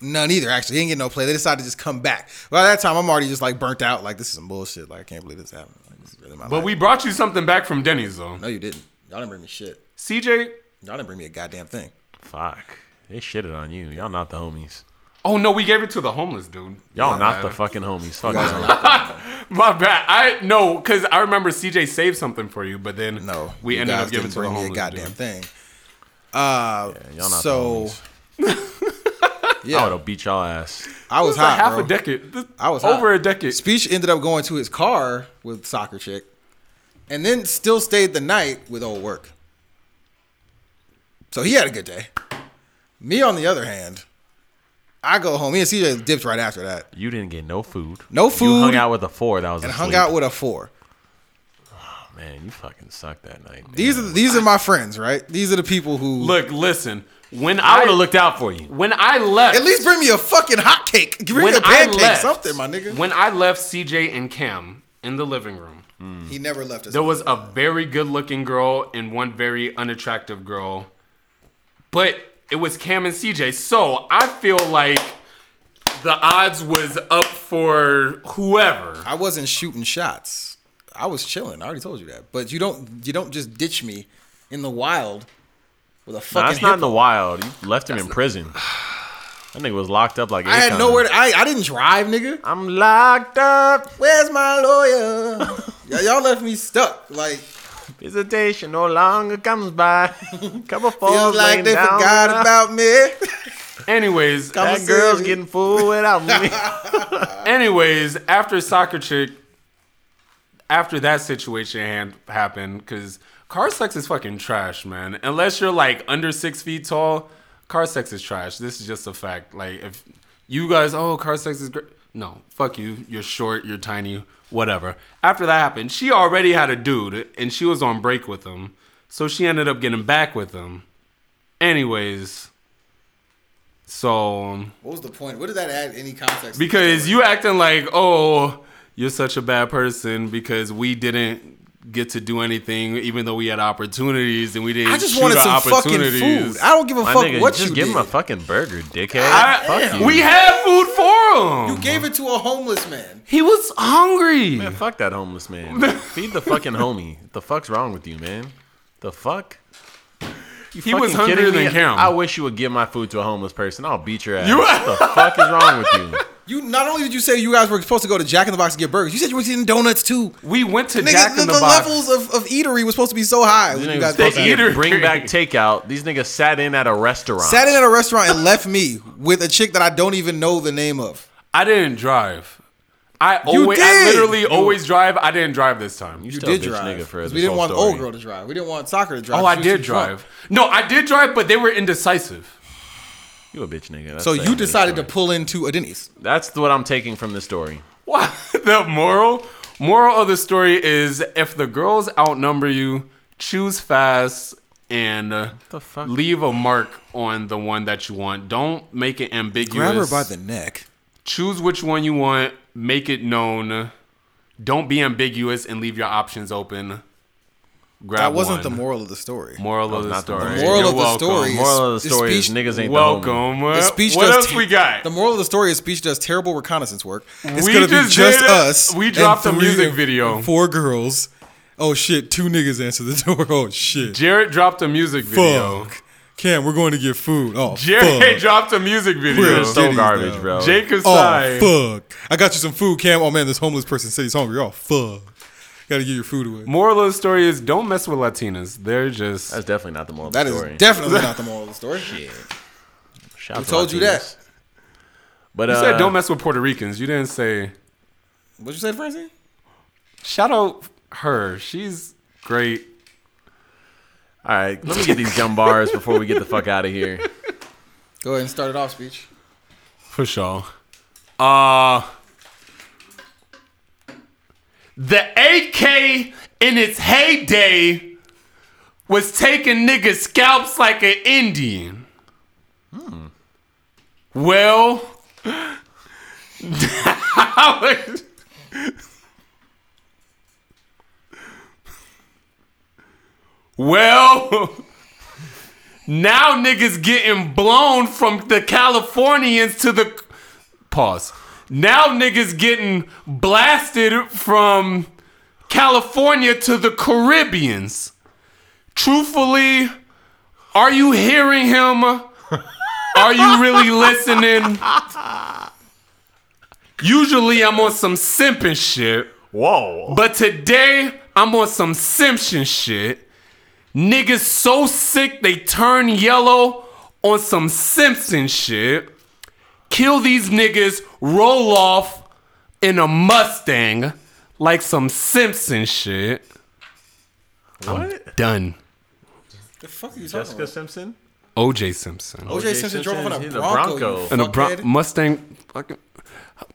Speaker 3: none either. Actually, he didn't get no play. They decided to just come back. By that time, I'm already just like burnt out. Like this is some bullshit. Like I can't believe this happened. Like, this is really my
Speaker 2: But
Speaker 3: life.
Speaker 2: we brought you something back from Denny's though.
Speaker 3: no, you didn't. Y'all didn't bring me shit.
Speaker 2: CJ.
Speaker 3: Y'all didn't bring me a goddamn thing.
Speaker 1: Fuck. They shitted on you. Y'all not the homies.
Speaker 2: Oh no, we gave it to the homeless dude.
Speaker 1: Y'all
Speaker 2: My
Speaker 1: not the
Speaker 2: bad.
Speaker 1: fucking homies. Fuck
Speaker 3: guys
Speaker 1: y'all.
Speaker 2: My bad. I no, because I remember CJ saved something for you, but then
Speaker 3: No,
Speaker 2: we
Speaker 3: you
Speaker 2: ended
Speaker 3: guys
Speaker 2: up giving
Speaker 3: didn't
Speaker 2: it to the
Speaker 3: bring
Speaker 2: homeless
Speaker 3: me a goddamn
Speaker 2: dude.
Speaker 3: thing. Uh,
Speaker 1: Y'all not
Speaker 3: so
Speaker 1: the homies. I would
Speaker 3: yeah,
Speaker 1: have beat y'all ass.
Speaker 3: I was
Speaker 2: It's like
Speaker 3: hot,
Speaker 2: half
Speaker 3: bro.
Speaker 2: a decade. This-
Speaker 3: I was
Speaker 2: over
Speaker 3: hot.
Speaker 2: a decade.
Speaker 3: Speech ended up going to his car with soccer chick, and then still stayed the night with old work. So he had a good day. Me, on the other hand, I go home. Me and CJ dipped right after that,
Speaker 1: You didn't get no food.
Speaker 3: No
Speaker 1: You hung
Speaker 3: food.
Speaker 1: out with a four. That was
Speaker 3: and
Speaker 1: asleep.
Speaker 3: hung out with a four.
Speaker 1: Man, you fucking sucked that night.
Speaker 3: These are these are my friends, right? These are the people who
Speaker 2: Look, listen. When
Speaker 1: I
Speaker 2: I,
Speaker 1: would have looked out for you.
Speaker 2: when I left,
Speaker 3: At least bring me a fucking hot cake. Bring
Speaker 2: when
Speaker 3: me a
Speaker 2: I
Speaker 3: pancake,
Speaker 2: left,
Speaker 3: something, my nigga.
Speaker 2: When I left CJ and Cam in the living room,
Speaker 3: he never left us.
Speaker 2: there was a very good-looking girl and one very unattractive girl, but it was Cam and CJ. So I feel like the odds was up for whoever.
Speaker 3: I wasn't shooting shots. I was chilling. I already told you that. But you don't you don't just ditch me in the wild with
Speaker 1: Nah,
Speaker 3: a fucking.
Speaker 1: that's not in
Speaker 3: hippo.
Speaker 1: the wild. You left him in prison. That nigga was locked up like
Speaker 3: I had
Speaker 1: Akon.
Speaker 3: nowhere. To, I I didn't drive, nigga.
Speaker 1: I'm locked up.
Speaker 3: Where's my lawyer? Y- y'all left me stuck. Like
Speaker 1: Visitation no longer comes by. Couple phones
Speaker 3: feels like
Speaker 1: laying
Speaker 3: they
Speaker 1: down.
Speaker 3: forgot about me.
Speaker 2: Anyways,
Speaker 3: Come
Speaker 1: that girl's getting full without me.
Speaker 2: Anyways, after soccer chick, after that situation hand, happened, because car sex is fucking trash, man. Unless you're like under six feet tall, car sex is trash. This is just a fact. Like if you guys, oh, car sex is great. No, fuck you. You're short. You're tiny. Whatever. After that happened, she already had a dude, and she was on break with him, so she ended up getting back with him. Anyways, so um,
Speaker 3: What was the point? What did that add any context?
Speaker 2: because you acting like, oh, you're such a bad person because we didn't get to do anything, even though we had opportunities and we didn't.
Speaker 3: I just
Speaker 2: shoot
Speaker 3: wanted
Speaker 2: our
Speaker 3: some fucking
Speaker 2: opportunities.
Speaker 3: food. I don't give a
Speaker 1: My
Speaker 3: fuck
Speaker 1: nigga,
Speaker 3: what
Speaker 1: just
Speaker 3: you
Speaker 1: give
Speaker 3: did.
Speaker 1: him a fucking burger, dickhead.
Speaker 2: I-
Speaker 1: fuck you.
Speaker 2: We had food for him.
Speaker 3: you gave it to a homeless man.
Speaker 2: he was hungry.
Speaker 1: Man, fuck that homeless man. Feed the fucking homie. The fuck's wrong with you, man? The fuck? You
Speaker 2: He was
Speaker 1: fucking
Speaker 2: hungrier
Speaker 1: kidding
Speaker 2: than
Speaker 1: me?
Speaker 2: Kim.
Speaker 1: I wish you would give my food to a homeless person. I'll beat your ass.
Speaker 2: You-
Speaker 1: what the fuck is wrong with you?
Speaker 3: You not only did you say you guys were supposed to go to Jack in the Box to get burgers, you said you were eating donuts too.
Speaker 2: we went to
Speaker 3: Nigga,
Speaker 2: Jack
Speaker 3: the,
Speaker 2: in the,
Speaker 3: the
Speaker 2: Box.
Speaker 3: levels of, of eatery was supposed to be so high.
Speaker 1: These
Speaker 3: When you
Speaker 1: niggas
Speaker 3: guys
Speaker 1: supposed
Speaker 3: both
Speaker 1: to
Speaker 2: eat
Speaker 3: had-
Speaker 2: eater.
Speaker 1: get bring back takeout. These niggas sat in at a restaurant.
Speaker 3: sat in at a restaurant and left me with a chick that I don't even know the name of.
Speaker 2: I didn't drive. I
Speaker 3: You
Speaker 2: always, I
Speaker 3: did.
Speaker 2: literally always drive. I didn't drive this
Speaker 1: you
Speaker 2: time.
Speaker 3: You
Speaker 1: still
Speaker 3: did
Speaker 1: bitch
Speaker 3: drive.
Speaker 1: nigga for
Speaker 3: 'cause
Speaker 1: this
Speaker 3: we didn't
Speaker 1: whole
Speaker 3: want
Speaker 1: story.
Speaker 3: old girl to drive. We didn't want soccer to drive.
Speaker 2: Oh, I
Speaker 3: She was
Speaker 2: did
Speaker 3: too drunk.
Speaker 2: drive. No, I did drive, but they were indecisive.
Speaker 1: You a bitch nigga. That's
Speaker 3: So
Speaker 1: the end
Speaker 3: you
Speaker 1: of the
Speaker 3: decided to
Speaker 1: story.
Speaker 3: pull into a Denny's.
Speaker 1: That's what I'm taking from this story.
Speaker 2: Why? the moral moral of the story is if the girls outnumber you, choose fast and uh,
Speaker 1: the fuck?
Speaker 2: leave a mark on the one that you want. Don't make it ambiguous.
Speaker 3: Grab her by the neck.
Speaker 2: choose which one you want. Make it known. Don't be ambiguous and leave your options open. Grab
Speaker 3: That
Speaker 2: one.
Speaker 3: wasn't the moral of the story.
Speaker 2: moral of the
Speaker 1: not the moral.
Speaker 2: story.
Speaker 3: moral
Speaker 2: You're
Speaker 3: of the
Speaker 2: welcome.
Speaker 3: story is-
Speaker 1: Moral of the
Speaker 3: It's
Speaker 1: story is
Speaker 3: speech-
Speaker 1: niggas ain't The homie.
Speaker 2: Welcome.
Speaker 3: The speech
Speaker 2: what
Speaker 3: does
Speaker 2: else
Speaker 3: ta-
Speaker 2: we got?
Speaker 3: The moral of the story is speech does terrible reconnaissance work. It's
Speaker 2: We
Speaker 3: gonna be
Speaker 2: just
Speaker 3: just
Speaker 2: did-
Speaker 3: us.
Speaker 2: we
Speaker 3: and
Speaker 2: dropped a
Speaker 3: three-
Speaker 2: music video.
Speaker 3: Four girls. Oh shit! Two niggas answered the door. Oh shit!
Speaker 2: Jared dropped a music video.
Speaker 3: Fuck. Cam, we're going to get food. Oh
Speaker 2: Jared
Speaker 3: fuck.
Speaker 2: dropped a music video.
Speaker 1: You're
Speaker 3: Real
Speaker 1: so
Speaker 3: titties,
Speaker 1: garbage,
Speaker 3: though.
Speaker 1: bro.
Speaker 2: Jake Asai.
Speaker 3: Oh fuck! I got you some food, Cam. Oh man, this homeless person said he's hungry. Oh fuck! Got to give your food away.
Speaker 2: Moral of the story is don't mess with Latinas. They're just
Speaker 1: That's definitely not the moral
Speaker 3: That
Speaker 1: of
Speaker 3: is
Speaker 1: the story.
Speaker 3: definitely not the moral of the story.
Speaker 1: Shout out to
Speaker 3: told you
Speaker 1: Latinos.
Speaker 3: that.
Speaker 1: But
Speaker 2: You
Speaker 1: uh,
Speaker 2: said don't mess with Puerto Ricans. You didn't say
Speaker 3: What you say, Francie?
Speaker 2: shout out her. She's great.
Speaker 1: All right, let me get these gum bars before we get the fuck out of here.
Speaker 3: Go ahead and start it off, speech.
Speaker 2: For sure. Uh the AK in its heyday was taking niggas' scalps like an Indian. Hmm. Well, well, now niggas getting blown from the Californians to the pause. Now niggas getting blasted from California to the Caribbeans. Truthfully, are you hearing him? Are you really listening? Usually I'm on some simping shit.
Speaker 1: Whoa.
Speaker 2: But today, I'm on some Simpson shit. Niggas so sick they turn yellow on some Simpson shit. Kill these niggas, roll off in a Mustang like some Simpson shit.
Speaker 1: What?
Speaker 2: Done.
Speaker 3: The fuck are you talking
Speaker 1: Jessica
Speaker 3: about?
Speaker 1: Simpson?
Speaker 2: OJ Simpson.
Speaker 3: OJ Simpson drove off in a
Speaker 1: he's a
Speaker 3: Bronco.
Speaker 1: Bronco.
Speaker 3: you
Speaker 2: and a Bron-
Speaker 3: fuckhead.
Speaker 2: Mustang. Fucking,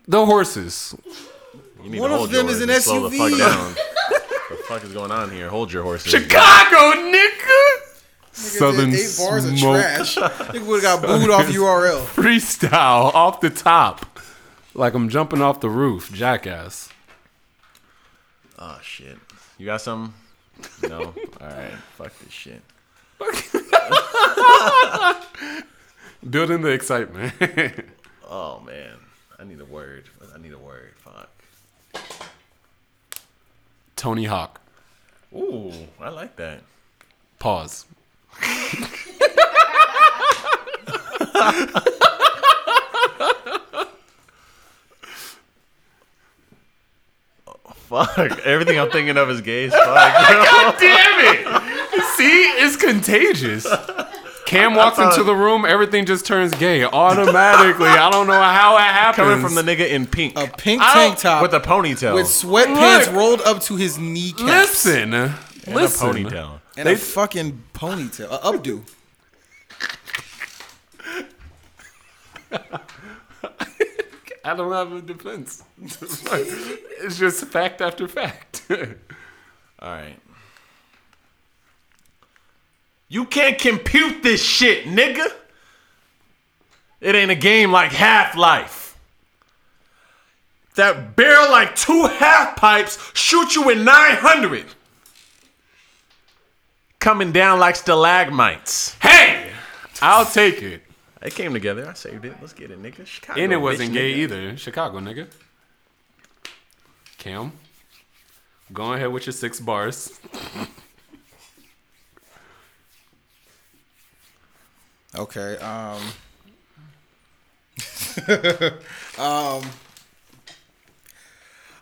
Speaker 2: the horses.
Speaker 1: You need
Speaker 3: One
Speaker 1: to
Speaker 3: of
Speaker 1: hold
Speaker 3: them
Speaker 1: yours
Speaker 3: is an
Speaker 1: and Slow the fuck
Speaker 3: SUV.
Speaker 1: down. the fuck is going on here? Hold your horses.
Speaker 2: Chicago, nigga! Southern
Speaker 3: eight bars of
Speaker 2: smoke.
Speaker 3: trash. Nigga would have got booed off URL.
Speaker 2: freestyle off the top. Like I'm jumping off the roof, jackass.
Speaker 1: Oh shit. You got some? No. All right. Fuck this shit.
Speaker 2: Building the excitement.
Speaker 1: Oh man. I need a word. I need a word. Fuck.
Speaker 2: Tony Hawk.
Speaker 1: Ooh, I like that.
Speaker 2: Pause.
Speaker 1: Fuck. Everything I'm thinking of is gay as fuck.
Speaker 2: Damn it! See, it's contagious. Cam
Speaker 1: I
Speaker 2: walks
Speaker 1: thought-
Speaker 2: into the room, everything just turns gay automatically. I don't know how it happens.
Speaker 1: Coming from the nigga in pink.
Speaker 3: A pink
Speaker 2: I don't-
Speaker 3: tank top
Speaker 1: with a ponytail.
Speaker 3: with sweatpants
Speaker 2: Look.
Speaker 3: rolled up to his kneecaps.
Speaker 2: Oh. listen,
Speaker 1: and a
Speaker 2: listen.
Speaker 1: ponytail.
Speaker 3: And a fucking ponytail. A updo.
Speaker 2: I don't have a defense. it's just fact after fact.
Speaker 1: All right. You can't compute this shit, nigga. It ain't a game like Half Life. That barrel like two half pipes shoot you in 900. Coming down like stalagmites.
Speaker 2: hey, I'll take it.
Speaker 1: They came together. I saved it. Let's get it, nigga. Chicago,
Speaker 2: And it
Speaker 1: bitch,
Speaker 2: wasn't gay
Speaker 1: nigga.
Speaker 2: either. Chicago, nigga. Cam, go ahead with your six bars.
Speaker 3: Okay. Um. um. Um.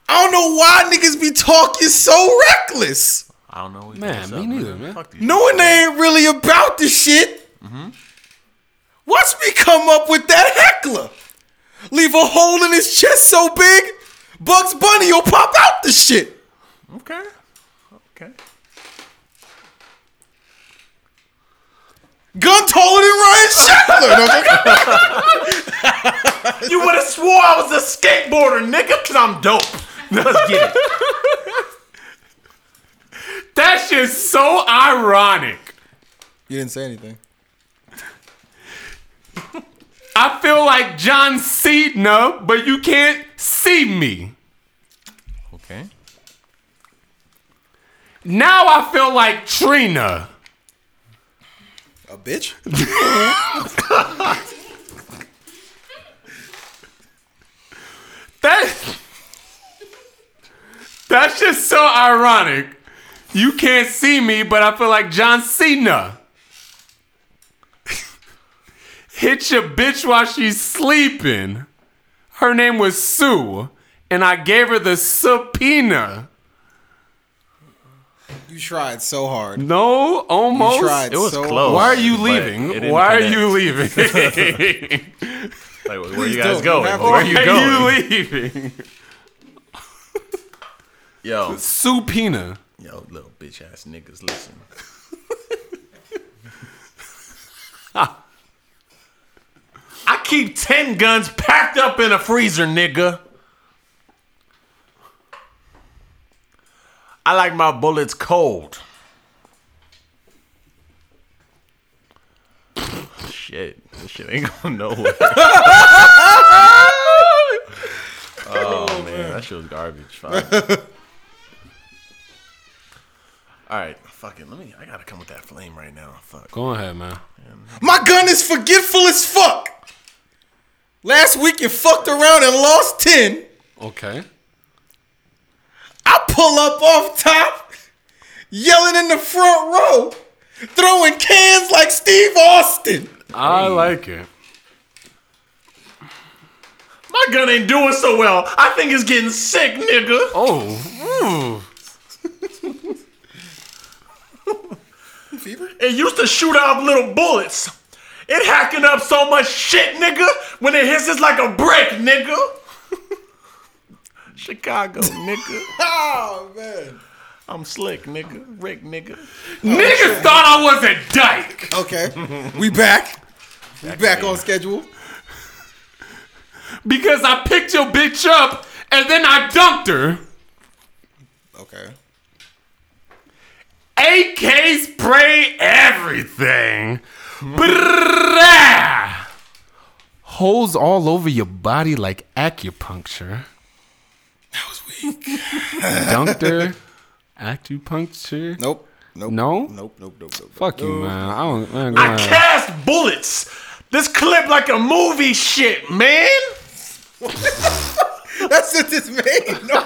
Speaker 3: I don't know why niggas be talking so reckless,
Speaker 1: I don't know. what
Speaker 2: Man,
Speaker 1: was
Speaker 2: me
Speaker 1: up,
Speaker 2: neither,
Speaker 1: nigga.
Speaker 2: man.
Speaker 1: Fuck these.
Speaker 3: knowing they ain't really about the shit. Watch me come up with that heckler. Leave a hole in his chest so big, Bugs Bunny will pop out the shit.
Speaker 1: Okay. Okay.
Speaker 3: Gun taller than Ryan Sheckler. No, I'm joking.
Speaker 1: You would have swore I was a skateboarder, nigga, because I'm dope. Let's get it.
Speaker 2: That shit's so ironic.
Speaker 3: you didn't say anything.
Speaker 2: I feel like John Cena, but you can't see me.
Speaker 1: Okay.
Speaker 2: Now I feel like Trina.
Speaker 3: A bitch?
Speaker 2: That that's just so ironic. You can't see me, but I feel like John Cena. Hit your bitch while she's sleeping. Her name was Sue, and I gave her the subpoena.
Speaker 3: You tried so hard.
Speaker 2: No, almost.
Speaker 3: You tried
Speaker 1: It was
Speaker 3: so
Speaker 1: close.
Speaker 2: Why are you
Speaker 1: but it
Speaker 2: leaving?
Speaker 1: didn't
Speaker 2: Why
Speaker 1: connect.
Speaker 2: are you leaving?
Speaker 1: Like, where you guys going?
Speaker 3: don't. You have
Speaker 1: Where are you
Speaker 2: Why
Speaker 1: going?
Speaker 2: are you leaving?
Speaker 1: Yo,
Speaker 2: Subpoena.
Speaker 1: yo, little bitch ass niggas, listen. I keep 10 guns packed up in a freezer, nigga. I like my bullets cold. Shit, this shit ain't going nowhere. oh man, that shit was garbage. Fuck. All right, fuck it. Let me. I gotta come with that flame right now. Fuck.
Speaker 2: Go ahead, man.
Speaker 3: My gun is forgetful as fuck. Last week you fucked around and lost 10.
Speaker 2: Okay.
Speaker 3: I pull up off top, yelling in the front row, throwing cans like Steve Austin.
Speaker 2: I like it.
Speaker 1: My gun ain't doing so well. I think it's getting sick, nigga.
Speaker 2: Oh,
Speaker 3: Fever?
Speaker 1: It used to shoot out little bullets. It hacking up so much shit, nigga. When it hits, it's like a brick, nigga. Chicago, nigga.
Speaker 3: Oh, man.
Speaker 1: I'm slick, nigga. Rick, nigga.
Speaker 2: niggas thought I was a dyke.
Speaker 3: Okay. We back. We back on schedule.
Speaker 2: because I picked your bitch up and then I dunked her.
Speaker 3: Okay.
Speaker 2: AK spray everything. Brrrah. Holes all over your body like acupuncture.
Speaker 3: That was weak.
Speaker 2: Dunked her. acupuncture.
Speaker 3: Nope. Nope.
Speaker 2: No?
Speaker 3: Nope. Nope. Nope. Nope.
Speaker 2: Fuck you, man. I don't. I, ain't
Speaker 1: I
Speaker 2: gonna-
Speaker 1: cast bullets. This clip like a movie shit, man.
Speaker 3: nope. That's what this made. No.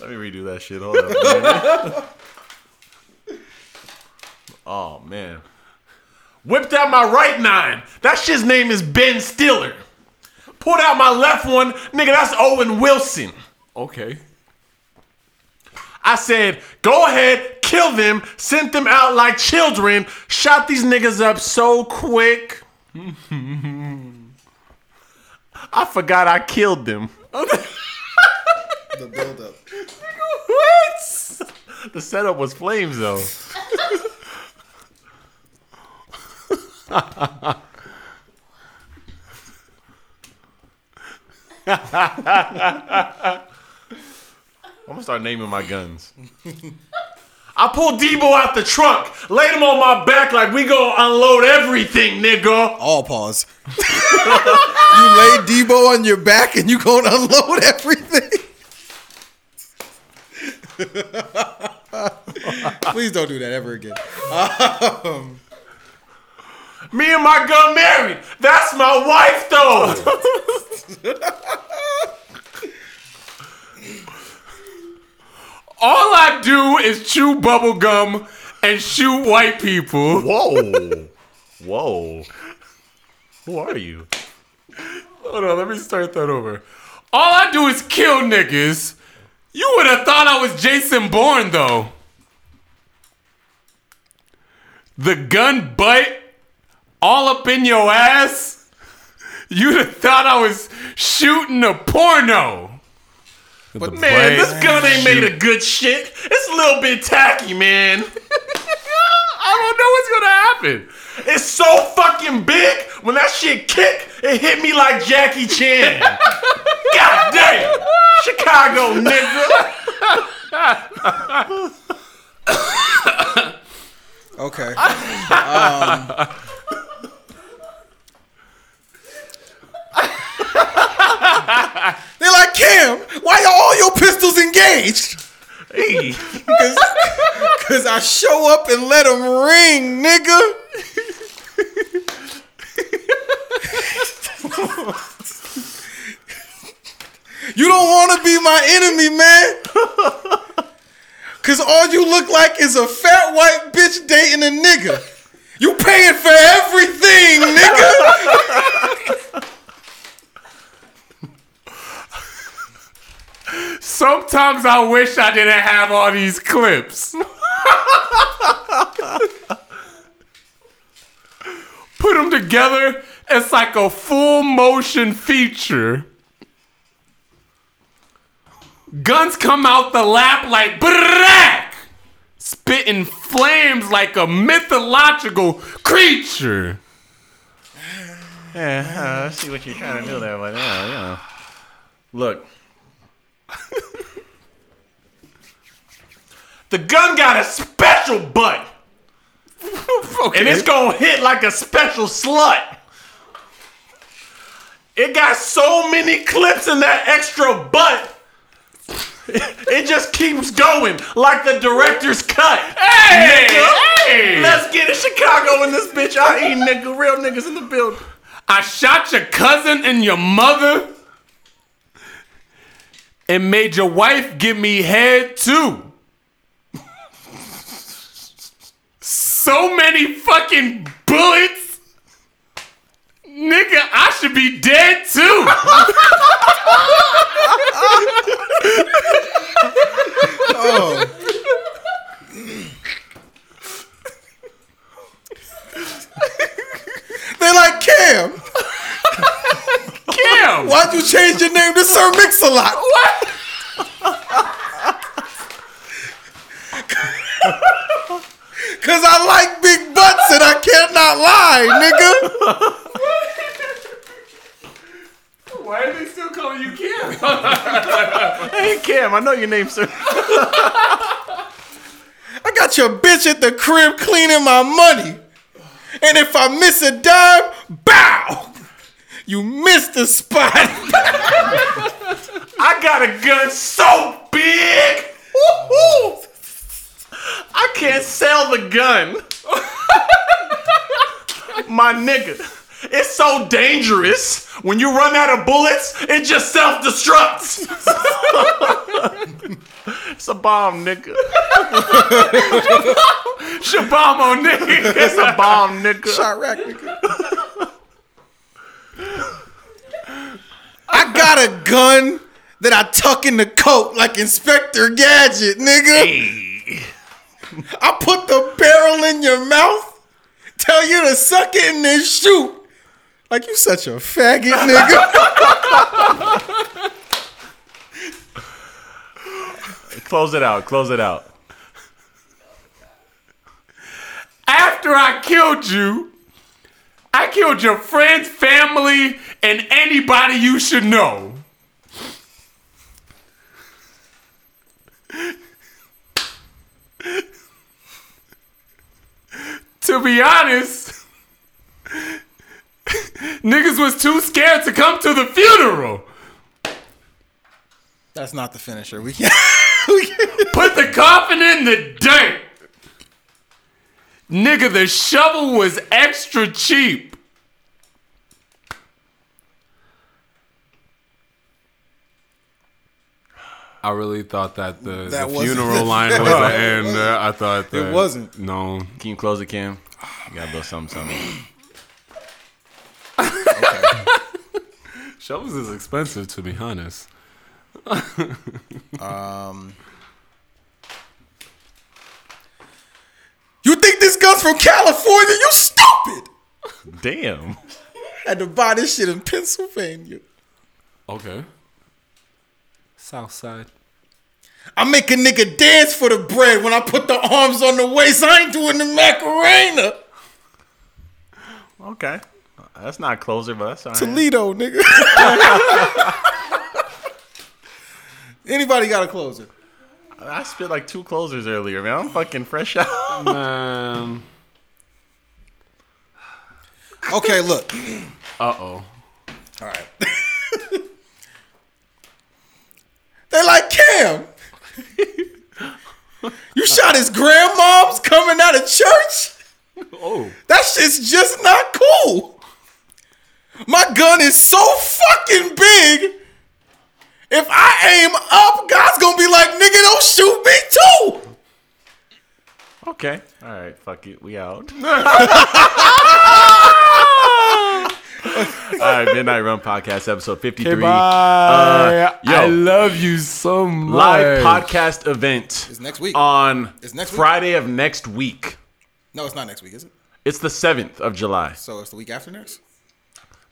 Speaker 1: Let me redo that shit. Hold up. oh man. Whipped out my right nine. That shit's name is Ben Stiller. Pulled out my left one, nigga. That's Owen Wilson.
Speaker 2: okay.
Speaker 1: I said, go ahead, killed them, sent them out like children, shot these niggas up so quick. I forgot I killed them.
Speaker 3: The buildup.
Speaker 1: What? The setup was flames though. I'm gonna start naming my guns. I pulled Debo out the trunk, laid him on my back like we gonna unload everything, nigga.
Speaker 3: All pause. you lay Debo on your back and you gonna unload everything. Please don't do that ever again.
Speaker 1: Me and my gun married. That's my wife, though.
Speaker 2: All I do is chew bubble gum and shoot white people.
Speaker 1: Whoa. Whoa. Who are you?
Speaker 2: Hold on, let me start that over. All I do is kill niggas. You would have thought I was Jason Bourne, though. The gun butt all up in your ass. You'd have thought I was shooting a porno. But
Speaker 1: Man, this gun ain't made of good shit. It's a little bit tacky, man.
Speaker 2: I don't know what's gonna happen.
Speaker 1: It's so fucking big. When that shit kick, it hit me like Jackie Chan. God damn, Chicago nigga.
Speaker 3: Okay. Um, they're like Cam. Why are all your pistols engaged?
Speaker 1: Hey,
Speaker 3: Cause I show up and let them ring, nigga. you don't want to be my enemy, man. Cause all you look like is a fat white bitch dating a nigga. You paying for everything, nigga.
Speaker 2: Sometimes I wish I didn't have all these clips. Put them together, it's like a full motion feature. Guns come out the lap like brack, spitting flames like a mythological creature.
Speaker 1: yeah, I see what you're trying to do there, but yeah, yeah. Look. The gun got a special butt,
Speaker 2: Okay.
Speaker 1: and it's gonna hit like a special slut. It got so many clips in that extra butt. It just keeps going like the director's cut.
Speaker 2: hey,
Speaker 1: nigga.
Speaker 2: hey!
Speaker 1: Let's get in Chicago in this bitch. I eat nigga, real niggas in the building.
Speaker 2: I shot your cousin and your mother and made your wife give me head too. so many fucking bullets. Nigga, I should be dead too.
Speaker 3: They like Cam.
Speaker 2: Damn.
Speaker 3: Why'd you change your name to Sir Mix-a-Lot? What? Cause I like big butts and I cannot lie, nigga.
Speaker 2: Why are they still calling you Cam?
Speaker 1: Hey Cam, I know your name, sir.
Speaker 3: I got your bitch at the crib cleaning my money. And if I miss a dime, bow! You missed the spot.
Speaker 1: I got a gun so big. Woo-hoo. I can't sell the gun. My nigga, it's so dangerous. When you run out of bullets, it just self destructs. it's a bomb, nigga.
Speaker 2: Shabamo nigga.
Speaker 1: It's a bomb, nigga.
Speaker 3: Chirac, nigga. I got a gun that I tuck in the coat like Inspector Gadget, nigga. I put the barrel in your mouth, tell you to suck it and then shoot. Like you such a faggot, nigga.
Speaker 1: Close it out. Close it out.
Speaker 2: After I killed you, I killed your friends, family, and anybody you should know. to be honest, niggas was too scared to come to the funeral.
Speaker 3: That's not the finisher. We can't. we can't-
Speaker 2: Put the coffin in the dirt. Nigga, the shovel was extra cheap. I really thought that the,
Speaker 3: That
Speaker 2: the
Speaker 3: wasn't-
Speaker 2: funeral line was the end. Uh, I thought that,
Speaker 3: wasn't.
Speaker 2: No,
Speaker 1: Can you close it, Cam? You got a little something, something.
Speaker 2: shovels is expensive to be honest.
Speaker 3: You think this gun's from California? You stupid.
Speaker 1: Damn.
Speaker 3: Had to buy this shit in Pennsylvania.
Speaker 2: Okay. Southside.
Speaker 3: I make a nigga dance for the bread when I put the arms on the waist. I ain't doing the Macarena.
Speaker 1: Okay. That's not closer, but that's all right.
Speaker 3: Toledo, nigga. Anybody got a closer?
Speaker 1: I spit like two closers earlier, man. I'm fucking fresh out.
Speaker 2: Um.
Speaker 3: Okay, look.
Speaker 2: Uh oh.
Speaker 3: All right. they like Cam. you shot his grandmom's coming out of church?
Speaker 2: Oh.
Speaker 3: That shit's just not cool. My gun is so fucking big. If I aim up, God's gonna be like, nigga, don't shoot me too.
Speaker 1: okay. All right. Fuck it. We out. All right, Midnight Run Podcast, episode 53.
Speaker 2: Uh, Bye.
Speaker 1: yo.
Speaker 2: I love you so much.
Speaker 1: Live podcast event
Speaker 3: It's next week.
Speaker 1: on
Speaker 3: It's next week?
Speaker 1: Friday of next week.
Speaker 3: no, it's not next week, is it?
Speaker 1: It's the 7th of July,
Speaker 3: So it's the week after next.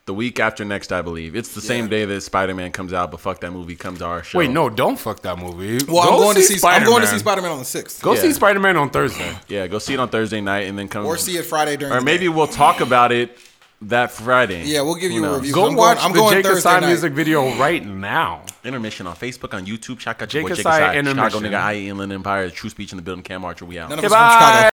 Speaker 1: the week after next, I believe. It's the same day that Spider Man comes out, but fuck that movie comes to our show.
Speaker 2: Wait, no, don't fuck that movie. Go
Speaker 3: Well, I'm going to see. I'm going to
Speaker 2: Spider-Man.
Speaker 3: see Spider Man on the sixth,
Speaker 2: Go see
Speaker 1: Yeah.
Speaker 2: Spider Man on Thursday.
Speaker 1: Yeah, go see it on Thursday night and then come.
Speaker 3: or see it Friday during.
Speaker 1: or
Speaker 3: the
Speaker 1: maybe
Speaker 3: day.
Speaker 1: we'll talk about it that Friday.
Speaker 3: Yeah, we'll give
Speaker 1: Who
Speaker 3: you a
Speaker 1: knows?
Speaker 3: review.
Speaker 2: Go
Speaker 3: I'm
Speaker 2: watch
Speaker 3: going, I'm
Speaker 2: the
Speaker 3: going
Speaker 2: Jake
Speaker 3: Thursday
Speaker 2: Asai
Speaker 3: night.
Speaker 2: music video right now.
Speaker 1: Intermission on Facebook, on YouTube. Check out your
Speaker 2: Jake
Speaker 1: boy Jake
Speaker 2: Asai
Speaker 1: Asai, Chicago
Speaker 2: Intermission.
Speaker 1: nigga, IE Inland Empire, True Speech in the building, Cam Archer, we out.
Speaker 3: None of us
Speaker 2: Okay,
Speaker 3: from Chicago.
Speaker 2: bye.